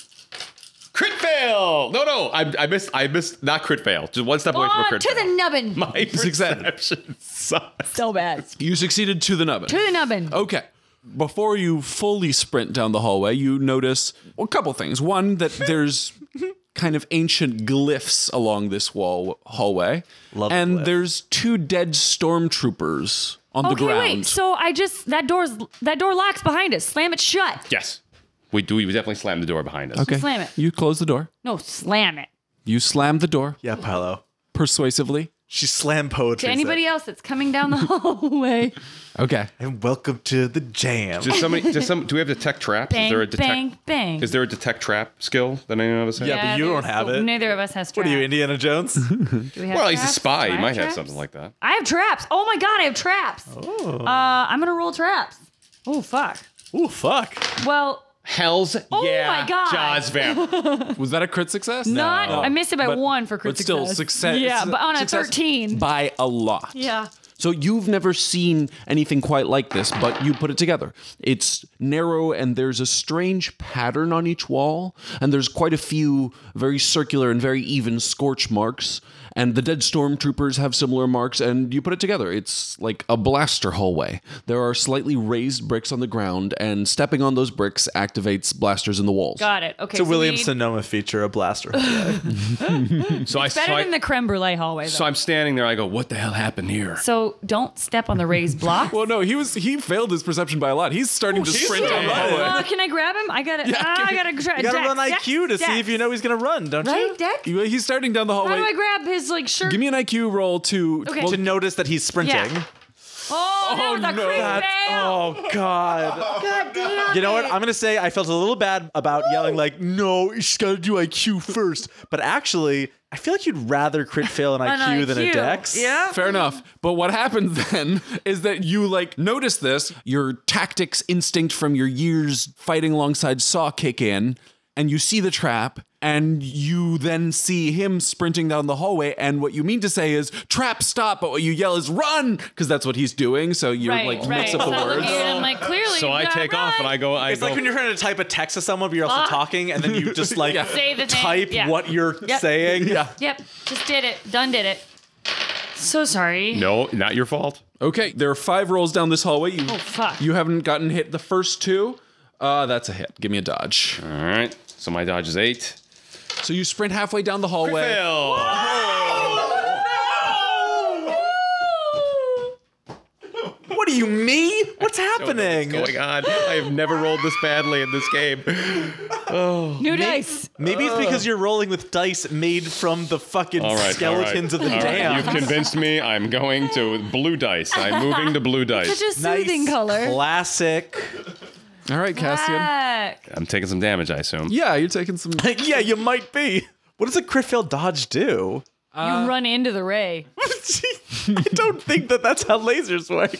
J: Crit fail. No, no, I, I missed. I missed. Not crit fail. Just one step away from a
B: On
J: crit
B: to
J: fail.
B: the nubbin.
J: My
H: Success.
J: perception sucks.
B: So bad.
H: You succeeded to the nubbin.
B: To the nubbin.
J: Oh,
H: Okay. Before you fully sprint down the hallway, you notice a couple things. One, that there's kind of ancient glyphs along this wall hallway.
E: Love a
H: and
E: glyph.
H: there's two dead stormtroopers on the
B: Okay,
H: ground.
B: wait. So I just that door's that door locks behind us. Slam it shut.
J: Yes, we do. We definitely slammed the door behind us.
H: okay.
B: Slam it.
H: You close the door.
B: No, slam it.
H: You slam the door
E: Yeah, Paolo.
H: persuasively.
E: She slam poetry.
B: To anybody else that's coming down the hallway.
H: Okay.
E: And welcome to the jam.
J: Does somebody? Does some? Do we have detect traps? is
B: Bang,
J: there a detect?
B: bang, bang.
J: Is there a detect trap skill that any of us have?
E: Yeah, but you
B: there's-
E: don't have it.
B: Neither of us has traps.
E: What are you, Indiana Jones?
B: Do we have
J: Well, he's a
B: traps?
J: spy.
B: Do
J: He
B: I
J: might have
B: traps?
J: something like that.
B: I have traps. Oh my god, I have traps.
E: Oh.
B: Uh, I'm gonna roll traps. Oh fuck.
E: Ooh, fuck.
B: Well,
J: Hell's
B: Oh
J: yeah,
B: my God.
J: Jaws vamp.
H: Was that a crit success?
B: not. I missed it by
H: But-
B: one for crit
H: but still success.
B: Yeah, but on a
H: success
B: 13.
H: by a lot.
B: Yeah.
H: So you've never seen anything quite like this, but you put it together. It's narrow and there's a strange pattern on each wall, and there's quite a few very circular and very even scorch marks. And the dead stormtroopers have similar marks, and you put it together. It's like a blaster hallway. There are slightly raised bricks on the ground, and stepping on those bricks activates blasters in the walls.
B: Got it. Okay.
E: It's a
B: so
E: William
B: we-
E: Sonoma feature, a blaster.
J: So I, so,
B: Better
J: I
B: than the creme brulee hallway. Though.
J: so I'm standing there. I go, what the hell happened here?
B: So don't step on the raised block.
H: Well, no, he was he failed his perception by a lot. He's starting to sprint
B: Shit.
H: down the hallway.
B: Uh, can I grab him? I gotta.
H: Yeah,
B: ah,
H: give
B: I
H: me-
B: gotta. Tra-
E: You gotta
B: Dex,
E: run
B: Dex,
E: IQ to see
B: Dex.
E: if you know he's gonna run, don't
B: Right,
E: you?
B: Dex.
H: He- He's starting down the
B: How
H: hallway.
B: do I grab his like shirt?
H: Give me an IQ roll to.
B: Okay.
H: well,
E: To notice that he's sprinting.
B: Yeah. oh, that was a
H: no.
B: crit
H: That-
B: fail.
E: Oh god. You know what? I'm gonna say I felt a little bad about yelling like, "No, you just gotta do IQ first. But actually, I feel like you'd rather crit fail an
B: An
E: IQ than a
B: IQ.
E: Dex.
B: Yeah.
H: Fair enough. But what happens then is that you like notice this, your tactics instinct from your years fighting alongside Saw kick in, and you see the trap, and you then see him sprinting down the hallway, and what you mean to say is trap stop, but what you yell is run, because that's what he's doing. So you
B: Right,
H: like
B: right.
H: mix up
B: So I'm
H: the
B: looking
H: words.
B: at him like clearly.
J: So I
B: yeah,
J: take off and
B: run.
J: I go. I
E: It's
J: go,
E: like when you're trying to type a text to someone, but you're also
B: Fuck.
E: talking, and then you just like
B: Uh, Say the thing.
E: type
B: Yeah.
E: what you're saying. Yeah.
B: Yep, just did it. Done did it. So sorry.
J: no, not your fault.
H: Okay, there are five rolls down this hallway. You,
B: Oh, fuck.
H: You haven't gotten hit the first two. Uh, that's a hit. Give me a dodge.
J: All right. So my dodge is eight.
H: So you sprint halfway down the hallway.
J: Fail.
E: What do you mean? What's happening?
J: What's going on? I have never rolled this badly in this game.
B: New dice.
E: Maybe it's because you're rolling with dice made from the fucking
J: All right.
E: skeletons
J: all
E: of
J: right,
E: the
J: all right.
E: dam.
J: You've convinced me. I'm going to blue dice. I'm moving to blue dice.
B: Such a soothing color.
E: Classic.
H: All right, Cassian.
B: Ah. Fuck.
J: I'm taking some damage, I assume.
H: Yeah, you're taking some.
E: yeah, you might be. What does a crit fail dodge do?
B: you run into the ray.
E: I don't think that that's how lasers work.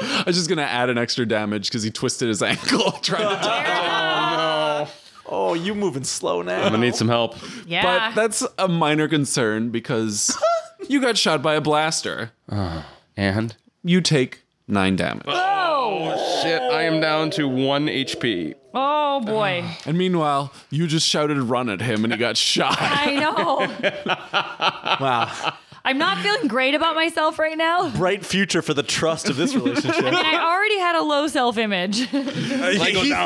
H: I was just gonna add an extra damage because he twisted his ankle trying to. Dodge.
E: Oh, you moving slow now.
J: I'm gonna need some help.
B: Yeah.
H: But that's a minor concern because you got shot by a blaster.
J: Uh, And
H: You take nine damage.
J: shit, I am down to one HP.
B: oh boy.
H: And meanwhile, you just shouted "run" at him, and he got shot.
B: I know.
E: Wow.
B: I'm not feeling great about myself right now.
E: Bright future for the trust of this relationship.
B: And I already had a low self image.
E: he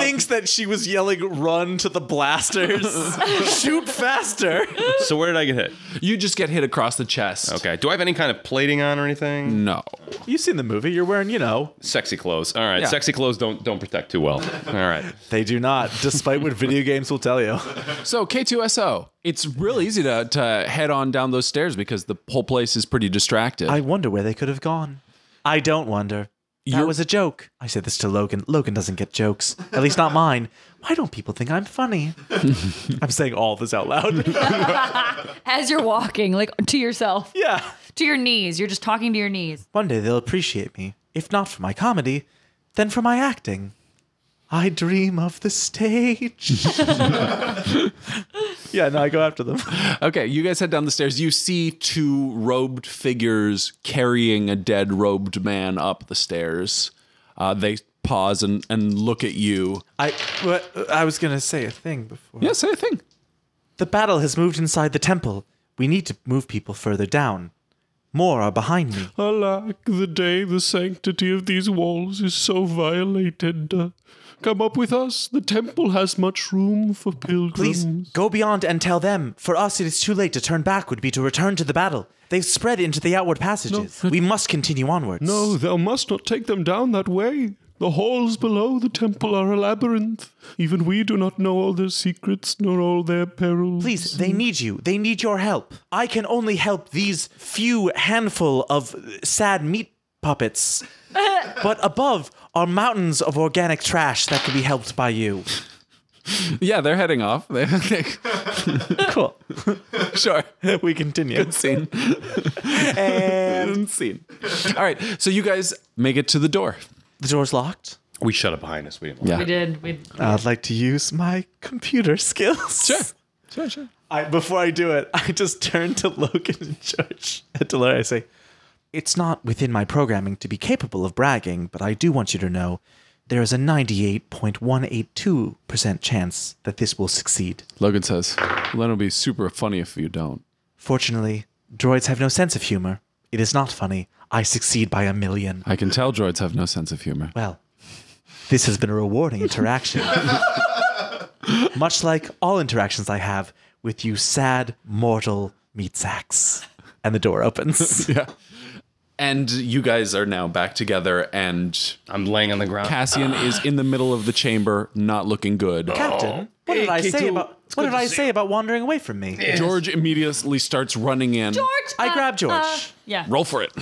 E: thinks that she was yelling, run to the blasters, shoot faster.
J: So where did I get hit?
H: You just get hit across the chest.
J: Okay. Do I have any kind of plating on or
E: Mm.
J: anything?
H: No.
E: You've seen the movie. You're wearing, you know.
J: Sexy clothes. All right. Sexy clothes don't don't protect too well. All right.
E: They do not, despite what video games will tell you.
H: So K2SO, it's real easy to, to head on down those stairs because the whole place is pretty distracted.
S: I-
E: wonder where they could have gone. I don't wonder. That
H: You're-
E: was a joke. I said this to Logan. Logan doesn't get jokes, at least not mine. Why don't people think I'm funny? I'm saying all this out loud.
B: As you're walking, like to yourself,
E: yeah.
B: to your knees. You're just talking to your knees.
S: One day they'll appreciate me, if not for my comedy, then for my acting.
E: I dream of the stage. yeah, no, I go after them.
H: Okay, you guys head down the stairs. You see two robed figures carrying a dead robed man up the stairs. Uh, they pause and, and look at you.
E: I what, I was gonna say a thing before.
H: Yeah, say a thing.
E: The battle has moved inside the temple. We need to move people further down. More are behind me.
G: Alack, the day the sanctity of these walls is so violated. Uh, come up with us. The temple has much room for pilgrims.
E: Please go beyond and tell them. For us, it is too late to turn back. Would be to return to the battle. They've spread into the outward passages. We must continue onwards.
G: No, thou must not take them down that way. The halls below the temple are a labyrinth. Even we do not know all their secrets nor all their perils.
E: Please, they need you. They need your help. I can only help these few handful of sad meat puppets. but above are mountains of organic trash that can be helped by you.
H: Yeah, they're heading off. They, they,
E: Cool.
H: sure.
E: we continue.
H: Scene.
E: And
H: Scene. All right, so you guys make it to the door.
E: the door's locked.
J: We shut it behind us. We didn't.
H: Yeah.
B: We did. We
E: I'd like to use my computer skills.
H: Sure. Sure, sure.
E: I, before I do it, I just turn to Logan and George and to Larry. I say, It's not within my programming to be capable of bragging, but I do want you to know there is a 98.182% chance that this will succeed.
H: Logan says, well, that'll be super funny if you don't.
E: Fortunately, droids have no sense of humor. It is not funny. I succeed by a million.
H: I can tell droids have no sense of humor.
E: Well, this has been a rewarding interaction. Much like all interactions I have with you sad mortal meat sacks. And the door opens.
H: And you guys are now back together, and
J: I'm laying on the ground.
H: Cassian is in the middle of the chamber, not looking good. Oh,
E: Captain, what did I say about what did I say about wandering away from me?
H: George immediately starts running in.
B: George.
E: I
B: uh,
E: grab George.
B: uh, yeah.
H: Roll for it.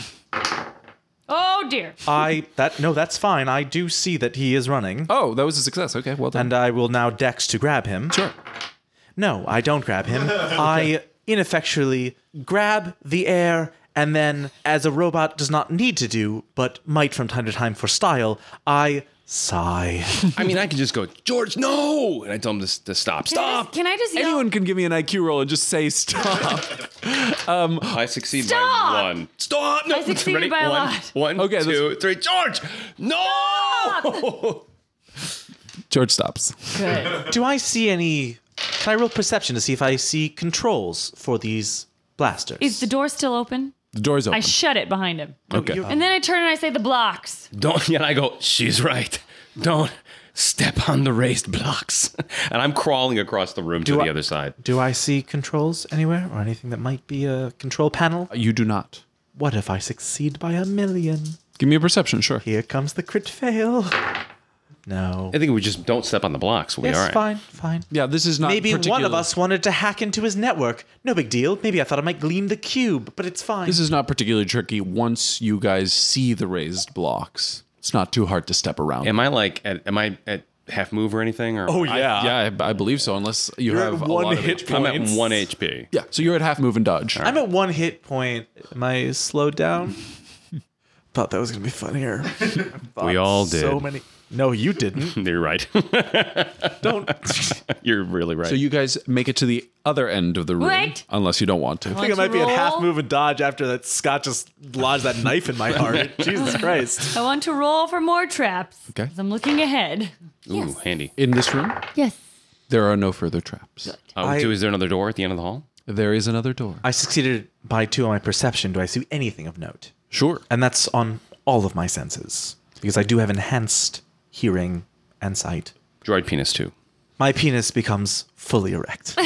B: Oh dear.
E: I that no, that's fine. I do see that he is running,
H: Oh, that was a success. Okay, well done.
E: and I will now dex to grab him.
H: sure.
E: No, I don't grab him. I ineffectually grab the air and then, as a robot does not need to do, but might from time to time for style, I sigh.
J: I mean, I can just go, George, no, and I tell him to, to stop, stop.
B: Can I just yell?
H: Anyone can give me an IQ roll and just say stop.
J: I succeed
B: Stop!
J: by one. Stop! No,
B: I succeeded
J: ready?
B: by a
J: one,
B: lot.
J: one,
H: Okay, that's-
J: two, three. George, no!
H: George stops.
B: Good.
E: do I see any? Can I roll perception to see if I see controls for these blasters?
B: Is the door still open?
H: The door's open.
B: I shut it behind him.
H: okay.
B: And then I turn and I say the blocks.
J: Don't. Yeah, and I go. She's right. Don't step on the raised blocks. And I'm crawling across the room to
E: Do
J: the
E: I-
J: other side.
E: do I see controls anywhere or anything that might be a control panel?
H: You do not.
E: What if I succeed by a million?
H: Give me a perception, sure.
E: Here comes the crit fail. No.
J: I think we just don't step on the blocks. We'll
E: It's
J: be all right.
E: fine, fine.
H: Yeah, this is not
E: Maybe one of
H: particular-
E: us wanted to hack into his network. No big deal. Maybe I thought I might glean the cube, but it's fine.
H: This is not particularly tricky once you guys see the raised blocks. It's not too hard to step around.
J: Am I like? At, am I at half move or anything? Or
H: I- yeah, I, I believe so, unless you
E: Oh, Uh, You're
H: have
E: at
H: a
E: one
H: lot of
E: hit
H: HP.
J: I'm at one HP.
H: Yeah, so you're at half move and dodge.
E: I'm at one hit point. Am I slowed down? Thought that was gonna be funnier.
J: We all did.
E: So many. No, you didn't.
J: You're right.
E: Don't.
J: You're really right.
H: So you guys make it to the other end of the room,
B: Wait.
H: unless you don't want to.
B: I think I might be at half move
E: and dodge after that. Scott just lodged that knife in my heart. Jesus Christ.
B: I want to roll for more traps.
H: Okay.
B: 'cause I'm looking ahead.
J: Ooh, handy.
H: In this room,
B: Yes.
H: there are no further traps.
J: Oh,
E: I-
J: do- is there another door at the end of the hall?
H: There is another door.
E: I succeeded by two on my perception. Do I see anything of note?
H: Sure.
E: And that's on all of my senses because I do have enhanced hearing and sight.
J: Droid penis too.
E: My penis becomes fully erect.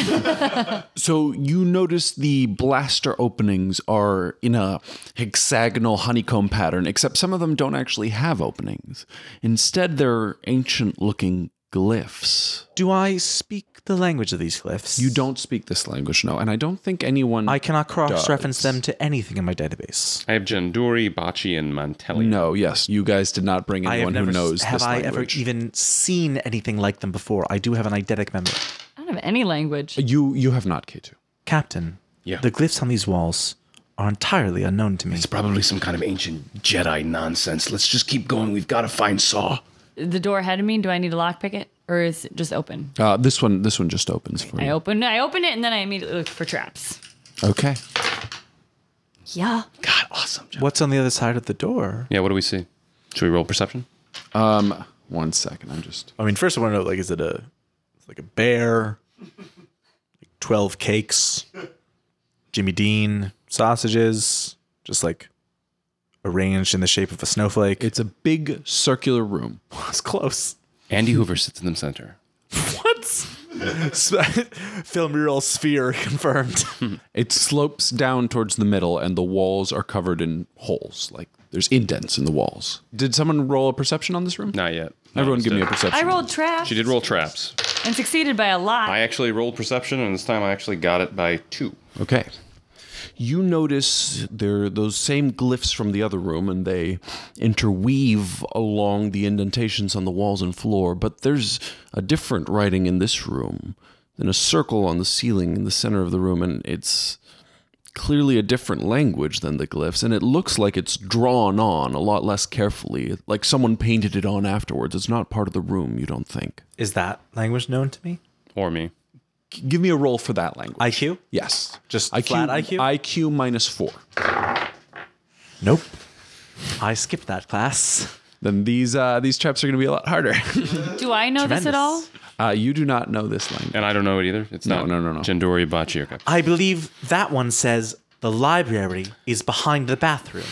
H: So you notice the blaster openings are in a hexagonal honeycomb pattern, except some of them don't actually have openings. Instead, they're ancient looking glyphs.
E: Do I speak the language of these glyphs?
H: You don't speak this language, no, and I don't think anyone.
E: I cannot cross reference
H: does.
E: them to anything in my database.
J: I have Janduri, Bachi, and Mantelli.
H: No, yes, you guys did not bring
E: I have
H: anyone
E: never
H: who knows
E: have
H: this
E: I ever e-
H: language.
E: even seen anything like them before. I do have an eidetic memory.
B: I don't have any language.
H: you you have not, K2.
E: Captain, the glyphs on these walls are entirely unknown to me.
D: It's probably some kind of ancient Jedi nonsense. Let's just keep going. We've got to find Saw.
B: the door ahead of me, do I need to lockpick it or is it just open?
H: Uh, this one, this one just opens for
B: I
H: you.
B: open I open it and then I immediately look for traps.
H: Okay.
B: Yeah.
J: God, awesome.
C: What's on the other side of the door?
J: Yeah, what do we see? Should we roll perception?
H: Um, one second. I'm just.
C: I mean, first I want to know like, is it a it's like a bear? Like Twelve cakes, Jimmy Dean sausages, just like arranged in the shape of a snowflake.
H: It's a big circular room.
C: That's close.
J: Andy Hoover sits in the center.
C: What? Film mural sphere confirmed.
H: It slopes down towards the middle, and the walls are covered in holes. Like there's indents in the walls. Did someone roll a perception on this room?
J: Not yet.
H: Everyone,
J: No,
H: give me a
J: still-
H: perception.
B: I rolled traps
J: She did roll traps.
B: and succeeded by a lot.
J: I actually rolled perception, and this time I actually got it by two.
H: Okay. You notice there are those same glyphs from the other room, and they interweave along the indentations on the walls and floor. But there's a different writing in this room than a circle on the ceiling in the center of the room, and it's clearly a different language than the glyphs. And it looks like it's drawn on a lot less carefully, like someone painted it on afterwards. It's not part of the room, you don't think?
C: Is that language known to me?
J: Or me.
H: G- Give me a roll for that language.
C: IQ?
H: Yes.
C: Just flat IQ?
H: IQ minus four.
C: Nope. I skipped that class.
H: then these uh, these traps are going to be a lot harder.
B: do I know this at all?
H: uh, you do not know this language.
J: And I don't know it either. It's not
H: No, no, no, no.
J: Jandori Bachirka.
C: I believe that one says the library is behind the bathroom.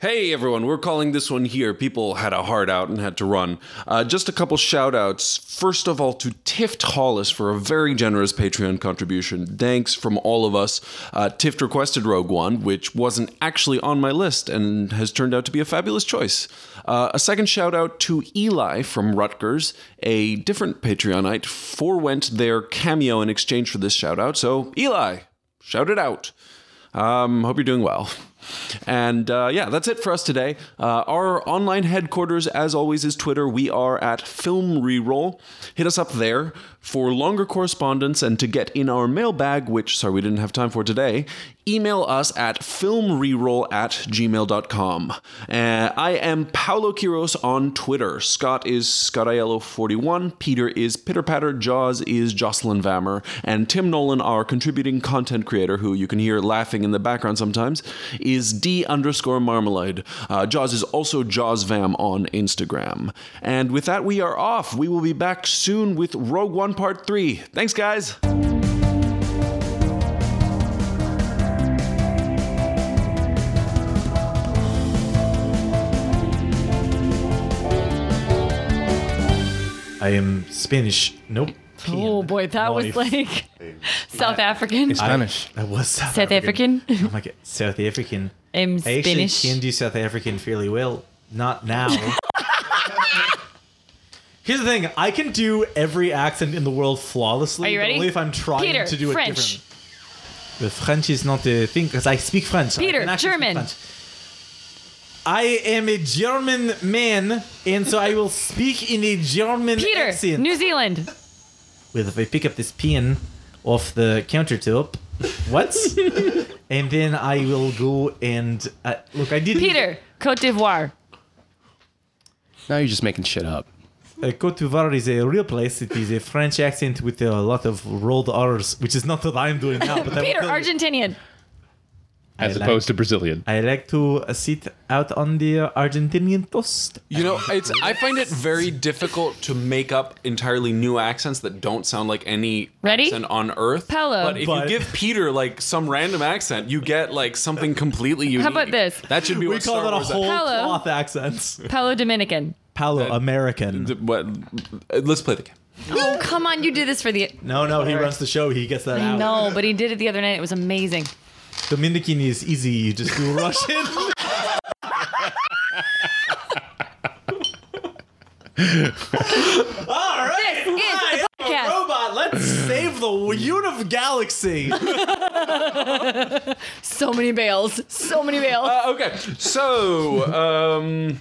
H: Hey everyone, we're calling this one here. People had a heart out and had to run. Uh, just a couple shout outs. First of all, to Tift Hollis for a very generous Patreon contribution. Thanks from all of us. Uh, Tift requested Rogue One, which wasn't actually on my list and has turned out to be a fabulous choice. Uh, a second shout out to Eli from Rutgers, a different Patreonite, forewent their cameo in exchange for this shout out. So, Eli, shout it out. Um, hope you're doing well. And uh, yeah, that's it for us today. Uh, our online headquarters, as always, is Twitter. We are at Film Reroll. Hit us up there for longer correspondence and to get in our mailbag, which, sorry, we didn't have time for today. Email us at filmreroll at gmail.com. Uh, I am Paolo Quiros on Twitter. Scott is Scottiello41. Peter is Pitter Patter. Jaws is Jocelyn Vammer. And Tim Nolan, our contributing content creator, who you can hear laughing in the background sometimes, is D underscore Marmalade. Uh, Jaws is also Jaws Vam on Instagram. And with that, we are off. We will be back soon with Rogue One Part 3. Thanks, guys.
E: I am Spanish. Nope.
B: Oh boy, that was like South African.
E: Spanish. I, I was South,
B: South African.
E: Oh my god, South African.
B: I'm
E: I actually
B: Spanish.
E: can do South African fairly well. Not now. Here's the thing: I can do every accent in the world flawlessly.
B: Are you
E: but
B: ready?
E: Only if I'm trying
B: Peter,
E: to do it
B: French.
E: differently. The French is not the thing because I speak French. I
B: Peter,
E: can actually speak
B: German.
E: French. I am a German man, and so I will speak in a German
B: Peter,
E: accent.
B: New Zealand.
E: Well, if I pick up this pin off the countertop, what? and then I will go and uh, look. I did
B: Peter, Cote d'Ivoire.
I: Now you're just making shit up.
E: Uh, Cote d'Ivoire is a real place. It is a French accent with a lot of rolled R's, which is not what I'm doing now. But I will
B: Peter,
E: tell you.
B: Argentinian.
E: I
D: as
E: like-
D: opposed to Brazilian.
E: I like to uh, sit out on the uh, Argentinian toast.
H: You know, it's I find it very difficult to make up entirely new accents that don't sound like any
B: Ready?
H: accent on Earth.
B: Paolo.
H: But if
E: But-
H: you give Peter like some random accent, you get like something completely unique.
B: about this?
H: That should be
E: We
H: what
E: call
H: Star
E: that a
H: Wars
E: whole
B: Hello.
E: cloth accent.
B: Palo Dominican.
E: Palo American.
H: th- what- uh, let's play the game.
B: Oh, come on. You did this for the.
E: No, no, he runs the show. He gets that out.
B: No, but he did it the other night. It was amazing.
E: Dominican is easy. You just do Russian. All right.
B: This is the podcast.
E: Robot, let's save the
H: Mm.
E: univ galaxy. Oh,
B: So many bales. So many bales.
H: Uh, okay, so um,